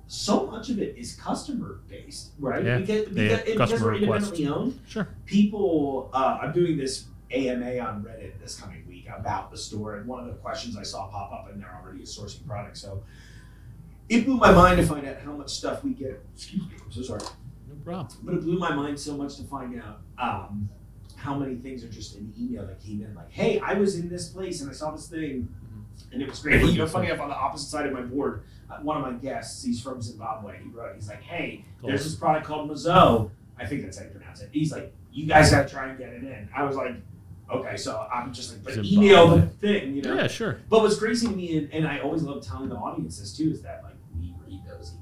So much of it is customer based, right? Yeah. Because, because, Yeah, and because customer we're requests. independently owned, Sure. people. Uh, I'm doing this AMA on Reddit this coming week about the store, and one of the questions I saw pop up, and they're already a sourcing product. So it blew my mind to find out how much stuff we get. Excuse me, I'm so sorry No problem. but it blew my mind so much to find out um, how many things are just an email that came in like, hey, I was in this place and I saw this thing Mm-hmm. and it was great. You know, funny enough, on the opposite side of my board, uh, one of my guests, he's from Zimbabwe, he wrote, he's like, hey, there's this product called Mazo. I think that's how you pronounce it. He's like, you guys got to try and get it in. I was like, okay, so I'm just like, but Zimbabwe. email the thing, you know? Yeah, sure. But what's crazy to me, and, and I always love telling the audiences too, is that like we read those emails.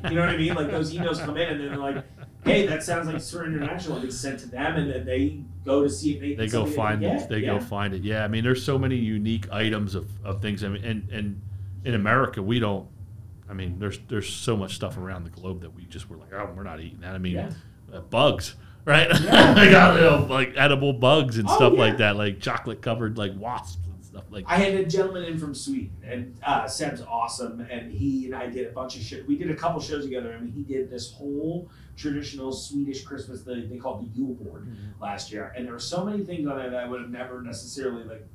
Like, you know what I mean? Like those emails come in, and then they're like, "Hey, that sounds like Sir International." It's sent to them, and then they go to see if they They go find it. it. They go find it. Yeah, I mean, there's so many unique items of, of things. I mean, and and in America, we don't. I mean, there's there's so much stuff around the globe that we just were like, oh, we're not eating that. I mean, Yeah. uh, bugs, right? Yeah. like, uh, you know, like edible bugs and Oh, stuff yeah. like that, like chocolate covered like wasps and stuff like. I had a gentleman in from Sweden, and uh, Seb's awesome, and he and I did a bunch of shit. We did a couple shows together, and he did this whole traditional Swedish Christmas thing they called the Yule board Mm-hmm. last year, and there were so many things on it that I would have never necessarily like.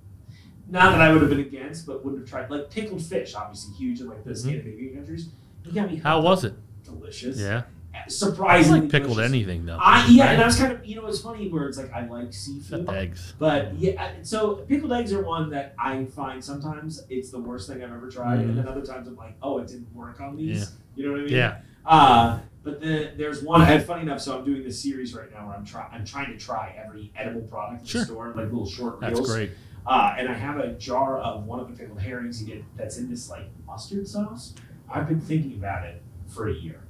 Not that I would have been against, but wouldn't have tried. Like pickled fish, obviously huge in like Mm-hmm. the Scandinavian countries. You got me How was it? delicious. Yeah, I surprisingly like pickled delicious. anything though. I, yeah, and I was kind of you know it's funny where it's like I like seafood. Except eggs. But yeah, I- so pickled eggs are one that I find sometimes it's the worst thing I've ever tried, and then other times I'm like, oh, it didn't work on these. Mm-hmm. Yeah. You know what I mean? Yeah, Uh, but then there's one. And funny enough, so I'm doing this series right now where I'm try I'm trying to try every edible product in Sure. the store, like little short that's reels. great. Uh, and I have a jar of one of the pickled herrings he did that's in this like mustard sauce. I've been thinking about it for a year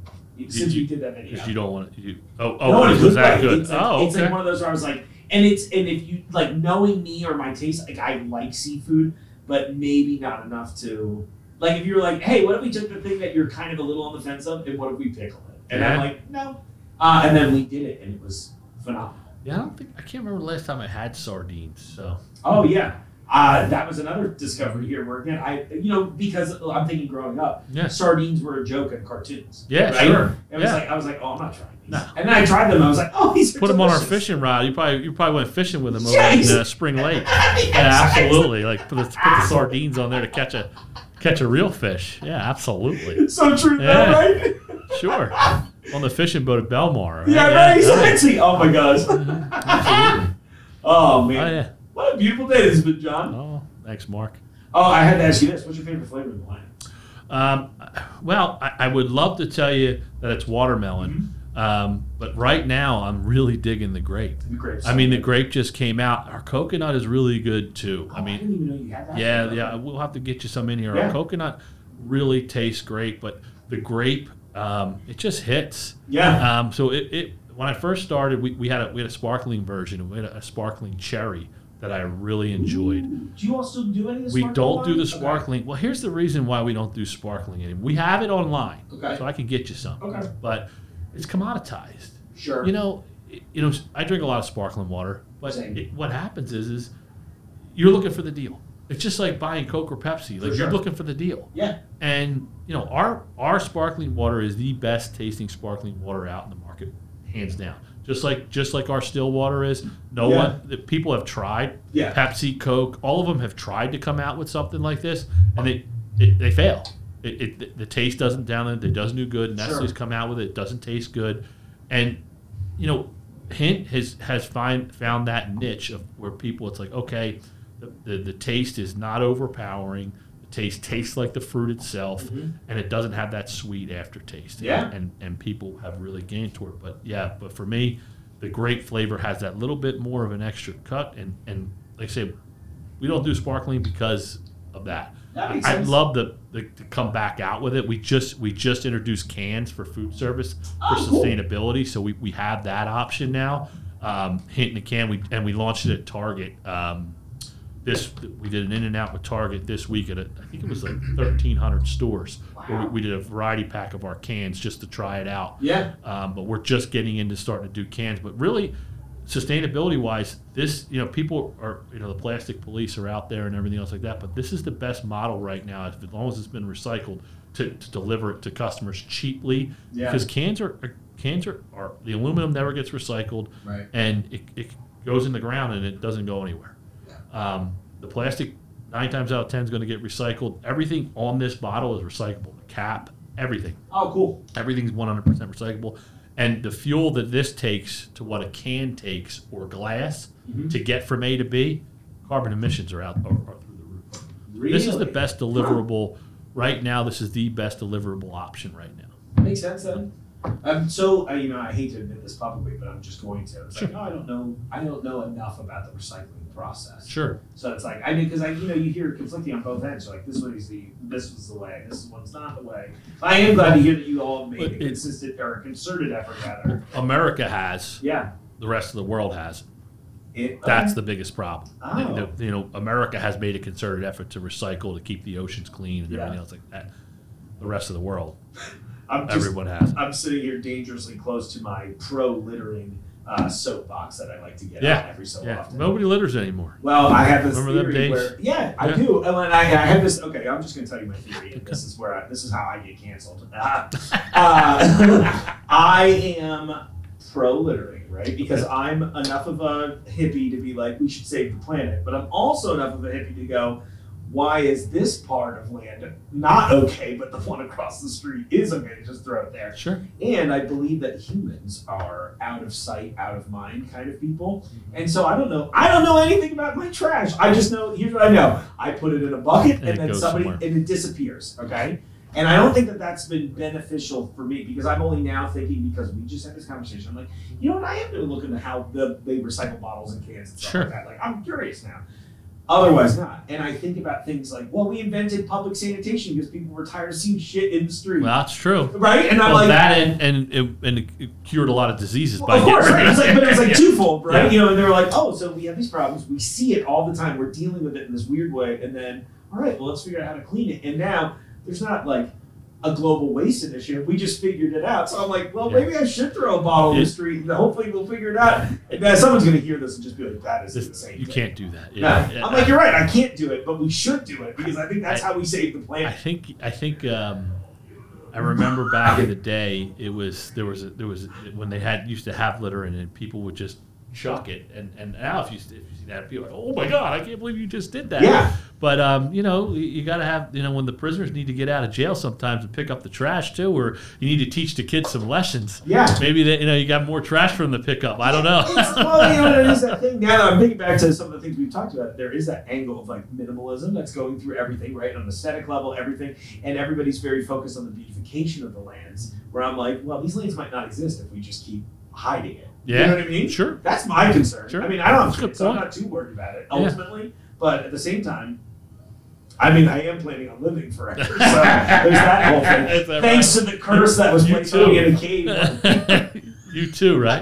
since you- we did that video. Because you don't want to. You, oh, oh, No, it it's was that right. good? It's like, oh, it's okay. like one of those where I was like, and it's and if you like knowing me or my taste, like I like seafood, but maybe not enough to like if you were like, hey, what if we took the thing that you're kind of a little on the fence of, and what if we pickle it? And I'm Yeah. like, no. Uh, and then we did it, and it was phenomenal. yeah, I don't think I can't remember the last time I had sardines. So Oh yeah. Uh, that was another discovery here where again I you know because I'm thinking growing up Yeah. sardines were a joke in cartoons Yeah, right? sure. it was Yeah. like I was like oh I'm not trying these No. and then I tried them and I was like oh these are put them on our delicious. fishing rod. You probably you probably went fishing with them over Yes. in uh, Spring Lake. Yes. Yeah, absolutely. Like put the, put the sardines on there to catch a catch a real fish. Yeah, absolutely. so true though, Yeah. right? Sure. On the fishing boat at Belmar. right? Yeah, right, yeah. exactly. Oh my gosh. oh Oh, man. yeah. What a beautiful day this has been, John. Oh, thanks, Mark. Oh, I had to ask you this. What's your favorite flavor of the wine? Um, well, I, I would love to tell you that it's watermelon, um, but right now I'm really digging the grape. Mm-hmm. The grapes. I mean, the grape just came out. Our coconut is really good too. Oh, I mean, didn't even know you had that. Yeah, yeah, we'll have to get you some in here. Yeah. Our coconut really tastes great, but the grape, um, it just hits. Yeah. Um, so it, it when I first started, we, we had a we had a sparkling version. We had a, a sparkling cherry that I really enjoyed. Do you all still do any of the We sparkling don't do wine? the Okay. sparkling. Well, here's the reason why we don't do sparkling anymore. We have it online, Okay. so I can get you some. Okay. But it's commoditized. Sure. You know, it- you know, I drink a lot of sparkling water, but Same. it, what happens is, is you're looking for the deal. It's just like buying Coke or Pepsi. Like sure. you're looking for the deal. yeah. And you know, our our sparkling water is the best tasting sparkling water out in the market, hands down. Just like just like our still water is. No Yeah. one the people have tried. Yeah. Pepsi, Coke, all of them have tried to come out with something like this, and they it, they fail. It, it the, the taste doesn't down it. It doesn't do good. Nestle's Sure. come out with it. It doesn't taste good, and you know, Hint has has find found that niche of where people it's like okay, the, the, the taste is not overpowering. The taste tastes like the fruit itself, and it doesn't have that sweet aftertaste. Mm-hmm. Yeah. and and people have really gained toward. it. But yeah, but for me, the grape flavor has that little bit more of an extra cut, and and like I say, we don't do sparkling because of that. That makes I- sense. I'd love to, to, to come back out with it. We just we just introduced cans for food service for Oh, cool. sustainability, so we, we have that option now. Um, hint in a can, we and we launched it at Target um, this we did an in and out with Target this week at a, I think it was like 1,300 stores where we, we did a variety pack of our cans just to try it out. Yeah. Um, but we're just getting into starting to do cans. But really, sustainability wise, this you know people are you know the plastic police are out there and everything else like that. But this is the best model right now as long as it's been recycled to, to deliver it to customers cheaply Yeah. because cans are, are cans are, are the aluminum never gets recycled Right. and it, it goes in the ground and it doesn't go anywhere. Um, the plastic, nine times out of ten, is going to get recycled. Everything on this bottle is recyclable. The cap, everything. Oh, cool. Everything's 100% recyclable. And the fuel that this takes to what a can takes or glass Mm-hmm. to get from A to B, carbon emissions are out are, are through the roof. Really? This is the best deliverable right now. This is the best deliverable option right now. Makes sense then. Um, so uh, you know, I hate to admit this publicly, but I'm just going to. It's like, oh, I don't know, I don't know enough about the recycling process. Sure. So it's like I mean, because I you know you hear conflicting on both ends. You're like this one's the this was the way, this one's not the way. I am glad to hear that you all made But a it- consistent or a concerted effort rather. America has, Yeah. the rest of the world has. It, That's the biggest problem. Oh. The- the- you know, America has made a concerted effort to recycle to keep the oceans clean and Yeah. everything else like that. The rest of the world, I'm just, everyone has. I'm sitting here dangerously close to my pro littering uh, soapbox that I like to get Yeah. on every so Yeah, often. nobody litters anymore. Well, I have this Remember them theory days? where yeah, I Yeah. do, and when I, I have this. Okay, I'm just going to tell you my theory, and this is where I, this is how I get canceled. Uh, uh, I am pro littering, right? Because I'm enough of a hippie to be like, we should save the planet, but I'm also enough of a hippie to go. Why is this part of land not okay, but the one across the street is okay? Just throw it there. Sure. And I believe that humans are out of sight, out of mind kind of people. Mm-hmm. And so I don't know. I don't know anything about my trash. I just know here's what I know. I put it in a bucket and, And it then goes somebody somewhere. and it disappears. Okay. And I don't think that that's been beneficial for me because I'm only now thinking because we just had this conversation. I'm like, you know what? I am going to look into how the, they recycle bottles and cans and stuff Sure. like that. Like, I'm curious now. Otherwise, not. And I think about things like, well, we invented public sanitation because people were tired of seeing shit in the street. Well, that's true. right? And I'm Well, like, that and and it, and it cured a lot of diseases Well, by of course, getting rid right? It was like, but it was like Yeah. twofold, right? Yeah. You know, and they were like, oh, so we have these problems. We see it all the time. We're dealing with it in this weird way. And then, all right, well, let's figure out how to clean it. And now there's not like a global waste initiative. We just figured it out. So I'm like, well, Yeah. maybe I should throw a bottle in Yeah. the street and hopefully we'll figure it out. And then someone's going to hear this and just be like, that is This- insane. you can't do that. Yeah. Yeah. I'm like, you're right. I can't do it, but we should do it because I think that's how we save the I planet. think I think um, I remember back in the day it was there was a, there was a, when they had used to have litter and then people would just chuck it and, and now if you, if you see that people are like oh my god I can't believe you just did that Yeah. but um, you know you, you got to have you know when the prisoners need to get out of jail sometimes and pick up the trash too or you need to teach the kids some lessons Yeah. maybe that you know you got more trash from the pickup I don't know It's, well, you know, there is that thing. Now that I'm thinking back to some of the things we've talked about, there is that angle of like minimalism that's going through everything, right? On an aesthetic level, everything. And everybody's very focused on the beautification of the lands, where I'm like, well, these lands might not exist if we just keep hiding it. Yeah. You know what I mean? sure That's my concern. Sure. I mean, I don't That's a have good kids, so I'm point. not too worried about it Yeah. ultimately. But at the same time, I mean, I am planning on living forever. So there's that whole Is thing. that Thanks to the curse that was You placed on me too. in a cave. you too right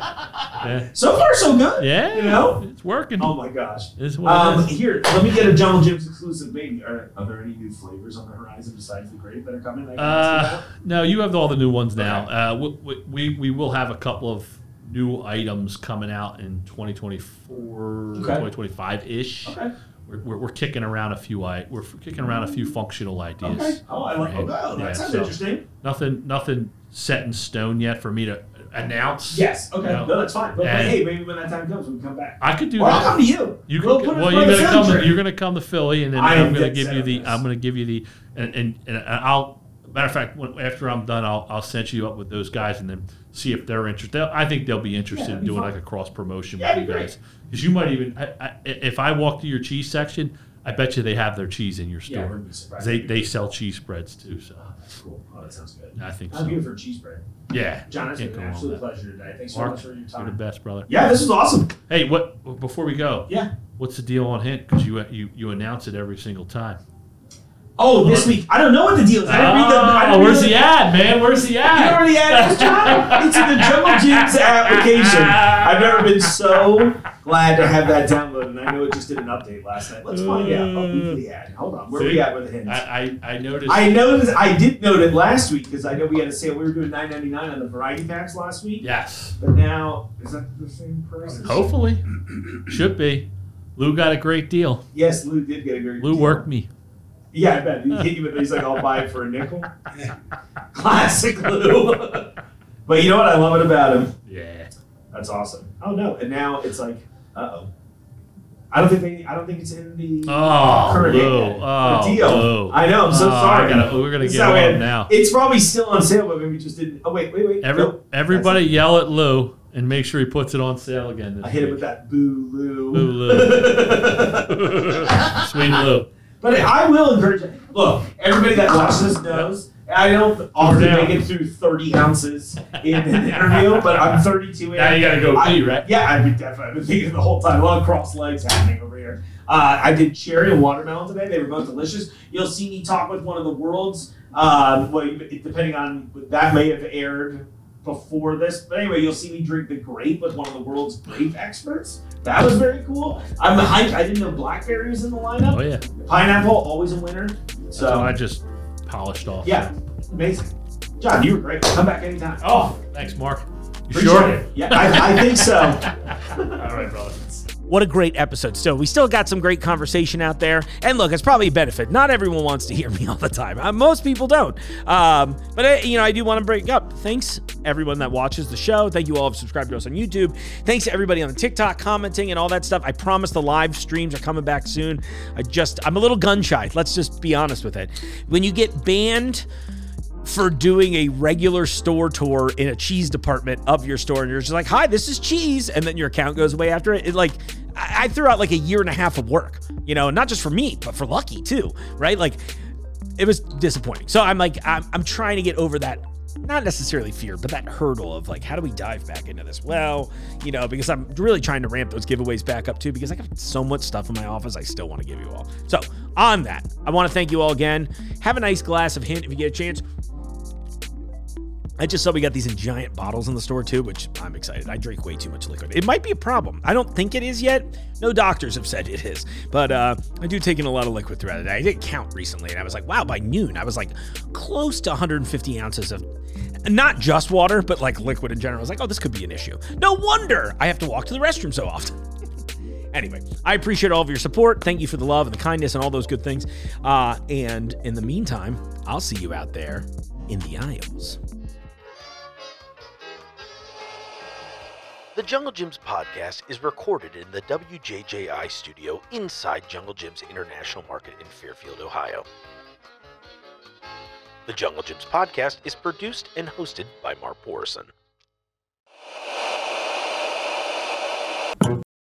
yeah, so far, so good. yeah. You know? it's working Oh my gosh. It's what it Um, is. here, let me get a Jungle Jim's exclusive. Maybe are, are there any new flavors on the horizon besides the grape that are coming? that I can ask Uh, you about? no, you have all the new ones now. Uh, we- we, we we will have a couple of new items coming out in 2024, Okay. 2025 ish. okay. We're, we're, we're kicking around a few i we're kicking around a few functional ideas. Okay. Oh, I like. Oh, wow, that Yeah, sounds so- interesting. Nothing nothing set in stone yet for me to announce. Yes. Okay. No. No, that's fine. But, but And- hey, maybe when that time comes, we can come back. I could do Or I'll that. come to you. You we'll can, put it well, in you're front of gonna the come. sound You're gonna come to Philly, and then I I am am gonna dead give set you on the. this. I'm gonna give you the. And and, and I'll. Matter of fact, when, after I'm done, I'll, I'll set you up with those guys and then see if they're interested. I think they'll be interested Yeah, that'd in be doing fun. like a cross promotion Yeah, with you that'd be guys because you might even. I, I, if I walk to your cheese section, I bet you they have their cheese in your Yeah, I store. wouldn't be surprised. they they sell cheese spreads too, so Cool. Oh, that sounds good. I think I'm so. here for cheese bread. Yeah, John, it's can't been go an wrong absolute with that. pleasure today. Thanks so Mark, much for your You're the time. best brother. Yeah, this was awesome. Hey, what? Before we go, Yeah. what's the deal on Hint? Because you you you announce it every single time. Oh, this week. I don't know what the deal is. I didn't read the. I Ah, didn't where's read the ad, man? Where's the You ad? already had this job. It's in the Jungle Gyms application. I've never been so glad to have that downloaded, and I know it just did an update last night. Let's find out. Oh, we did the ad. Hold on. Where are we See? at with the hints? I, I, I noticed. I noticed. I did note it last week because I know we had a sale. We were doing nine ninety nine on the variety packs last week, yes. but now is that the same person? Hopefully. Should be. Lou got a great deal. Yes, Lou did get a very. Lou worked me. Yeah, I bet he hit you with it. He's like, "I'll buy it for a nickel." Classic Lou. but you know what I love it about him? Yeah. That's awesome. Oh no! And now it's like, uh oh. I don't think they. I don't think it's in the Oh, current Lou. hit. Oh, the deal. Lou. I know. I'm so Oh, I sorry. gotta- we're gonna It's get not one bad. now. It's probably still on sale, but maybe we just didn't. Oh wait, wait, wait. Every, Nope. everybody yell at Lou and make sure he puts it on sale again. This I hit it week. with that boo loo. Boo Lou. Sweet Lou. but I will encourage. Look, everybody that watches this knows. I don't often down. make it through 30 ounces in an interview, but I'm 32 in. Now you gotta go I- pee, right? Yeah, I've been definitely I've been thinking the whole time. A lot of cross legs happening over here. Uh, I did cherry and watermelon today. They were both delicious. You'll see me talk with one of the world's. Um, well, it- depending on that may have aired before this, but anyway, you'll see me drink the grape with one of the world's grape experts. That was very cool. I'm hyped. I didn't know blackberry was in the lineup. Oh, yeah. Pineapple always a winner. So So I just polished off. yeah, amazing. John, you were great. Come back anytime. Oh, thanks, Mark. You Appreciate sure? it. Yeah, I, I think so. All right, brother. What a great episode. Still, we still got some great conversation out there. And look, it's probably a benefit. Not everyone wants to hear me all the time. Uh, most people don't. Um, but, I, you know, I do want to break up. Thanks, everyone that watches the show. Thank you all who have subscribed to us on YouTube. Thanks to everybody on TikTok commenting and all that stuff. I promise the live streams are coming back soon. I just, I'm a little gun shy. Let's just be honest with it. When you get banned, for doing a regular store tour in a cheese department of your store and you're just like hi this is cheese and then your account goes away after it, it like I, I threw out like a year and a half of work you know not just for me but for lucky too right like it was disappointing so i'm like i'm, I'm trying to get over that not necessarily fear but that hurdle of like how do we dive back into this well you know because i'm really trying to ramp those giveaways back up too because i got so much stuff in my office i still want to give you all so on that i want to thank you all again have a nice glass of hint if you get a chance I just saw we got these in giant bottles in the store too, which I'm excited. I drink way too much liquid. It might be a problem. I don't think it is yet. No doctors have said it is, but uh, I do take in a lot of liquid throughout the day. I did count recently, and I was like, wow, by noon, I was like close to 150 ounces of not just water, but like liquid in general. I was like, oh, this could be an issue. No wonder I have to walk to the restroom so often. Anyway, I appreciate all of your support. Thank you for the love and the kindness and all those good things. Uh, and in the meantime, I'll see you out there in the aisles. The Jungle Gyms podcast is recorded in the WJJI studio inside Jungle Gyms International Market in Fairfield, Ohio. The Jungle Gyms podcast is produced and hosted by Mark Morrison.